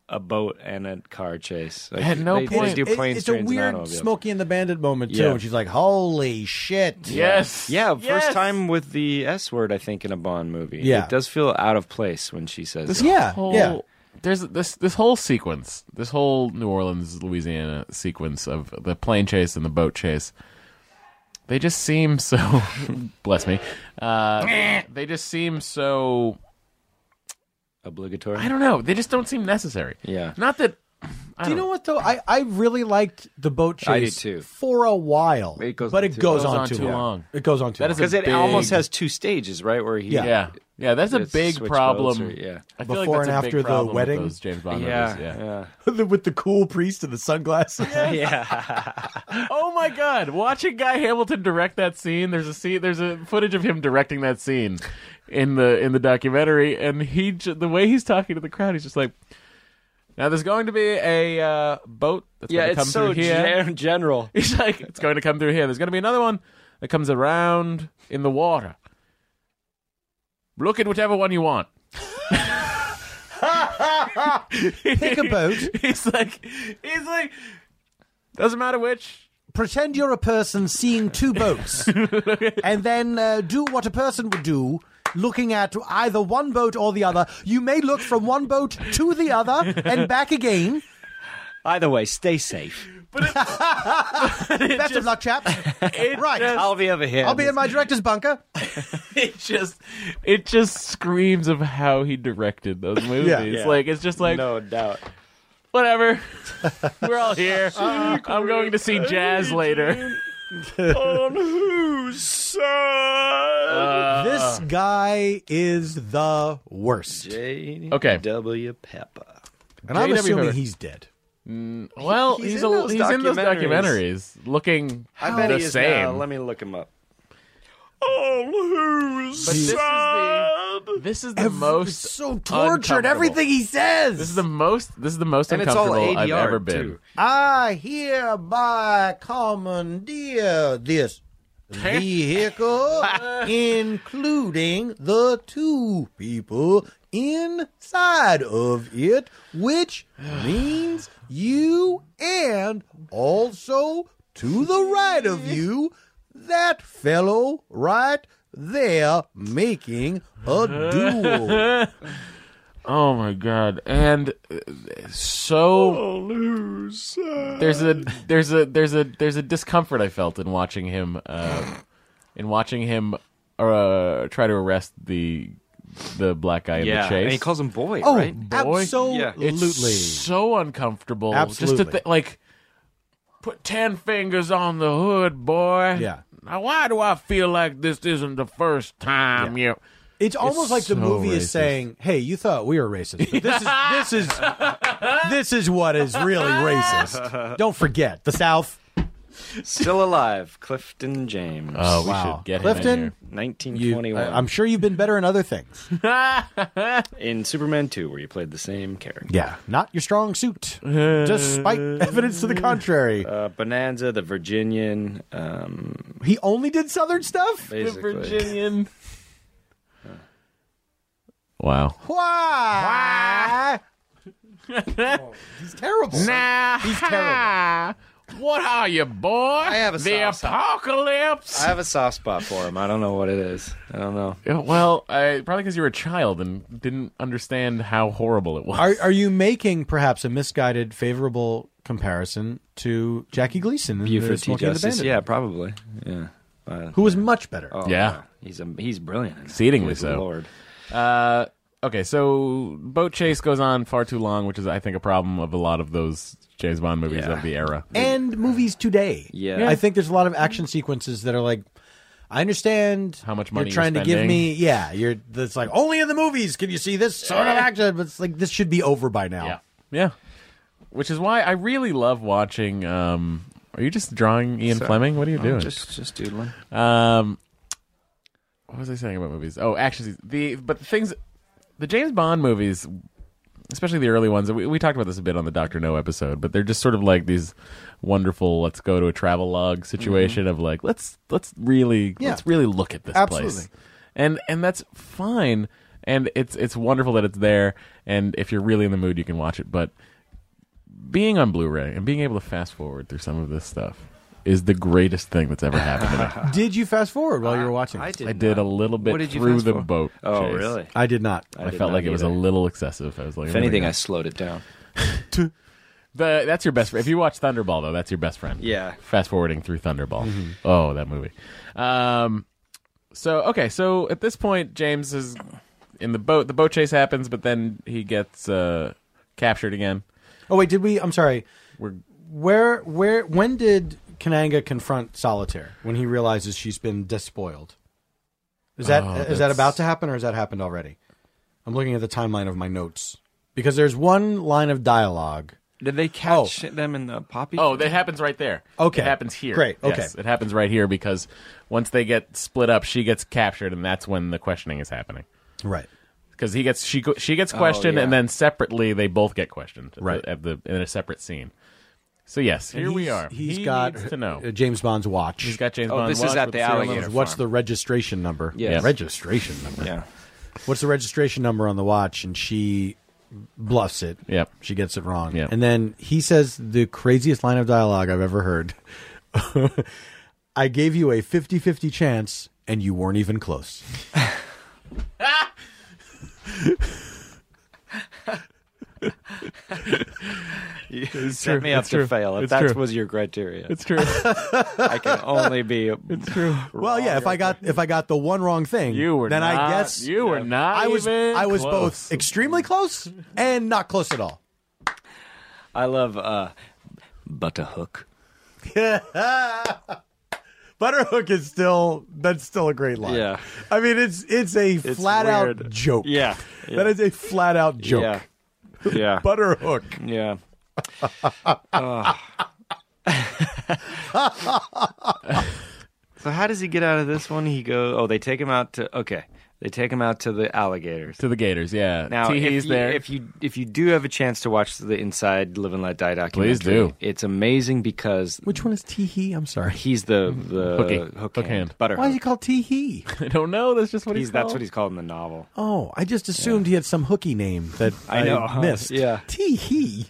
a boat and a car chase. Like,
At no
they,
point-
They do
It-
planes,
it's a
trains, and
weird
automobiles.
Smokey and the Bandit moment too.
Yeah.
And she's like, "Holy shit!"
yes,
Yeah,
Yes.
first time with the S word, I think, in a Bond movie.
Yeah.
It does feel out of place when she says
this
it.
Yeah,
whole,
yeah.
There's this this whole sequence, this whole New Orleans, Louisiana sequence of the plane chase and the boat chase. They just seem so. bless me. Uh, they just seem so.
Obligatory.
I don't know. They just don't seem necessary.
Yeah.
Not that. I
Do you
don't
know what though? I, I really liked the boat chase
I do, too.
for a while,
It goes
but
on
it
too
goes,
long.
on,
Goes on
too
too
long.
long.
It goes on too
That
long.
is a
Because it
big-
almost has two stages, right? Where he.
Yeah.
Yeah. Yeah, that's a
It's
big
switch
problem.
boats or- yeah.
I feel
Before
like that's
and
a big
after the
problem with
wedding?
those James Bond
Yeah.
movies, yeah.
Yeah.
with the cool priest and the sunglasses.
Oh my god! Watching Guy Hamilton direct that scene. There's a scene. There's a footage of him directing that scene in the in the documentary, and he j- the way he's talking to the crowd, he's just like, "Now there's going to be a uh, boat that's
Yeah,
going to come
it's so
through here."
gen- general.
He's like, "It's going to come through here. There's going to be another one that comes around in the water. Look at whichever one you want."
Pick a boat.
He's like, he's like, doesn't matter which.
Pretend you're a person seeing two boats, and then uh, do what a person would do. Looking at either one boat or the other, you may look from one boat to the other and back again.
Either way, stay safe.
Best of luck, chaps. right,
I'll be over here.
I'll be in my director's bunker.
it just it just screams of how he directed those movies.
yeah.
Like it's just like
No doubt.
whatever. We're all here. I'm going to see jazz later.
On whose side?
Uh,
This guy is the worst.
Okay.
W. Pepper.
And I'm
JW
assuming
Hoover.
he's dead.
Well,
He's
he's
in
a-
those
he's in
documentaries.
those
Oh,
documentaries, looking
I bet
the
he is
same.
now. Let me look him up.
all who's
But this is
sad. This is the
It's
most
so tortured.
uncomfortable.
Everything he says.
This is the most. This is the most
And it's all
uncomfortable I've
ADR,
ever been.
too.
I hereby commandeer this vehicle, including the two people inside of it, which means you and also to the right of you, that fellow right there making a duel.
Oh my god! And uh, so There's a there's a there's a there's a discomfort I felt in watching him uh, in watching him uh, try to arrest the the black guy in
yeah,
the chase.
and he calls him boy,
Oh,
right?
boy.
absolutely.
it's so uncomfortable. Just to
Absolutely.
th- like put ten fingers on the hood, boy.
Yeah.
Now, why do I feel like this isn't the first time? You.
It's almost like the
so
movie
racist.
is saying, "Hey, you thought we were racist. But this is this is this is what is really racist. Don't forget the South."
Still alive, Clifton James.
Oh, we
Wow.
should get
Clifton,
him
You,
1921
I- I'm sure you've been better in other things.
in here.
in Superman 2 where you played the same character.
Yeah, not your strong suit, despite evidence to the contrary.
Uh, Bonanza, the Virginian, um,
He only did Southern stuff.
the
basically.
Virginian. Wow.
Why? He's terrible.
Nah,
He's terrible.
What are you, boy? I
have a
the
soft spot. I
apocalypse.
have a soft spot for him. I don't know what it is. I don't know.
Yeah, well, I, probably because you were a child and didn't understand how horrible it was.
Are are you making perhaps a misguided favorable comparison to Jackie Gleason in the
Buford T.
Smoking and the
Justice.
Bandit?
Yeah, probably. Yeah. Uh,
Who was much better.
oh,
Yeah.
He's a, he's brilliant. in it.
Exceedingly
Good
so.
Lord.
Uh, okay, so boat chase goes on far too long, which is, I think, a problem of a lot of those James Bond movies
Yeah.
of the era.
and movies today.
Yeah. Yeah.
I think there's a lot of action sequences that are like, I understand
How much
you're
money you're
trying to give
spending.
me. Yeah, you're. That's like only in the movies can you see this sort of action. But it's like this should be over by now.
Yeah, yeah. Which is why I really love watching. Um, are you just drawing Ian
So-
Fleming? What are you
Oh,
doing?
just just doodling.
Um, what was I saying about movies? Oh, actually, the but the things, the James Bond movies, especially the early ones. We, we talked about this a bit on the Doctor No episode, but they're just sort of like these wonderful. Let's go to a travel log situation of like let's let's really
Mm-hmm. Yeah.
let's really look at this place,
Absolutely.
and and that's fine, and it's it's wonderful that it's there, and if you're really in the mood, you can watch it, but. Being on Blu-ray and being able to fast forward through some of this stuff is the greatest thing that's ever happened to me.
Uh-huh. Did you fast forward while you were watching?
I
this?
did.
Uh, I did a
not.
little bit
What did you
through
fast
the
forward?
boat.
Oh,
chase.
really?
I did not.
I,
did
felt
not
like it was a
either.
little excessive. I was like,
If
oh my
anything, I
God.
slowed it down.
The- that's your best. fr- If you watch Thunderball, though, that's your best friend.
Yeah.
Fast forwarding through Thunderball.
Mm-hmm.
Oh, that movie. Um, so okay, so at this point, James is in the boat. The boat chase happens, but then he gets uh, captured again.
Oh wait, did we? I'm sorry.
We're-
Where where when did Kananga confront Solitaire when he realizes she's been despoiled? Is that
Oh,
is that
that's-
about to happen or has that happened already? I'm looking at the timeline of my notes because there's one line of dialogue.
Did they catch them in the poppy?
Oh, that happens right there.
Okay.
It happens here.
Great, okay.
Yes, it happens right here because once they get split up, she gets captured, and that's when the questioning is happening.
Right.
because he gets she go- she gets questioned
Oh, yeah.
and then separately they both get questioned at the-
Right.
at the in a separate scene. So yes, here we are.
He's
he
got
needs to know.
uh, James Bond's watch.
He's got James
Oh,
Bond.
this is
watch
at
with
the
serial
alligator.
number.
What's the registration number?
Yes.
Registration number.
Yeah.
What's the registration number on the watch? And she bluffs it.
Yep.
She gets it wrong.
Yep.
And then he says the craziest line of dialogue I've ever heard. I gave you a 50-50 chance and you weren't even close.
You set me up
It's
to
true.
fail. If
It's
that
true.
was your criteria,
It's true.
I can only be.
It's true.
Well, yeah, if I got if I got the one wrong thing,
You were
then
not-
I guess
you were not.
I was
even
I was
close.
both extremely close and not close at all.
I love uh, but a hook.
Butterhook is still that's still a great line.
Yeah.
I mean it's it's a flat out
weird.
joke.
Yeah, yeah.
That is a flat out joke.
Yeah. Yeah.
Butterhook.
yeah. Ah. So how does he get out of this one? He go. Oh, they take him out to. Okay, they take him out to the alligators.
to the Gators. Yeah,
Now, if
Teehee's
you,
there.
if you if you do have a chance to watch the Inside Live and Let Die documentary,
Please do.
It's amazing because
Which one is Teehee? I'm sorry.
he's the the
Hooky.
hook,
Hook hand.
hand, butter.
Why is he
hook.
called Teehee?
I don't know. That's just what
He's
he's.
that's
called.
what he's called in the novel.
Oh, I just assumed he had some hooky name that I,
I know, huh?
missed.
Yeah.
Teehee.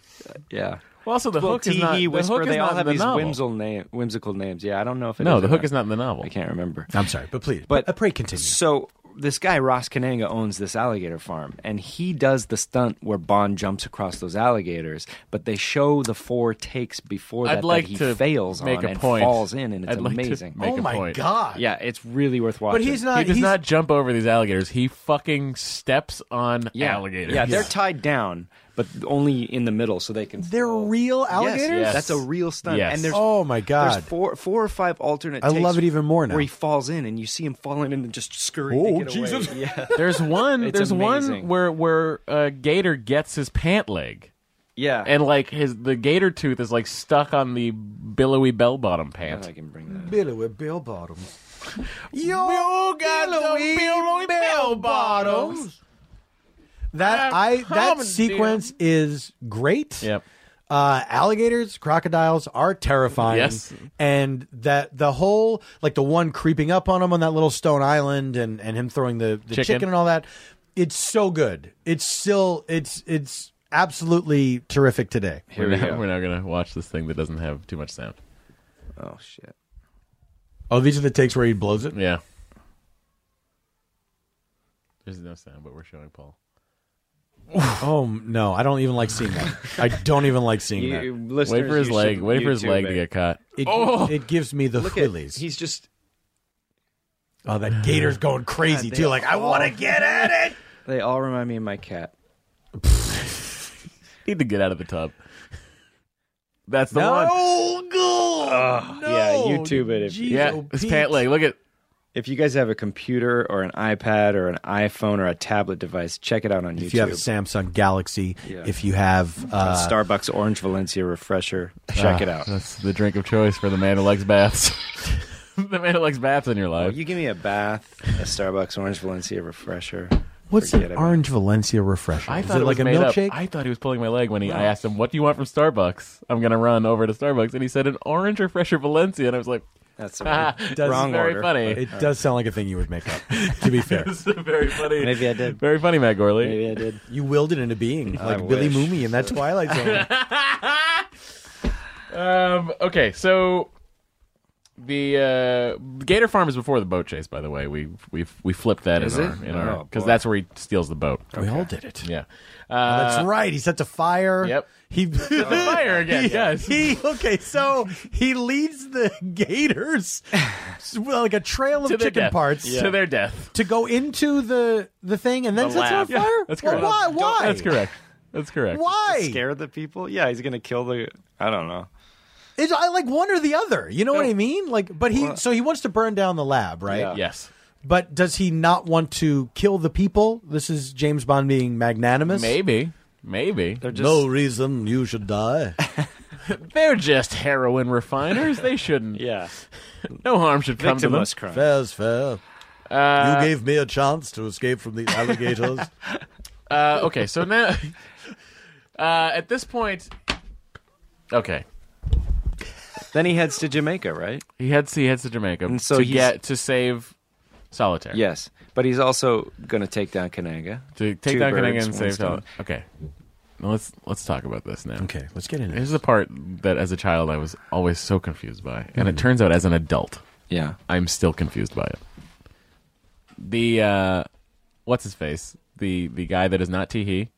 Yeah.
Well, also the
well,
hook is not.
Teehee,
the
Whisper,
hook is
they all
not
have
in
these
the novel.
whimsical, name, whimsical names. Yeah, I don't know if it
No,
is
the
or
hook
not.
is not in the novel.
I can't remember.
I'm sorry, but please,
But-
uh, pray continue.
So this guy Ross Kananga owns this alligator farm, and he does the stunt where Bond jumps across those alligators. But they show the four takes before that
I'd like
that he
to
fails
make
on
a
and
point.
falls in, and it's
I'd like to
amazing.
make
oh
a
my
point.
god!
yeah, it's really worth watching.
but he's not.
he does
he's,
not jump over these alligators. He fucking steps on
yeah,
alligators.
Yeah, they're tied down, but only in the middle, so they can.
They're
still-
real alligators.
Yes,
Yes.
that's a real stunt.
Yes.
And there's
Oh my god!
There's four, four or five alternate.
I
takes
love it even more now.
Where he falls in, and you see him falling in and just scurrying.
Oh,
to get
Jesus.
Away. Yeah,
There's one.
It's
there's one
amazing.
where where uh, Gator gets his pant leg,
yeah.
and like his the Gator tooth is like stuck on the billowy bell bottom
I don't know
pant.
if I can bring that. up.
Billy with bill bottoms.
You got the billowy bell bottoms.
That
Uh,
I that
come,
sequence is great.
Yep.
Uh, alligators, crocodiles are terrifying.
Yes.
And that the whole like the one creeping up on him on that little stone island and and him throwing the, the chicken.
Chicken.
and all that. It's so good. It's still it's it's absolutely terrific today.
Here
we're,
we
now,
go.
we're now gonna watch this thing that doesn't have too much sound.
Oh shit.
Oh, these are the takes where he blows it.
Yeah. There's no sound, but we're showing Paul.
Oh no, I don't even like seeing that. I don't even like seeing that.
You, listeners,
Wait for his
you
leg.
should
Wait for his
YouTube
leg
it.
to get caught.
It,
Oh!
it gives me the
Look at
willies.
he's just
Oh, that gator's going crazy
God, Oh. they
too. Like, I
all-
want to get at it.
they all remind me of my cat.
Need to get out of the tub. That's the one.
No, God. no.
yeah, YouTube it if-
Jeez,
Yeah,
oh,
his
Pete.
pant leg. Look at
If you guys have a computer or an iPad or an iPhone or a tablet device, check it out on YouTube.
If you have a Samsung Galaxy,
Yeah.
if you have
A
uh,
Starbucks Orange Valencia refresher. Check
Ah.
it out.
Ah, That's the drink of choice for the man who likes baths. the man who likes baths in your life.
You give me a bath, a Starbucks Orange Valencia refresher.
what's
forget
an
about it.
orange Valencia refresher?
I
Is
thought
it like
was
a
made up.
milkshake?
I thought he was pulling my leg when he. I asked him, "What do you want from Starbucks?" I'm gonna run over to Starbucks, and he said an orange refresher Valencia, and I was like,
That's
ah,
does-
wrong
very
order.
funny.
It does sound like a thing you would make up. to be fair,
It's very funny.
Maybe I did.
Very funny, Matt Gorley.
Maybe I did.
you willed it into being,
I
like Billy
wish.
Mooney in that Twilight Zone.
Um, okay, so the uh, Gator Farm is before the boat chase. By the way, we we we flipped that
Is
in
it?
our in
Oh,
our because
boy.
that's where he steals the boat.
We all did it.
Yeah,
That's
uh,
right. He sets a fire.
Yep.
He sets a
Uh, fire again, yes.
He okay. So he leads the Gators s- well, like a trail of
to their
chicken
death.
parts
to their death.
to go into the the thing and then
The
sets it on
lab. Yeah,
fire.
That's
Well,
correct.
why?
Don't-
Why?
That's correct. That's correct.
Why?
Scare the people? Yeah, he's gonna kill the. I don't know.
It's I like one or the other. You know what I mean? Like, but he
Well-
so he wants to burn down the lab, right?
Yeah.
Yes.
But does he not want to kill the people? This is James Bond being magnanimous.
Maybe. Maybe.
They're just
No reason you should die.
They're just heroin refiners. They shouldn't.
yeah.
No harm should come to them.
Victimless crime.
Fair's fair.
Uh,
you gave me a chance to escape from the alligators.
Uh, okay, so now uh, at this point, okay,
Then he heads to Jamaica, right?
he heads he heads to Jamaica
And so
to
he's-
get to save Solitaire.
Yes, but he's also gonna take down Kananga.
to take
Two
down
birds,
Kananga and
one
save
stone.
Solitaire. Okay, now let's let's talk about this now.
okay, let's get into
Here's
it.
the part that as a child I was always so confused by, and it turns out as an adult
Yeah.
I'm still confused by it. The uh, what's his face? The the guy that is not Teehee,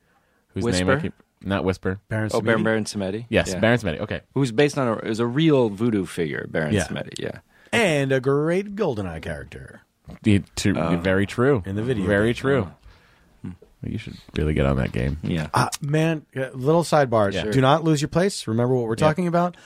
whose name
Whisper?
I keep not Whisper.
Parents
Oh, Baron Baron Samedi.
Yes,
yeah.
Baron Samedi. Okay,
Who's based on a is a real voodoo figure, Baron
Yeah.
Samedi. Yeah.
and a great GoldenEye character.
The- to- very true.
Oh. in the video
very
game. Oh.
true. Hmm. You should really get on that game.
Yeah.
Uh, man, uh, little sidebar.
Yeah.
Do not lose your place. Remember what we're talking about.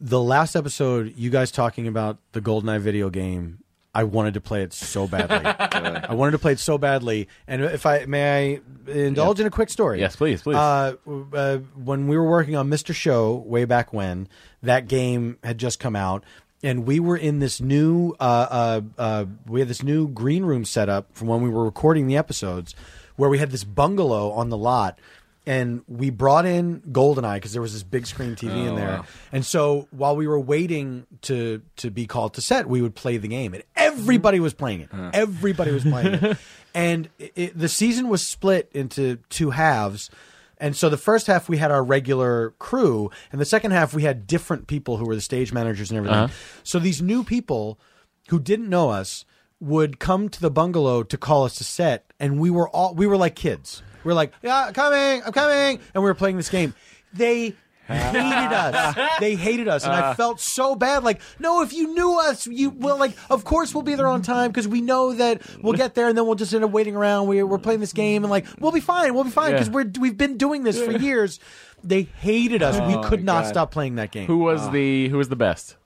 The last episode, you guys talking about the GoldenEye video game. I wanted to play it so badly. I wanted to play it so badly. And if I may, I indulge in a quick story.
Yes, please, please.
Uh, w- uh, when we were working on Mr. Show way back when, that game had just come out, and we were in this new uh, uh, uh, we had this new green room set up from when we were recording the episodes where we had this bungalow on the lot and we brought in goldeneye because there was this big screen tv in there and so while we were waiting to to be called to set we would play the game and everybody was playing it everybody was playing it and it, it, the season was split into two halves and so the first half we had our regular crew, and the second half we had different people who were the stage managers and everything. So these new people who didn't know us would come to the bungalow to call us to set, and we were all we were like kids. We were like, "Yeah, I'm coming, I'm coming," and we were playing this game. They hated us. They hated us, and I felt so bad. Like, no, if you knew us, you well, like, of course we'll be there on time because we know that we'll get there, and then we'll just end up waiting around. We, we're playing this game, and like, we'll be fine. We'll be fine because
Yeah.
we're we've been doing this for years. They hated us. we could not stop playing that game.
Who was the Who was the best?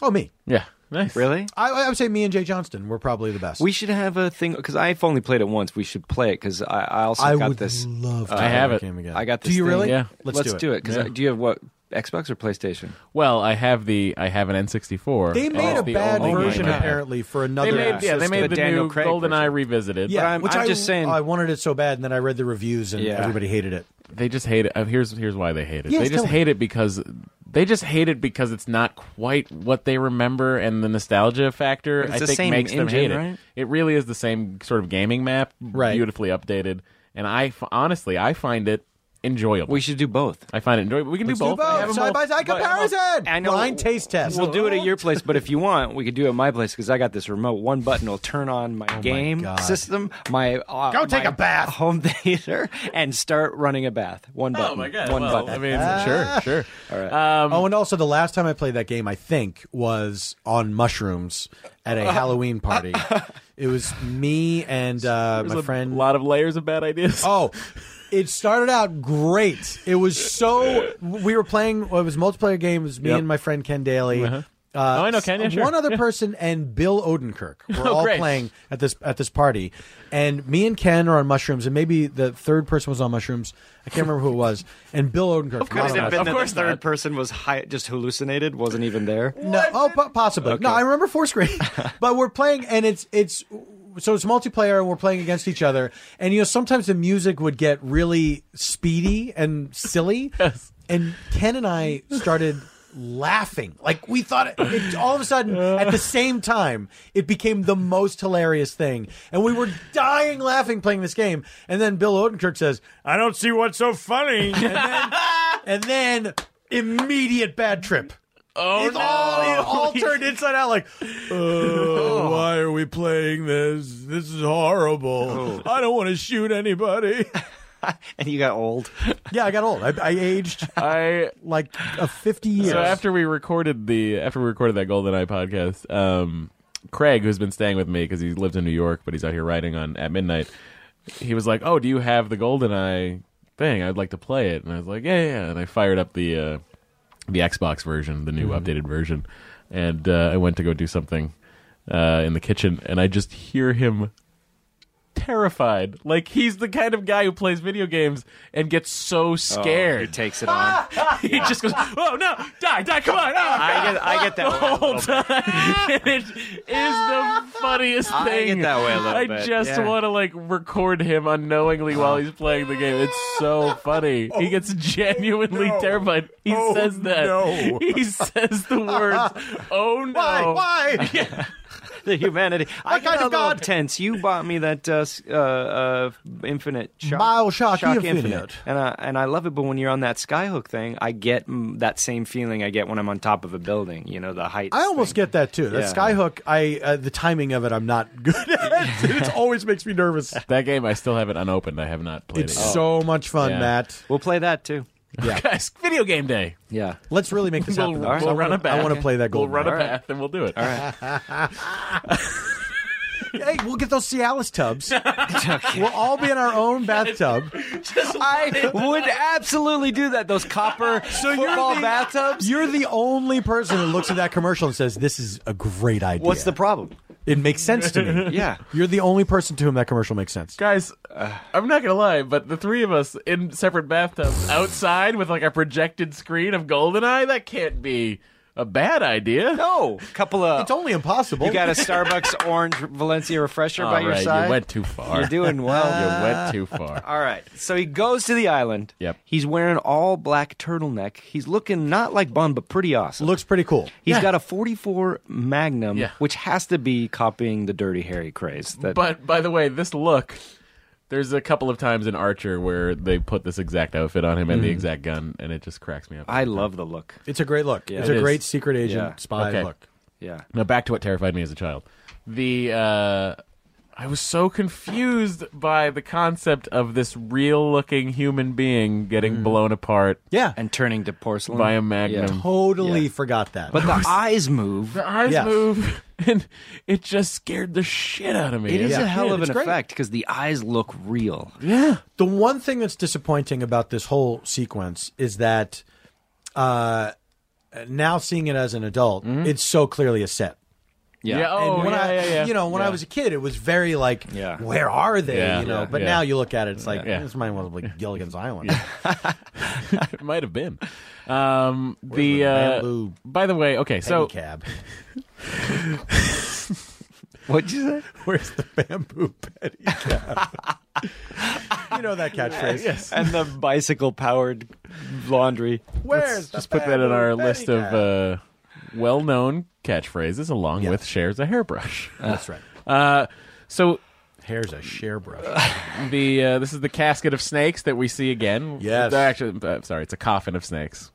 Oh, me.
Yeah, nice.
Really?
I, I would say me and Jay Johnston were probably the best.
We should have a thing because I've only played it once. We should play it because I, I also
I
got
would
this.
love to
I have
play
it.
that game again.
I got
Do
this.
you
thing-
really?
Yeah.
Let's, do it.
Because
Yeah.
do you have what Xbox or PlayStation?
Well, I have the I have an N64.
They made
It's
a
the
bad
only
version
game I have.
apparently for another.
They made yeah, they
system.
made the,
The Daniel
new
Craig
GoldenEye
version.
revisited.
Yeah,
But I'm-
which
I'm
I-
just saying-
I wanted it so bad, and then I read the reviews, and
Yeah.
everybody hated it.
they just hate it. uh, Here's here's why they hate it.
Yes,
they just
tell me.
hate it because they just hate it because it's not quite what they remember, and the nostalgia factor
It's
I
the
think
same
makes them
engine,
hate it.
right?
It really is the same sort of gaming map,
Right.
beautifully updated. And I f- honestly, I find it enjoyable.
We should do both.
I find it enjoyable. We can
Let's
do both. I have 'em
side by side
But-
comparison.
I know-
Blind taste test.
We'll do it at your place, but if you want, we could do it at my place because I got this remote. One button will turn on my game
Oh God.
system, my uh,
Go take
my
a bath.
home theater, and start running a bath. One button.
Oh my god!
One
well,
button.
I mean, sure, sure. Um,
Oh, and also the last time I played that game, I think, was on mushrooms at a Halloween party. it was me and uh, my
there's a
friend.
lot of layers of bad ideas.
Oh, it started out great. It was so we were playing. Well, it was a multiplayer game. It was me
Yep.
and my friend Ken Daly. uh
Oh, I know Ken, yeah, sure.
One other person and Bill Odenkirk were all
great.
playing at this at this party, and me and Ken are on mushrooms, and maybe the third person was on mushrooms. I can't remember who it was, and Bill Odenkirk. Of
Could it have been
Of
that
course
the third
not.
person was high, just hallucinated, wasn't even there?
No, oh, po- possibly. No, I remember fourth grade. but we're playing, and it's it's so it's multiplayer, and we're playing against each other. And you know, sometimes the music would get really speedy and silly. And Ken and I started laughing like we thought it, it all of a sudden at the same time it became the most hilarious thing and we were dying laughing playing this game and then bill odenkirk says i don't see what's so funny and then, and then immediate bad trip
Oh,
it all, it all turned inside out like, oh, why are we playing this? This is horrible. I don't want to shoot anybody.
And you got old.
yeah, I got old. I, I aged
I
like a 50 years.
So after we recorded the after we recorded that GoldenEye podcast, um, Craig, who's been staying with me because he lives in New York, but he's out here writing on at midnight, he was like, "Oh, do you have the GoldenEye thing? I'd like to play it." And I was like, "Yeah, yeah." And I fired up the uh, the Xbox version, the
Mm-hmm.
new updated version, and uh, I went to go do something uh, in the kitchen, and I just hear him terrified like he's the kind of guy who plays video games and gets so
Oh, He
scared
takes it on.
he just goes, "Oh no, die, die, come on!" ah."
I get, I get that. way a little bit.
it is the funniest
I
thing.
get that way a little
I
bit,
just
yeah. Oh.
want to like record him unknowingly while he's playing the game. It's so funny. he gets genuinely terrified. He
Oh,
says that.
no.
He says the words, "Oh no."
why? Why?
the humanity. I
kind
got a
of
little
God?
tense. You bought me that uh, s- uh, uh, Infinite Shock,
BioShock Infinite.
and I and I love it. But when you're on that skyhook thing, I get mm, that same feeling I get when I'm on top of a building. You know, the height.
I almost get that too. That
Yeah.
skyhook, I uh, the timing of it, I'm not good at. it always makes me nervous.
That game I still have it unopened. I have not played
It's
it. Yet.
so much fun,
Yeah.
Matt.
We'll play that too.
Guys, video game day.
Yeah.
Let's really make this
We'll,
happen.
we'll
though, 'cause I
run
wanna-
a bath.
I want to play that
We'll
gold.
run a bath and we'll do it.
hey, we'll get those Cialis tubs. We'll all be in our own bathtub.
I would absolutely do that. Those copper football bathtubs.
You're the only person who looks at that commercial and says, "This is a great idea."
What's the problem?
It makes sense to me.
Yeah.
You're the only person to whom that commercial makes sense.
Guys, I'm not gonna lie, but the three of us in separate bathtubs outside with like a projected screen of Goldeneye, that can't be a bad idea.
No, a couple of.
It's only impossible.
you got a Starbucks orange Valencia refresher
All
by your
right,
side.
you went too far.
You're doing well.
You went too far.
All right. So he goes to the island.
Yep.
He's wearing all black turtleneck. He's looking not like Bond, but pretty awesome.
looks pretty cool.
He's
Yeah.
got a 44 Magnum,
Yeah.
which has to be copying the Dirty Harry craze. That
But by the way, this look. There's a couple of times in Archer where they put this exact outfit on him and the exact gun, and it just cracks me up.
I love the look.
It's a great look. it's
It
a
is.
great secret agent
Yeah.
spy
Okay.
look.
Yeah.
Now back to what terrified me as a child. The uh, I was so confused by the concept of this real-looking human being getting
Hmm.
blown apart
Yeah,
And turning to porcelain.
by a magnum.
Yeah.
totally
Yeah.
forgot that.
But the eyes move.
The eyes
Yeah.
move, and it just scared the shit out of me.
It is
Yeah.
a hell of
It's
an
great.
effect because the eyes look real.
the one thing that's disappointing about this whole sequence is that uh, now seeing it as an adult,
Mm-hmm.
it's so clearly a set.
Yeah.
And
Oh,
when
yeah,
I,
yeah, yeah.
You know, when I was a kid, it was very like,
Yeah.
where are they?
Yeah.
you know,
Yeah.
but
Yeah.
now you look at it, it's like
Yeah.
this might as well be Gilligan's Island.
it might have been. Um, the
the
uh,
bamboo
by the way, okay, so
cab.
What'd you say?
Where's the bamboo petty cab? you know that catchphrase.
yes,
And the bicycle powered laundry.
Where's
just put that in our list of
Uh,
uh, well-known catchphrases, along with shares a hairbrush.
That's right.
Uh, so
Hair's a share brush.
the uh, this is the casket of snakes that we see again.
Yes.
They're actually, uh, sorry, it's a coffin of snakes.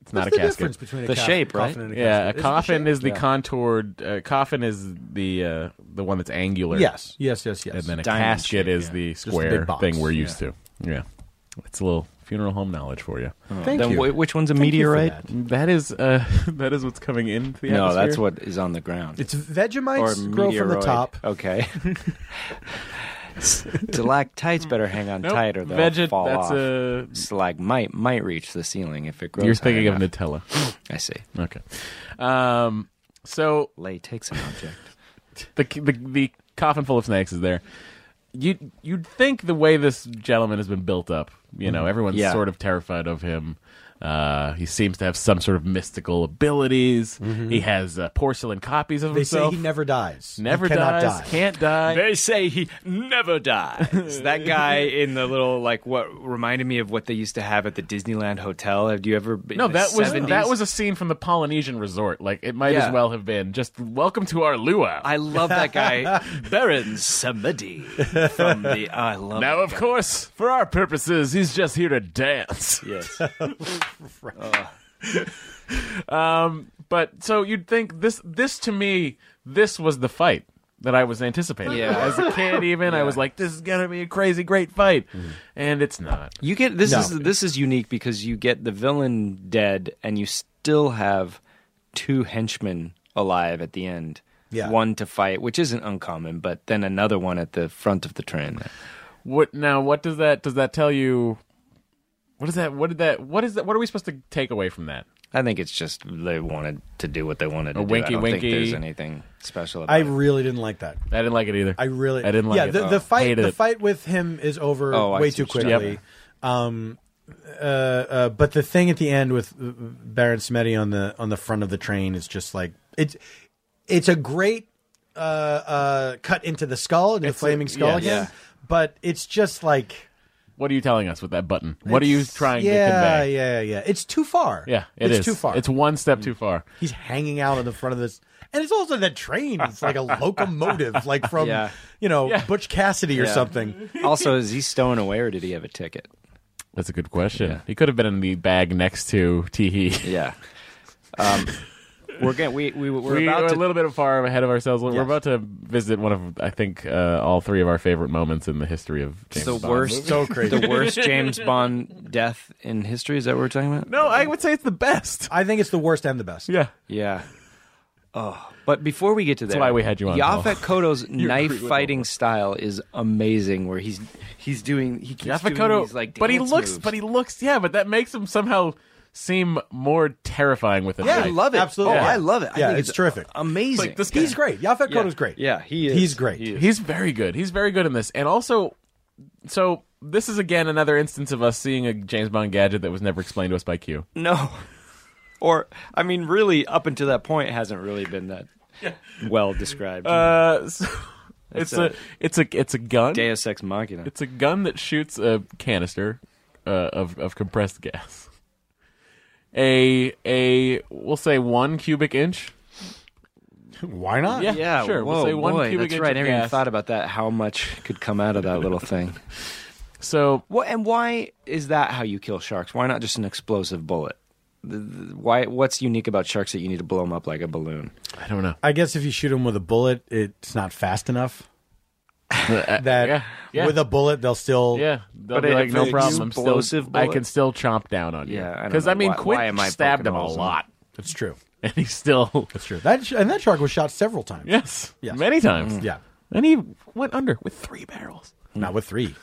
It's not
What's
a
the
casket.
difference between a
The
ca-
shape, right?
coffin and a
yeah, a
casket?
coffin is the
Yeah.
contoured. Uh, coffin is the uh, the one that's angular.
Yes, yes, yes, yes.
and then a
Diamond
casket
shape,
is
yeah.
the
a big
square
box.
thing we're used to. Yeah, it's a little funeral home knowledge for you.
Thank
then
you.
wh- which one's a
Thank you for
meteorite?
that.
That is uh, that is what's coming into the
No,
atmosphere.
that's what is on the ground.
It's Vegemites grow from the
meteoroid.
top.
Okay. Stalactites better hang on
Nope.
tight or they'll
Veget-
fall off.
that's a-
Stalagmite might reach the ceiling if it grows.
You're
high
thinking of
enough.
Nutella.
I see.
Okay. Um, so
Lay takes an object.
the, the the coffin full of snakes is there. You you'd think the way this gentleman has been built up, you
Mm-hmm.
know, everyone's
Yeah.
sort of terrified of him. Uh, he seems to have some sort of mystical abilities. He has uh, porcelain copies of
Mm-hmm. They say
himself.
he never dies. He
never
cannot
dies,
die.
can't die.
They say he never dies. that guy in the little like what reminded me of what they used to have at the Disneyland hotel. Have you ever been?
no,
in the
that was
70s?
that was a scene from the Polynesian resort. Like it might
Yeah.
as well have been just welcome to our luau.
I love that guy, Baron Samedi from the. I love
now,
that
of
guy.
course, for our purposes, he's just here to dance. Uh.
Yes.
Um, But so you'd think this this to me this was the fight that I was anticipating.
Yeah.
As a kid even I was like this is going to be a crazy great fight.
Mm-hmm.
And it's not.
You get this
No.
is this is unique because you get the villain dead and you still have two henchmen alive at the end.
Yeah.
One to fight, which isn't uncommon, but then another one at the front of the train.
What now what does that does that tell you what is that what did that what is that what are we supposed to take away from that?
I think it's just they wanted to do what they wanted to
A
do.
winky
I don't
winky.
think there's anything special about
I
it.
really didn't like that.
I didn't like it either.
I really,
I didn't like
yeah,
it.
the, the fight,
Hated
the
it.
fight with him is over
Oh, I
way
see
too
what you're
saying.
quickly. Um, uh, uh, but the thing at the end with uh, Baron Samedi on the on the front of the train is just like it's it's a great uh, uh, cut into the skull into the flaming skull
yes.
again,
Yeah.
but it's just like
What are you telling us with that button? What are you
it's-
trying
yeah,
to convey?
Yeah, yeah, yeah. It's too far.
Yeah, it
it's
is.
too far. Mm.
It's one step too far.
He's hanging out in the front of this. And it's also that train. It's like a locomotive, like from,
Yeah.
you know, Butch Cassidy or
Yeah.
something.
also, is he stowing away or did he have a ticket?
That's a good question.
Yeah.
He could have been in the bag next to Teehee.
Yeah. Um, we're getting we we we're
we
about
are
to
a little bit far ahead of ourselves. We're
Yes.
about to visit one of, I think, uh, all three of our favorite moments in the history of James
the
Bond.
worst
So crazy.
the worst James Bond death in history. Is that what we're talking about?
No, I would say it's the best.
I think it's the worst and the best.
Yeah.
Yeah. Oh, but before we get to that,
why we had you on, Paul.
Yaphet Koto's knife fighting style is amazing. Where he's he's doing he keeps doing
Yafikoto,
these like
but he
dance
looks,
moves.
but he looks, yeah, but that makes him somehow seem more terrifying with a
yeah, I
knife.
love it.
Absolutely.
oh,
Yeah.
I love it. I
Yeah,
think
it's terrific.
amazing.
Like, this guy-
He's great. Yaphet
Yeah.
Koto's great.
Yeah, he is.
He's great.
He is.
He's very good. He's very good in this. And also, so this is again another instance of us seeing a James Bond gadget that was never explained to us by Q.
No. Or, I mean, really, up until that point, it hasn't really been that well described.
Uh, so it's
a-
a, it's a it's a gun.
Deus Ex Machina.
It's a gun that shoots a canister uh, of of compressed gas. A a we'll say one cubic inch.
Why not?
Yeah,
yeah,
sure.
Whoa,
we'll say one
boy,
cubic
that's
inch
right.
of
I never even
gas.
thought about that. How much could come out of that little thing?
So
What and why is that how you kill sharks? Why not just an explosive bullet? The- the- Why? What's unique about sharks that you need to blow them up like a balloon?
I don't know.
I guess if you shoot them with a bullet, it's not fast enough. that
yeah, yeah.
with a bullet, they'll still.
Yeah, they'll
But
be
if
like, no
it's
problem. I'm still,
explosive
I
bullet-
can still chomp down on you.
Yeah, I don't
because
know
I mean,
why-
Quinn
why am I
stabbed
poking
him a
holes in
lot,
It's true.
and he still
It's true. That sh- and that shark was shot several times.
yes,
Yes.
many times.
Mm.
Yeah.
and he went under with three barrels.
Not with three.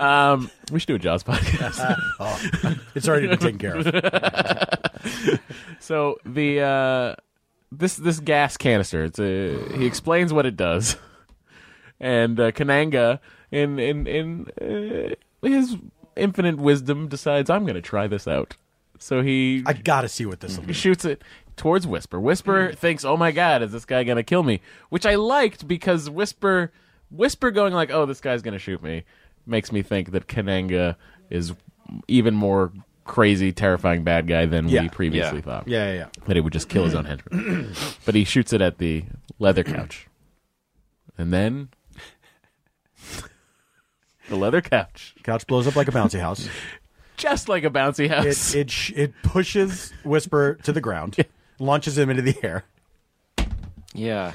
Um, we should do a Jaws podcast.
Oh. It's already been taken care of.
so the uh, this this gas canister. It's a he explains what it does, and uh, Kananga in in in uh, his infinite wisdom decides I'm going to try this out. So he
I gotta see what this will
He
be.
shoots it towards Whisper. Whisper
Mm.
thinks, "Oh my God, is this guy gonna kill me?" Which I liked because Whisper, Whisper going like, "Oh, this guy's gonna shoot me," makes me think that Kananga is even more crazy, terrifying bad guy than
Yeah.
we previously
Yeah.
thought.
Yeah, yeah, yeah.
That he would just kill his own henchmen. but he shoots it at the leather couch, and then the leather couch,
Couch blows up like a bouncy house.
just like a bouncy house.
It it sh- it pushes Whisper to the ground, launches him into the air.
Yeah,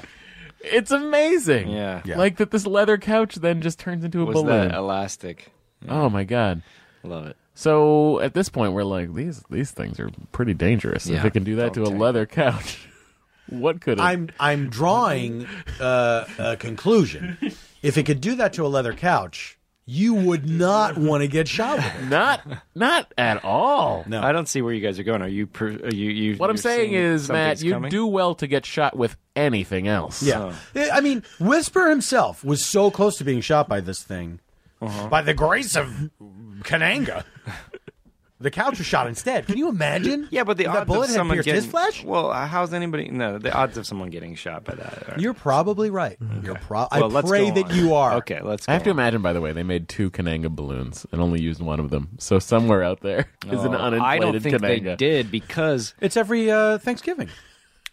It's amazing.
Yeah. Yeah.
Like that this leather couch then just turns into a
was
balloon.
that elastic?
oh my god.
Love it.
So at this point we're like these these things are pretty dangerous. If
Yeah.
it can do that to a
Don't take
leather couch, what could it?
I'm I'm drawing uh, a conclusion. If it could do that to a leather couch, you would not want to get shot with it.
not not at all.
No.
I don't see where you guys are going. Are you? Per, are you, you?
What I'm
you're
saying
seeing
is, Matt,
something's
you
coming?
do well to get shot with anything else.
Yeah, I mean, Whisper himself was so close to being shot by this thing,
Uh-huh.
by the grace of Kananga. The couch was shot instead. Can you imagine?
Yeah, but the
If
odds
that bullet
of
had
someone
pierced
getting
his flesh.
Well, uh, how's anybody? No, the odds of someone getting shot by that. Are,
You're probably right. You're pro-
well,
I
let's
pray
go
that
on.
you are.
Okay, let's. Go
I have to
on.
imagine, by the way, they made two Kananga balloons and only used one of them. So somewhere out there is an uninflated
Oh, I don't think they
Kananga.
did because
It's every uh, Thanksgiving.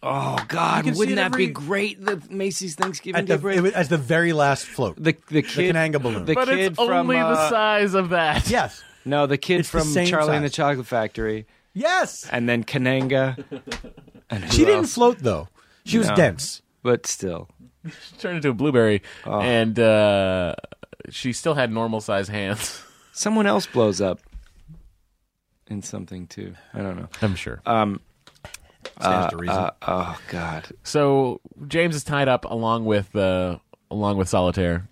oh
You
god,
can see
wouldn't
it
that
every-
be great? The Macy's Thanksgiving
At
Day
the,
parade.
it was- as the very last float.
the the kid
Kananga balloon.
The
But
kid
it's
from,
only the
uh,
size of that.
yes.
No, the kid
It's the
from
same
Charlie and the
size.
Chocolate Factory,
Yes.
and then Kananga. And who
She didn't
else?
float though. She was
No.
dense.
but still,
turned into a blueberry, and uh, she still had normal size hands.
someone else blows up in something too. I don't know.
I'm sure.
Um.
Stands to reason.
uh, oh God.
so James is tied up along with uh, along with Solitaire.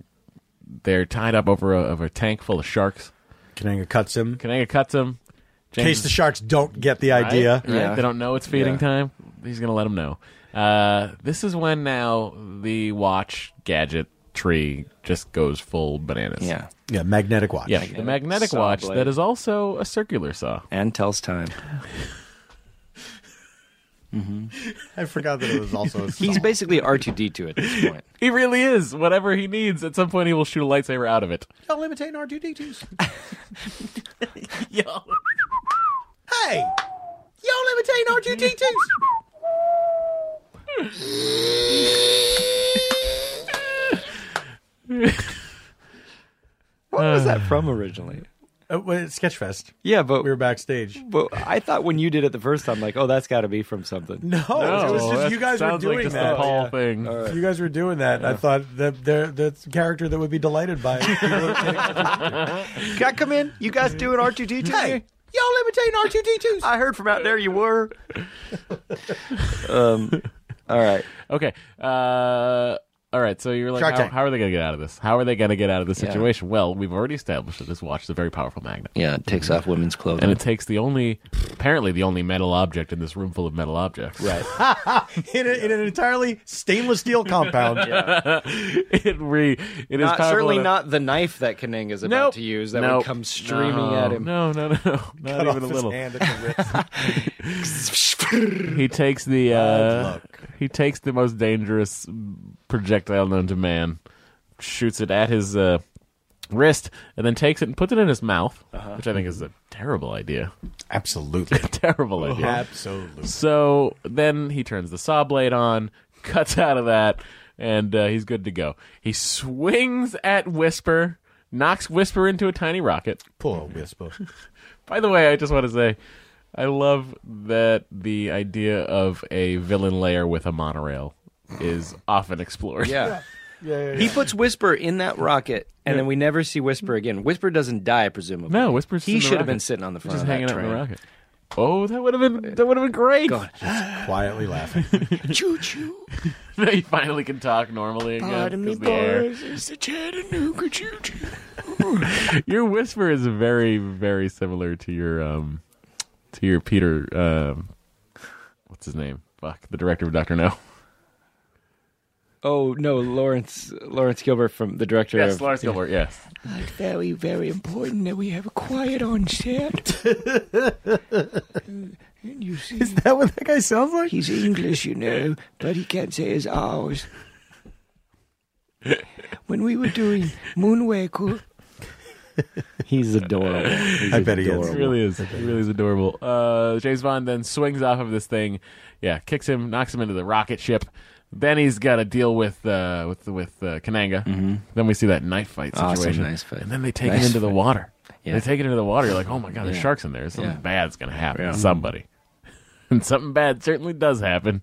They're tied up over a, over a tank full of sharks.
Kananga cuts him.
Kananga cuts him.
In
James
case the
is-
sharks don't get the idea.
Right? Right?
Yeah.
They don't know it's feeding
Yeah.
time. He's gonna let them know. Uh, this is when now the watch gadget tree just goes full bananas.
Yeah.
Yeah, magnetic watch.
Yeah, the magnetic
Saw
watch
blade.
that is also a circular saw.
And tells time.
I forgot that it was also a
He's basically R two D two at this point.
He really is. Whatever he needs, at some point he will shoot a lightsaber out of it.
Don't imitate R2D2s. Hey! You don't imitate R2D2s!
What was that from originally?
Uh, well, it's Sketchfest.
Yeah, but
We were backstage.
but I thought when you did it the first time, like, oh, that's got to be from something.
No, it was just
oh, that
you guys were
sounds
doing
like just
that.
The Paul thing.
You guys were doing that. I thought that there that's a character that would be delighted by it.
Can I come in? You guys doing R two D two?
hey! Y'all imitate R2D2s!
I heard from out there you were. um, all right.
Okay. Uh, all right, so you're like,
Shark
how,
Tank.
how are they going to get out of this? How are they going to get out of this situation? Well, we've already established that this watch is a very powerful magnet,
Yeah, it takes off women's clothing.
and it takes the only, apparently, the only metal object in this room full of metal objects. Right.
in, a, in an entirely stainless steel compound.
it re. It is
Not-
powerful
certainly
enough-
not the knife that Kaning is about
Nope.
to use that
Nope.
would come streaming
No.
at him.
No, no, no, not even a little. He takes the uh, he takes the most dangerous projectile known to man, shoots it at his uh, wrist, and then takes it and puts it in his mouth, which I think is a terrible idea.
Uh-huh. Absolutely. Oh,
terrible idea.
Absolutely.
So then he turns the saw blade on, cuts out of that, and uh, he's good to go. He swings at Whisper, knocks Whisper into a tiny rocket.
Poor Whisper.
By the way, I just want to say, I love that the idea of a villain layer with a monorail is often explored.
Yeah. He puts Whisper in that rocket, and then we never see Whisper again. Whisper doesn't die, presumably.
No, Whisper's
He
in the
should have
rocket.
been sitting on the front
just
of that
hanging out in the
train.
rocket. Oh, that would have been that would have been great.
God.
Quietly laughing.
Choo choo.
now you finally can talk normally again. 'cause the air-
It's the Chattanooga choo choo.
Your whisper is very, very similar to your um to your Peter um what's his name? Fuck, the director of Doctor No.
Oh no, Lawrence Lawrence Gilbert from the director of
Lawrence Gilbert, yes.
It's very, very important that we have a quiet on set. and you see,
Is that what that guy sounds like?
he's English, you know, but he can't say his R's. when we were doing Moonwaker. He's adorable. He's
I bet he is.
It really is. It really is adorable. Uh James Bond then swings off of this thing, yeah, kicks him, knocks him into the rocket ship. Then he's got to deal with uh, with with uh, Kananga. Then we see that knife fight
Mm-hmm. Awesome
situation,
knife fight.
and then they take him
Knife
into the
fight.
water.
Yeah.
They take it into the water. You're like, oh my god, there's sharks in there. Something
Yeah.
bad's gonna happen
Yeah.
to somebody, and something bad certainly does happen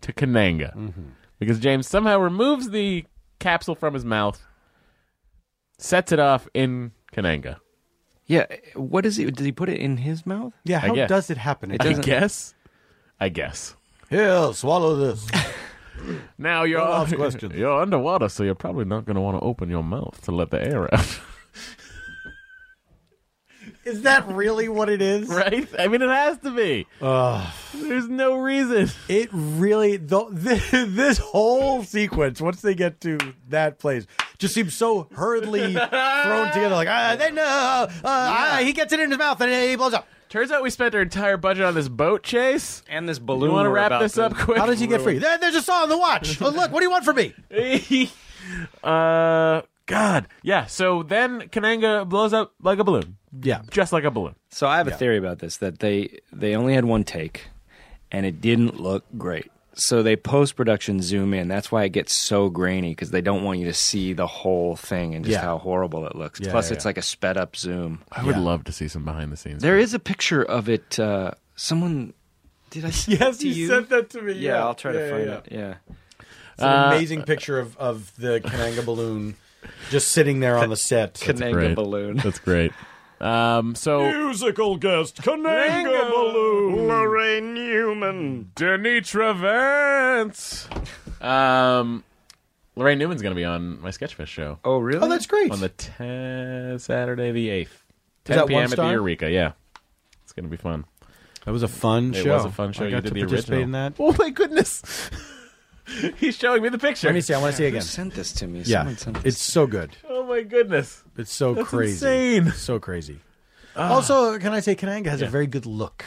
to Kananga
Mm-hmm.
because James somehow removes the capsule from his mouth, sets it off in Kananga.
Yeah, what is it? Did he put it in his mouth?
Yeah,
I
how
guess.
does it happen?
I guess. I guess.
Here, swallow this.
Now you're
Don't ask questions.
you're underwater, so you're probably not going to want to open your mouth to let the air out,
Is that really what it is?
right? I mean, it has to be. There's no reason.
It really, the, this, this whole sequence, once they get to that place, just seems so hurriedly thrown together. Like, uh, then uh, uh, uh, he gets it in his mouth and he blows up.
Turns out we spent our entire budget on this boat chase.
And this balloon.
You want to
we're
wrap
about
this
to-
up quick?
How does he get free? There, there's a saw on the watch. Oh, look, what do you want from me?
uh, God, yeah. So then Kananga blows up like a balloon,
Yeah.
just like a balloon.
So I have a theory about this that they they only had one take, and it didn't look great. So they post production zoom in. That's why it gets so grainy because they don't want you to see the whole thing and just
Yeah.
how horrible it looks.
Yeah,
Plus,
yeah,
it's
yeah.
like a sped up zoom.
I would love to see some behind the scenes.
There is a picture of it. Uh, someone did I? Send yes, to you sent that to me. Yeah, I'll try to find it. Yeah.
It's an
Uh,
amazing picture of, of the Kananga balloon just sitting there on the set.
Kananga
great.
balloon.
That's great. Um, so
Musical guest, Kananga
Lorraine Newman. Denise Vance. Um, Lorraine Newman's going to be on my Sketchfest show
Oh, really?
Oh, that's great.
on the te- Saturday the 8th. 10
that
p.m.
one
at the
star?
Eureka, yeah. It's going to be fun.
That was a fun
It
show.
was a fun show.
I
you
got
did
to
the
participate
original.
in that.
Oh, my goodness. He's showing me the picture.
Let me see. I want to see it
Who
again.
sent this to me?
Yeah,
Someone sent this.
it's so good.
Oh, my goodness.
It's so
That's
crazy.
insane.
So crazy. Ah. also, can I say Kananga has a very good look.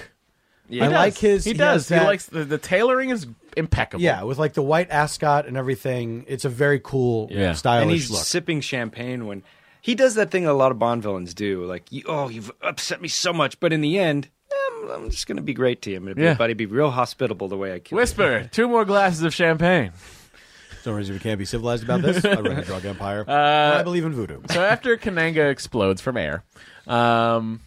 I
He
like
does.
his.
He
has
does. He
that-
likes the, the tailoring is impeccable.
Yeah, with like the white ascot and everything. It's a very cool,
Yeah.
stylish
and he's
look.
sipping champagne when he does that thing a lot of Bond villains do. Like, you- oh, you've upset me so much, but in the end, I'm, I'm just going to be great to you. I'm going to be,
Yeah.
but I'd be real hospitable the way I can.
Whisper, two more glasses of champagne.
Some reason we can't be civilized about this. I run a drug empire. I believe in voodoo.
Uh, So after Kananga explodes from air, um,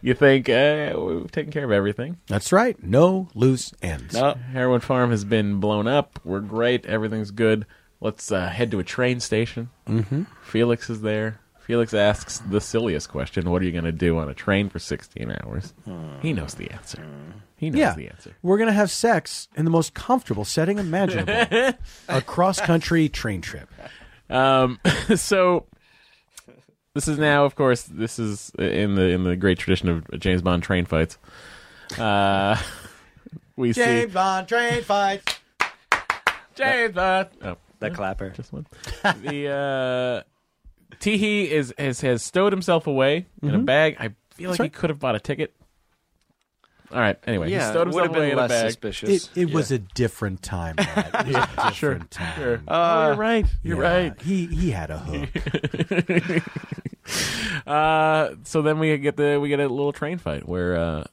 you think eh, we've taken care of everything.
That's right. No loose ends.
Heroin Farm has been blown up. We're great. Everything's good. Let's uh, head to a train station. Mm-hmm. Felix is there. Felix asks the silliest question: What are you going to do on a train for 16 hours? He knows the answer. He knows
Uh, yeah.
the answer.
We're going to have sex in the most comfortable setting imaginable a cross country train trip.
Um, so this is now, of course, this is in the in the great tradition of James Bond train fights. Uh, we see
Bond train fight.
James Bond. Oh,
That clapper.
just one. the uh, Teehee is has, has stowed himself away in
Mm-hmm.
a bag. I feel like he could have bought a ticket. All right. Anyway, he
Yeah,
stowed
it would
himself
have
away
been
in a
less
bag.
suspicious.
It, it was a different time. Matt. It was a different
Sure,
time.
sure. oh, you're right. You're
Yeah,
right.
He he had a hook.
Uh, so then we get the we get a little train fight where uh,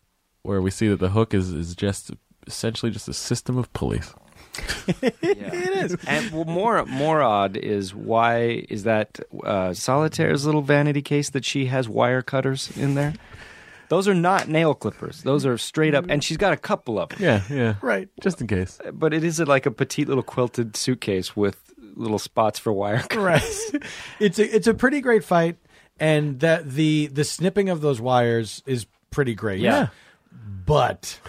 where we see that the hook is is just essentially just a system of police.
it is. And well, more more odd is why is that uh, Solitaire's little vanity case that she has wire cutters in there? Those are not nail clippers. Those are straight up, and she's got a couple of them.
Yeah, yeah.
Right.
Just in case.
But it is like a petite little quilted suitcase with little spots for wire cutters.
right. It's a it's a pretty great fight, and that the the snipping of those wires is pretty great.
Yeah.
But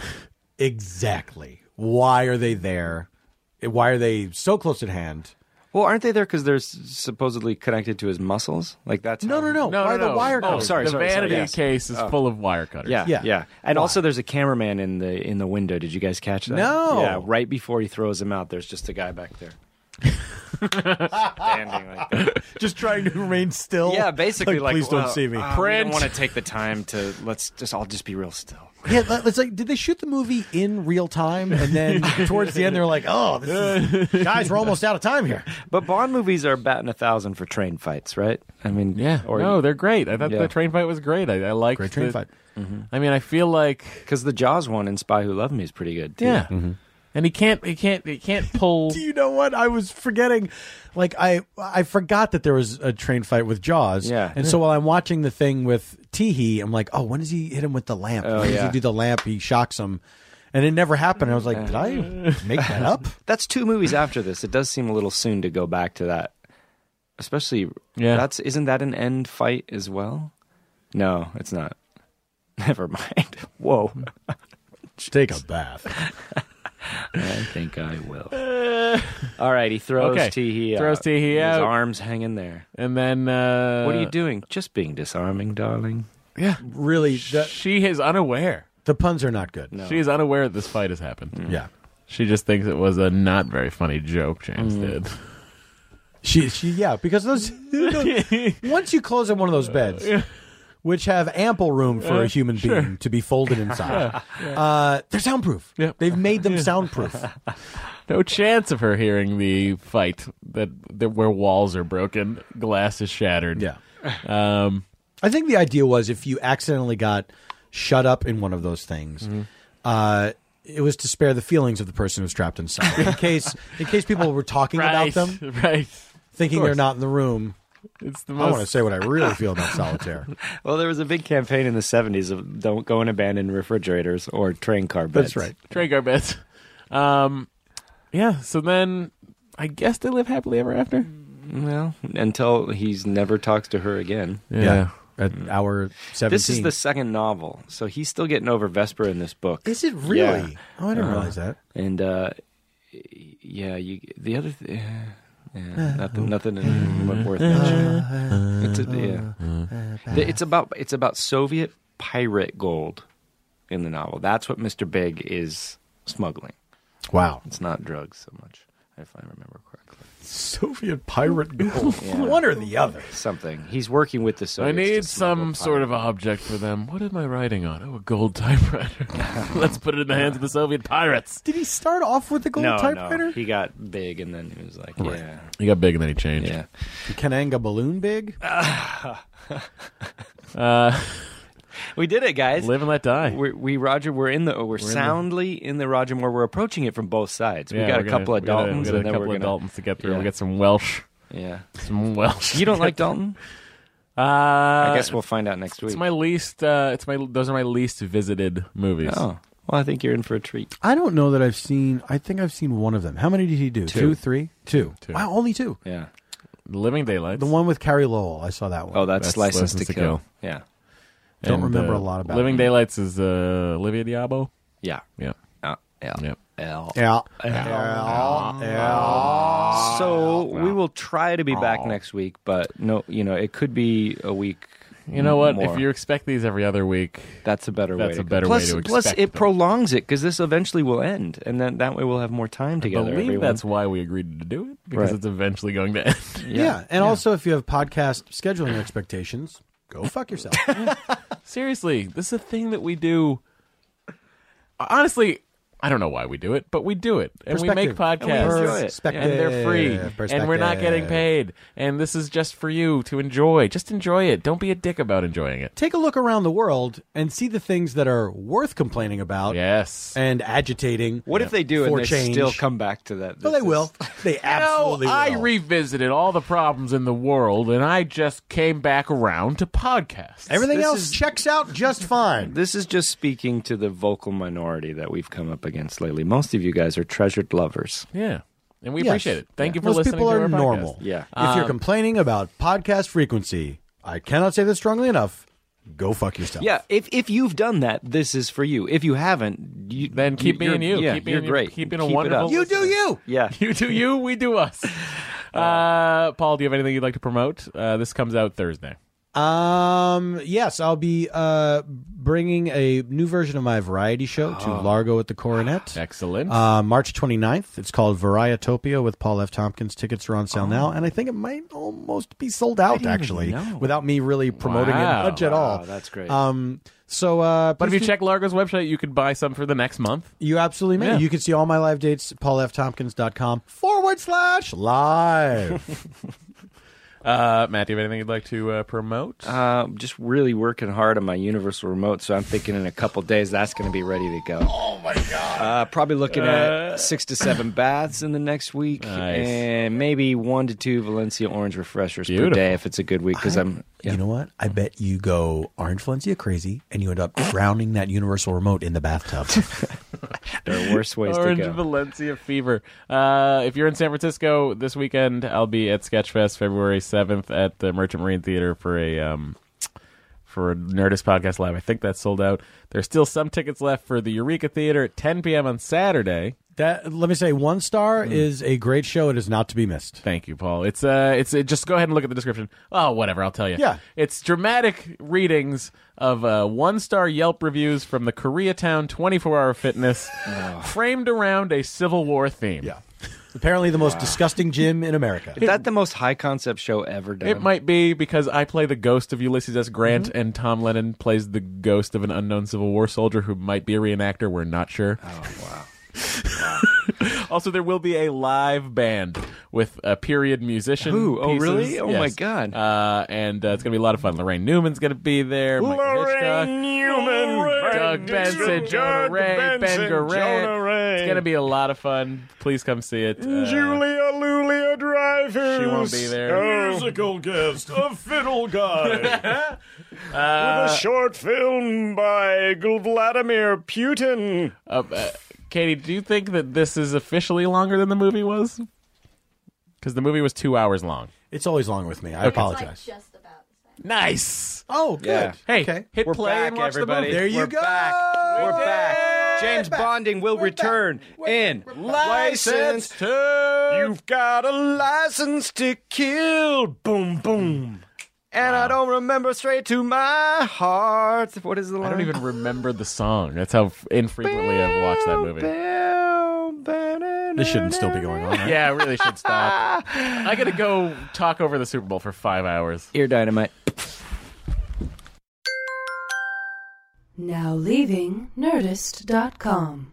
exactly why are they there? Why are they so close at hand?
Well, aren't they there because they're s- supposedly connected to his muscles? Like that's
No,
how-
no, no. why are the wire
Oh,
cutters?
sorry,
The
sorry, sorry,
vanity
yes.
case is full of wire cutters.
Yeah,
Oh. Yeah.
yeah, And also, there's a cameraman in the in the window. Did you guys catch that?
No.
Yeah, right before he throws him out, there's just a guy back there. Standing like that.
Just trying to remain still.
Yeah, basically like,
please don't
well,
see me.
Uh, we
Print.
don't want to take the time to let's just I'll just be real still.
yeah, but it's like did they shoot the movie in real time? And then towards the end, they're like, "Oh, this is, guys, we're almost out of time here."
But Bond movies are batting a thousand for train fights, right? I mean,
Yeah.
or
no, they're great. I thought
Yeah.
the train fight was great. I, I liked
Great train
the-
fight.
I mean, I feel like
because the Jaws one in Spy Who Loved Me is pretty good. Too.
yeah. Mm-hmm. And he can't he can't he can't pull
Do you know what I was forgetting? Like I, I forgot that there was a train fight with Jaws.
Yeah.
And so while I'm watching the thing with Teehee, I'm like, oh, when does he hit him with the lamp?
Oh,
when does he
yeah.
do the lamp? He shocks him, and it never happened. I was like, did I make that up?
That's two movies after this. It does seem a little soon to go back to that. Especially
Yeah.
that's isn't that an end fight as well? No, it's not. Never mind. Whoa.
Take a bath.
I think I will. All right, he throws
Okay.
Teehee out.
Throws Teehee
His
out.
arms hanging there.
and then uh
what are you doing? Just being disarming, darling.
Yeah.
Really, the,
She is unaware.
the puns are not good.
She is unaware that this fight has happened.
Yeah.
She just thinks it was a not very funny joke James
She, she, yeah, because those.
did.
once you close in one of those
Uh,
beds, which have ample room for a human being to be folded inside, Uh, they're soundproof.
Yeah.
They've made them soundproof.
no chance of her hearing the fight that, that where walls are broken, glass is shattered.
yeah.
Um,
I think the idea was if you accidentally got shut up in one of those things,
Mm-hmm.
uh, it was to spare the feelings of the person who's trapped inside. In case, in case people were talking about
right,
them,
right.
thinking
course.
they're not in the room.
It's the
I want to
most.
say what I really feel about solitaire.
Well, there was a big campaign in the 70s of don't go and abandon refrigerators or train car beds.
That's right.
Drink our bets. Um, yeah. So then, I guess they live happily ever after.
Well, until he's never talks to her again.
At hour seventeen.
This is the second novel, so he's still getting over Vesper in this book.
Is it really?
Yeah.
Oh,
Uh-huh.
I didn't realize that.
And uh, yeah, you the other th- yeah, yeah, nothing, nothing
Mm-hmm.
in- worth
Uh-huh.
mentioning. It's a, yeah, The- it's about it's about Soviet pirate gold in the novel. That's what Mister Big is smuggling.
Wow.
It's not drugs so much, if I remember correctly.
Soviet pirate gold. One or the other.
Something he's working with the
I
Soviets. to
need
smuggle
some sort of
pirates.
object for them. What am I writing on? Oh, a gold typewriter. Let's put it in the hands of the Soviet pirates.
Did he start off with the gold
no,
typewriter?
No, he got big, and then he was like, yeah,
He got big and then he changed.
yeah.
Kananga balloon big?
Uh,
We did it, guys.
live and let die.
we we Roger we're in the oh, we're, soundly in the Roger Moore. We're approaching it from both sides.
Yeah,
we got
we're
a
gonna-
couple of
we gotta-
Daltons
We got a
and then
couple
we're
of
gonna
Daltons to get through.
yeah.
We got some Welsh.
yeah.
Some Welsh.
You don't like Dalton? I
Uh,
guess we'll find out next week.
It's my least. Uh, it's my. Those are my least visited movies.
oh well, I think you're in for a treat.
I don't know that I've seen. I think I've seen one of them. How many did he do? Two, three, two.
Two.
Wow, only two.
Yeah.
Living Daylights.
The one with Carrie Lowell. I saw that one.
Oh, that's,
That's
licensed
License
to
to
kill.
Kill.
Yeah,
Don't remember a lot about
uh, Living
it.
Daylights is uh, Olivia Diabo.
yeah,
Yeah.
yeah, yeah.
Yep.
L.
Yeah.
uh, So we will try to be back next week, but no, you know, it could be a week.
You know what?
more.
If you expect these every other week,
that's a better way.
That's
to
a
go.
better way
plus,
to
Plus,
expect
it
them.
prolongs it because this eventually will end, and then that way we'll have more time
I
together.
believe
everyone.
that's why we agreed to do it because
Right.
it's eventually going to end.
Yeah. And also, if you have podcast scheduling expectations, go fuck yourself.
Seriously, this is a thing that we do. Honestly, I don't know why we do it, but we do it, and we make
Perspective.
podcasts,
And we enjoy it.
Perspective.
and they're free, and we're not getting
Perspective.
paid, and this is just for you to enjoy. Just enjoy it. Don't be a dick about enjoying it.
Take a look around the world and see the things that are worth complaining about
Yes.
and agitating.
What if they do and
for
they
change.
still come back to that?
Oh,
this
they
is-
will. They absolutely
no,
will.
I revisited all the problems in the world, and I just came back around to podcasts.
Everything
This
else
is-
checks out just fine.
This is just speaking to the vocal minority that we've come up against lately. Most of you guys are treasured lovers.
yeah, and we
Yes.
appreciate it. Thank you for
Most
listening.
people
to
are
our podcast. Um,
normal.
Yeah.
If you're complaining about podcast frequency, I cannot say this strongly enough. Go fuck yourself.
Yeah, if if you've done that, this is for you. If you haven't, you,
Then keep
you're-
being you.
Yeah,
Keep being
you're
you.
great.
Keep being a
it up.
wonderful
You do you.
Yeah.
You do you, we do us. Uh, Paul, do you have anything you'd like to promote? Uh, this comes out Thursday.
Um. Yes, I'll be uh bringing a new version of my variety show to Largo at the Coronet.
Oh. Ah, Excellent.
Uh, March 29th. It's called Varietopia with Paul F. Tompkins. Tickets are on sale
Oh.
now, and I think it might almost be sold out actually, without me really promoting it
Wow.
much at all.
Wow, that's great.
Um. So, uh,
but if you
please do-
check Largo's website, you could buy some for the next month.
you absolutely may.
Yeah.
You can see all my live dates at paulftompkins.com forward slash live.
Uh, Matt, do you have anything you'd like to uh, promote?
Uh, just really working hard on my universal remote, so I'm thinking in a couple days that's going to be ready to go. Oh my god! Uh, probably looking at six to seven baths in the next week,
Nice.
and maybe one to two Valencia orange refreshers per
Beautiful.
day if it's a good week. Because I'm,
You know what? I bet you go orange Valencia crazy, and you end up drowning that universal remote in the bathtub.
there are worse ways
Orange
to go.
Valencia Fever. Uh, if you're in San Francisco this weekend, I'll be at Sketchfest February 7th at the Merchant Marine Theater for a um, for a Nerdist Podcast Live. I think that's sold out. There's still some tickets left for the Eureka Theater at 10 p.m. on Saturday.
That let me say, one star is a great show. It is not to be missed.
Thank you, Paul. It's uh, it's it, just go ahead and look at the description. Oh, whatever, I'll tell you.
Yeah.
it's dramatic readings of uh, one-star Yelp reviews from the Koreatown 24-hour Fitness, framed around a Civil War theme.
apparently the most disgusting gym in America.
Is that the most high concept show ever done?
It might be because I play the ghost of Ulysses S. Grant, and Tom Lennon plays the ghost of an unknown Civil War soldier who might be a reenactor. We're not sure. Oh wow! also, there will be a live band with a period musician.
Who? Oh,
pieces.
really? Oh, my
Yes.
God.
Uh, and uh, it's gonna be a lot of fun. Lorraine Newman's gonna be there. Michael Hitchcock.
Newman,
Doug Benson, Jonah Ray, Ben
Jonah
Garrett.
Ray.
It's gonna be a lot of fun. Please come see it. Uh,
Julia Lulia Dreyfus.
She won't be there.
A musical guest, a fiddle guy. With
Uh,
a short film by Gl- Vladimir Putin.
Uh, uh, Katie, do you think that this is officially longer than the movie was? Because the movie was two hours long.
It's always long with me. I apologize.
Nice.
Oh, good.
Yeah.
Hey,
okay.
hit
We're
play
back,
and watch
everybody.
the movie.
There you
We're
go.
back. We're back. James Bonding will return in
License to
You've got a license to kill. Boom, boom. And I don't remember straight to my heart. What is the line?
I don't even remember the song. That's how f- infrequently I've watched that movie.
This shouldn't still be going on. Right?
Yeah, I really should stop. I gotta go talk over the Super Bowl for five hours.
Ear dynamite.
Now leaving Nerdist.com.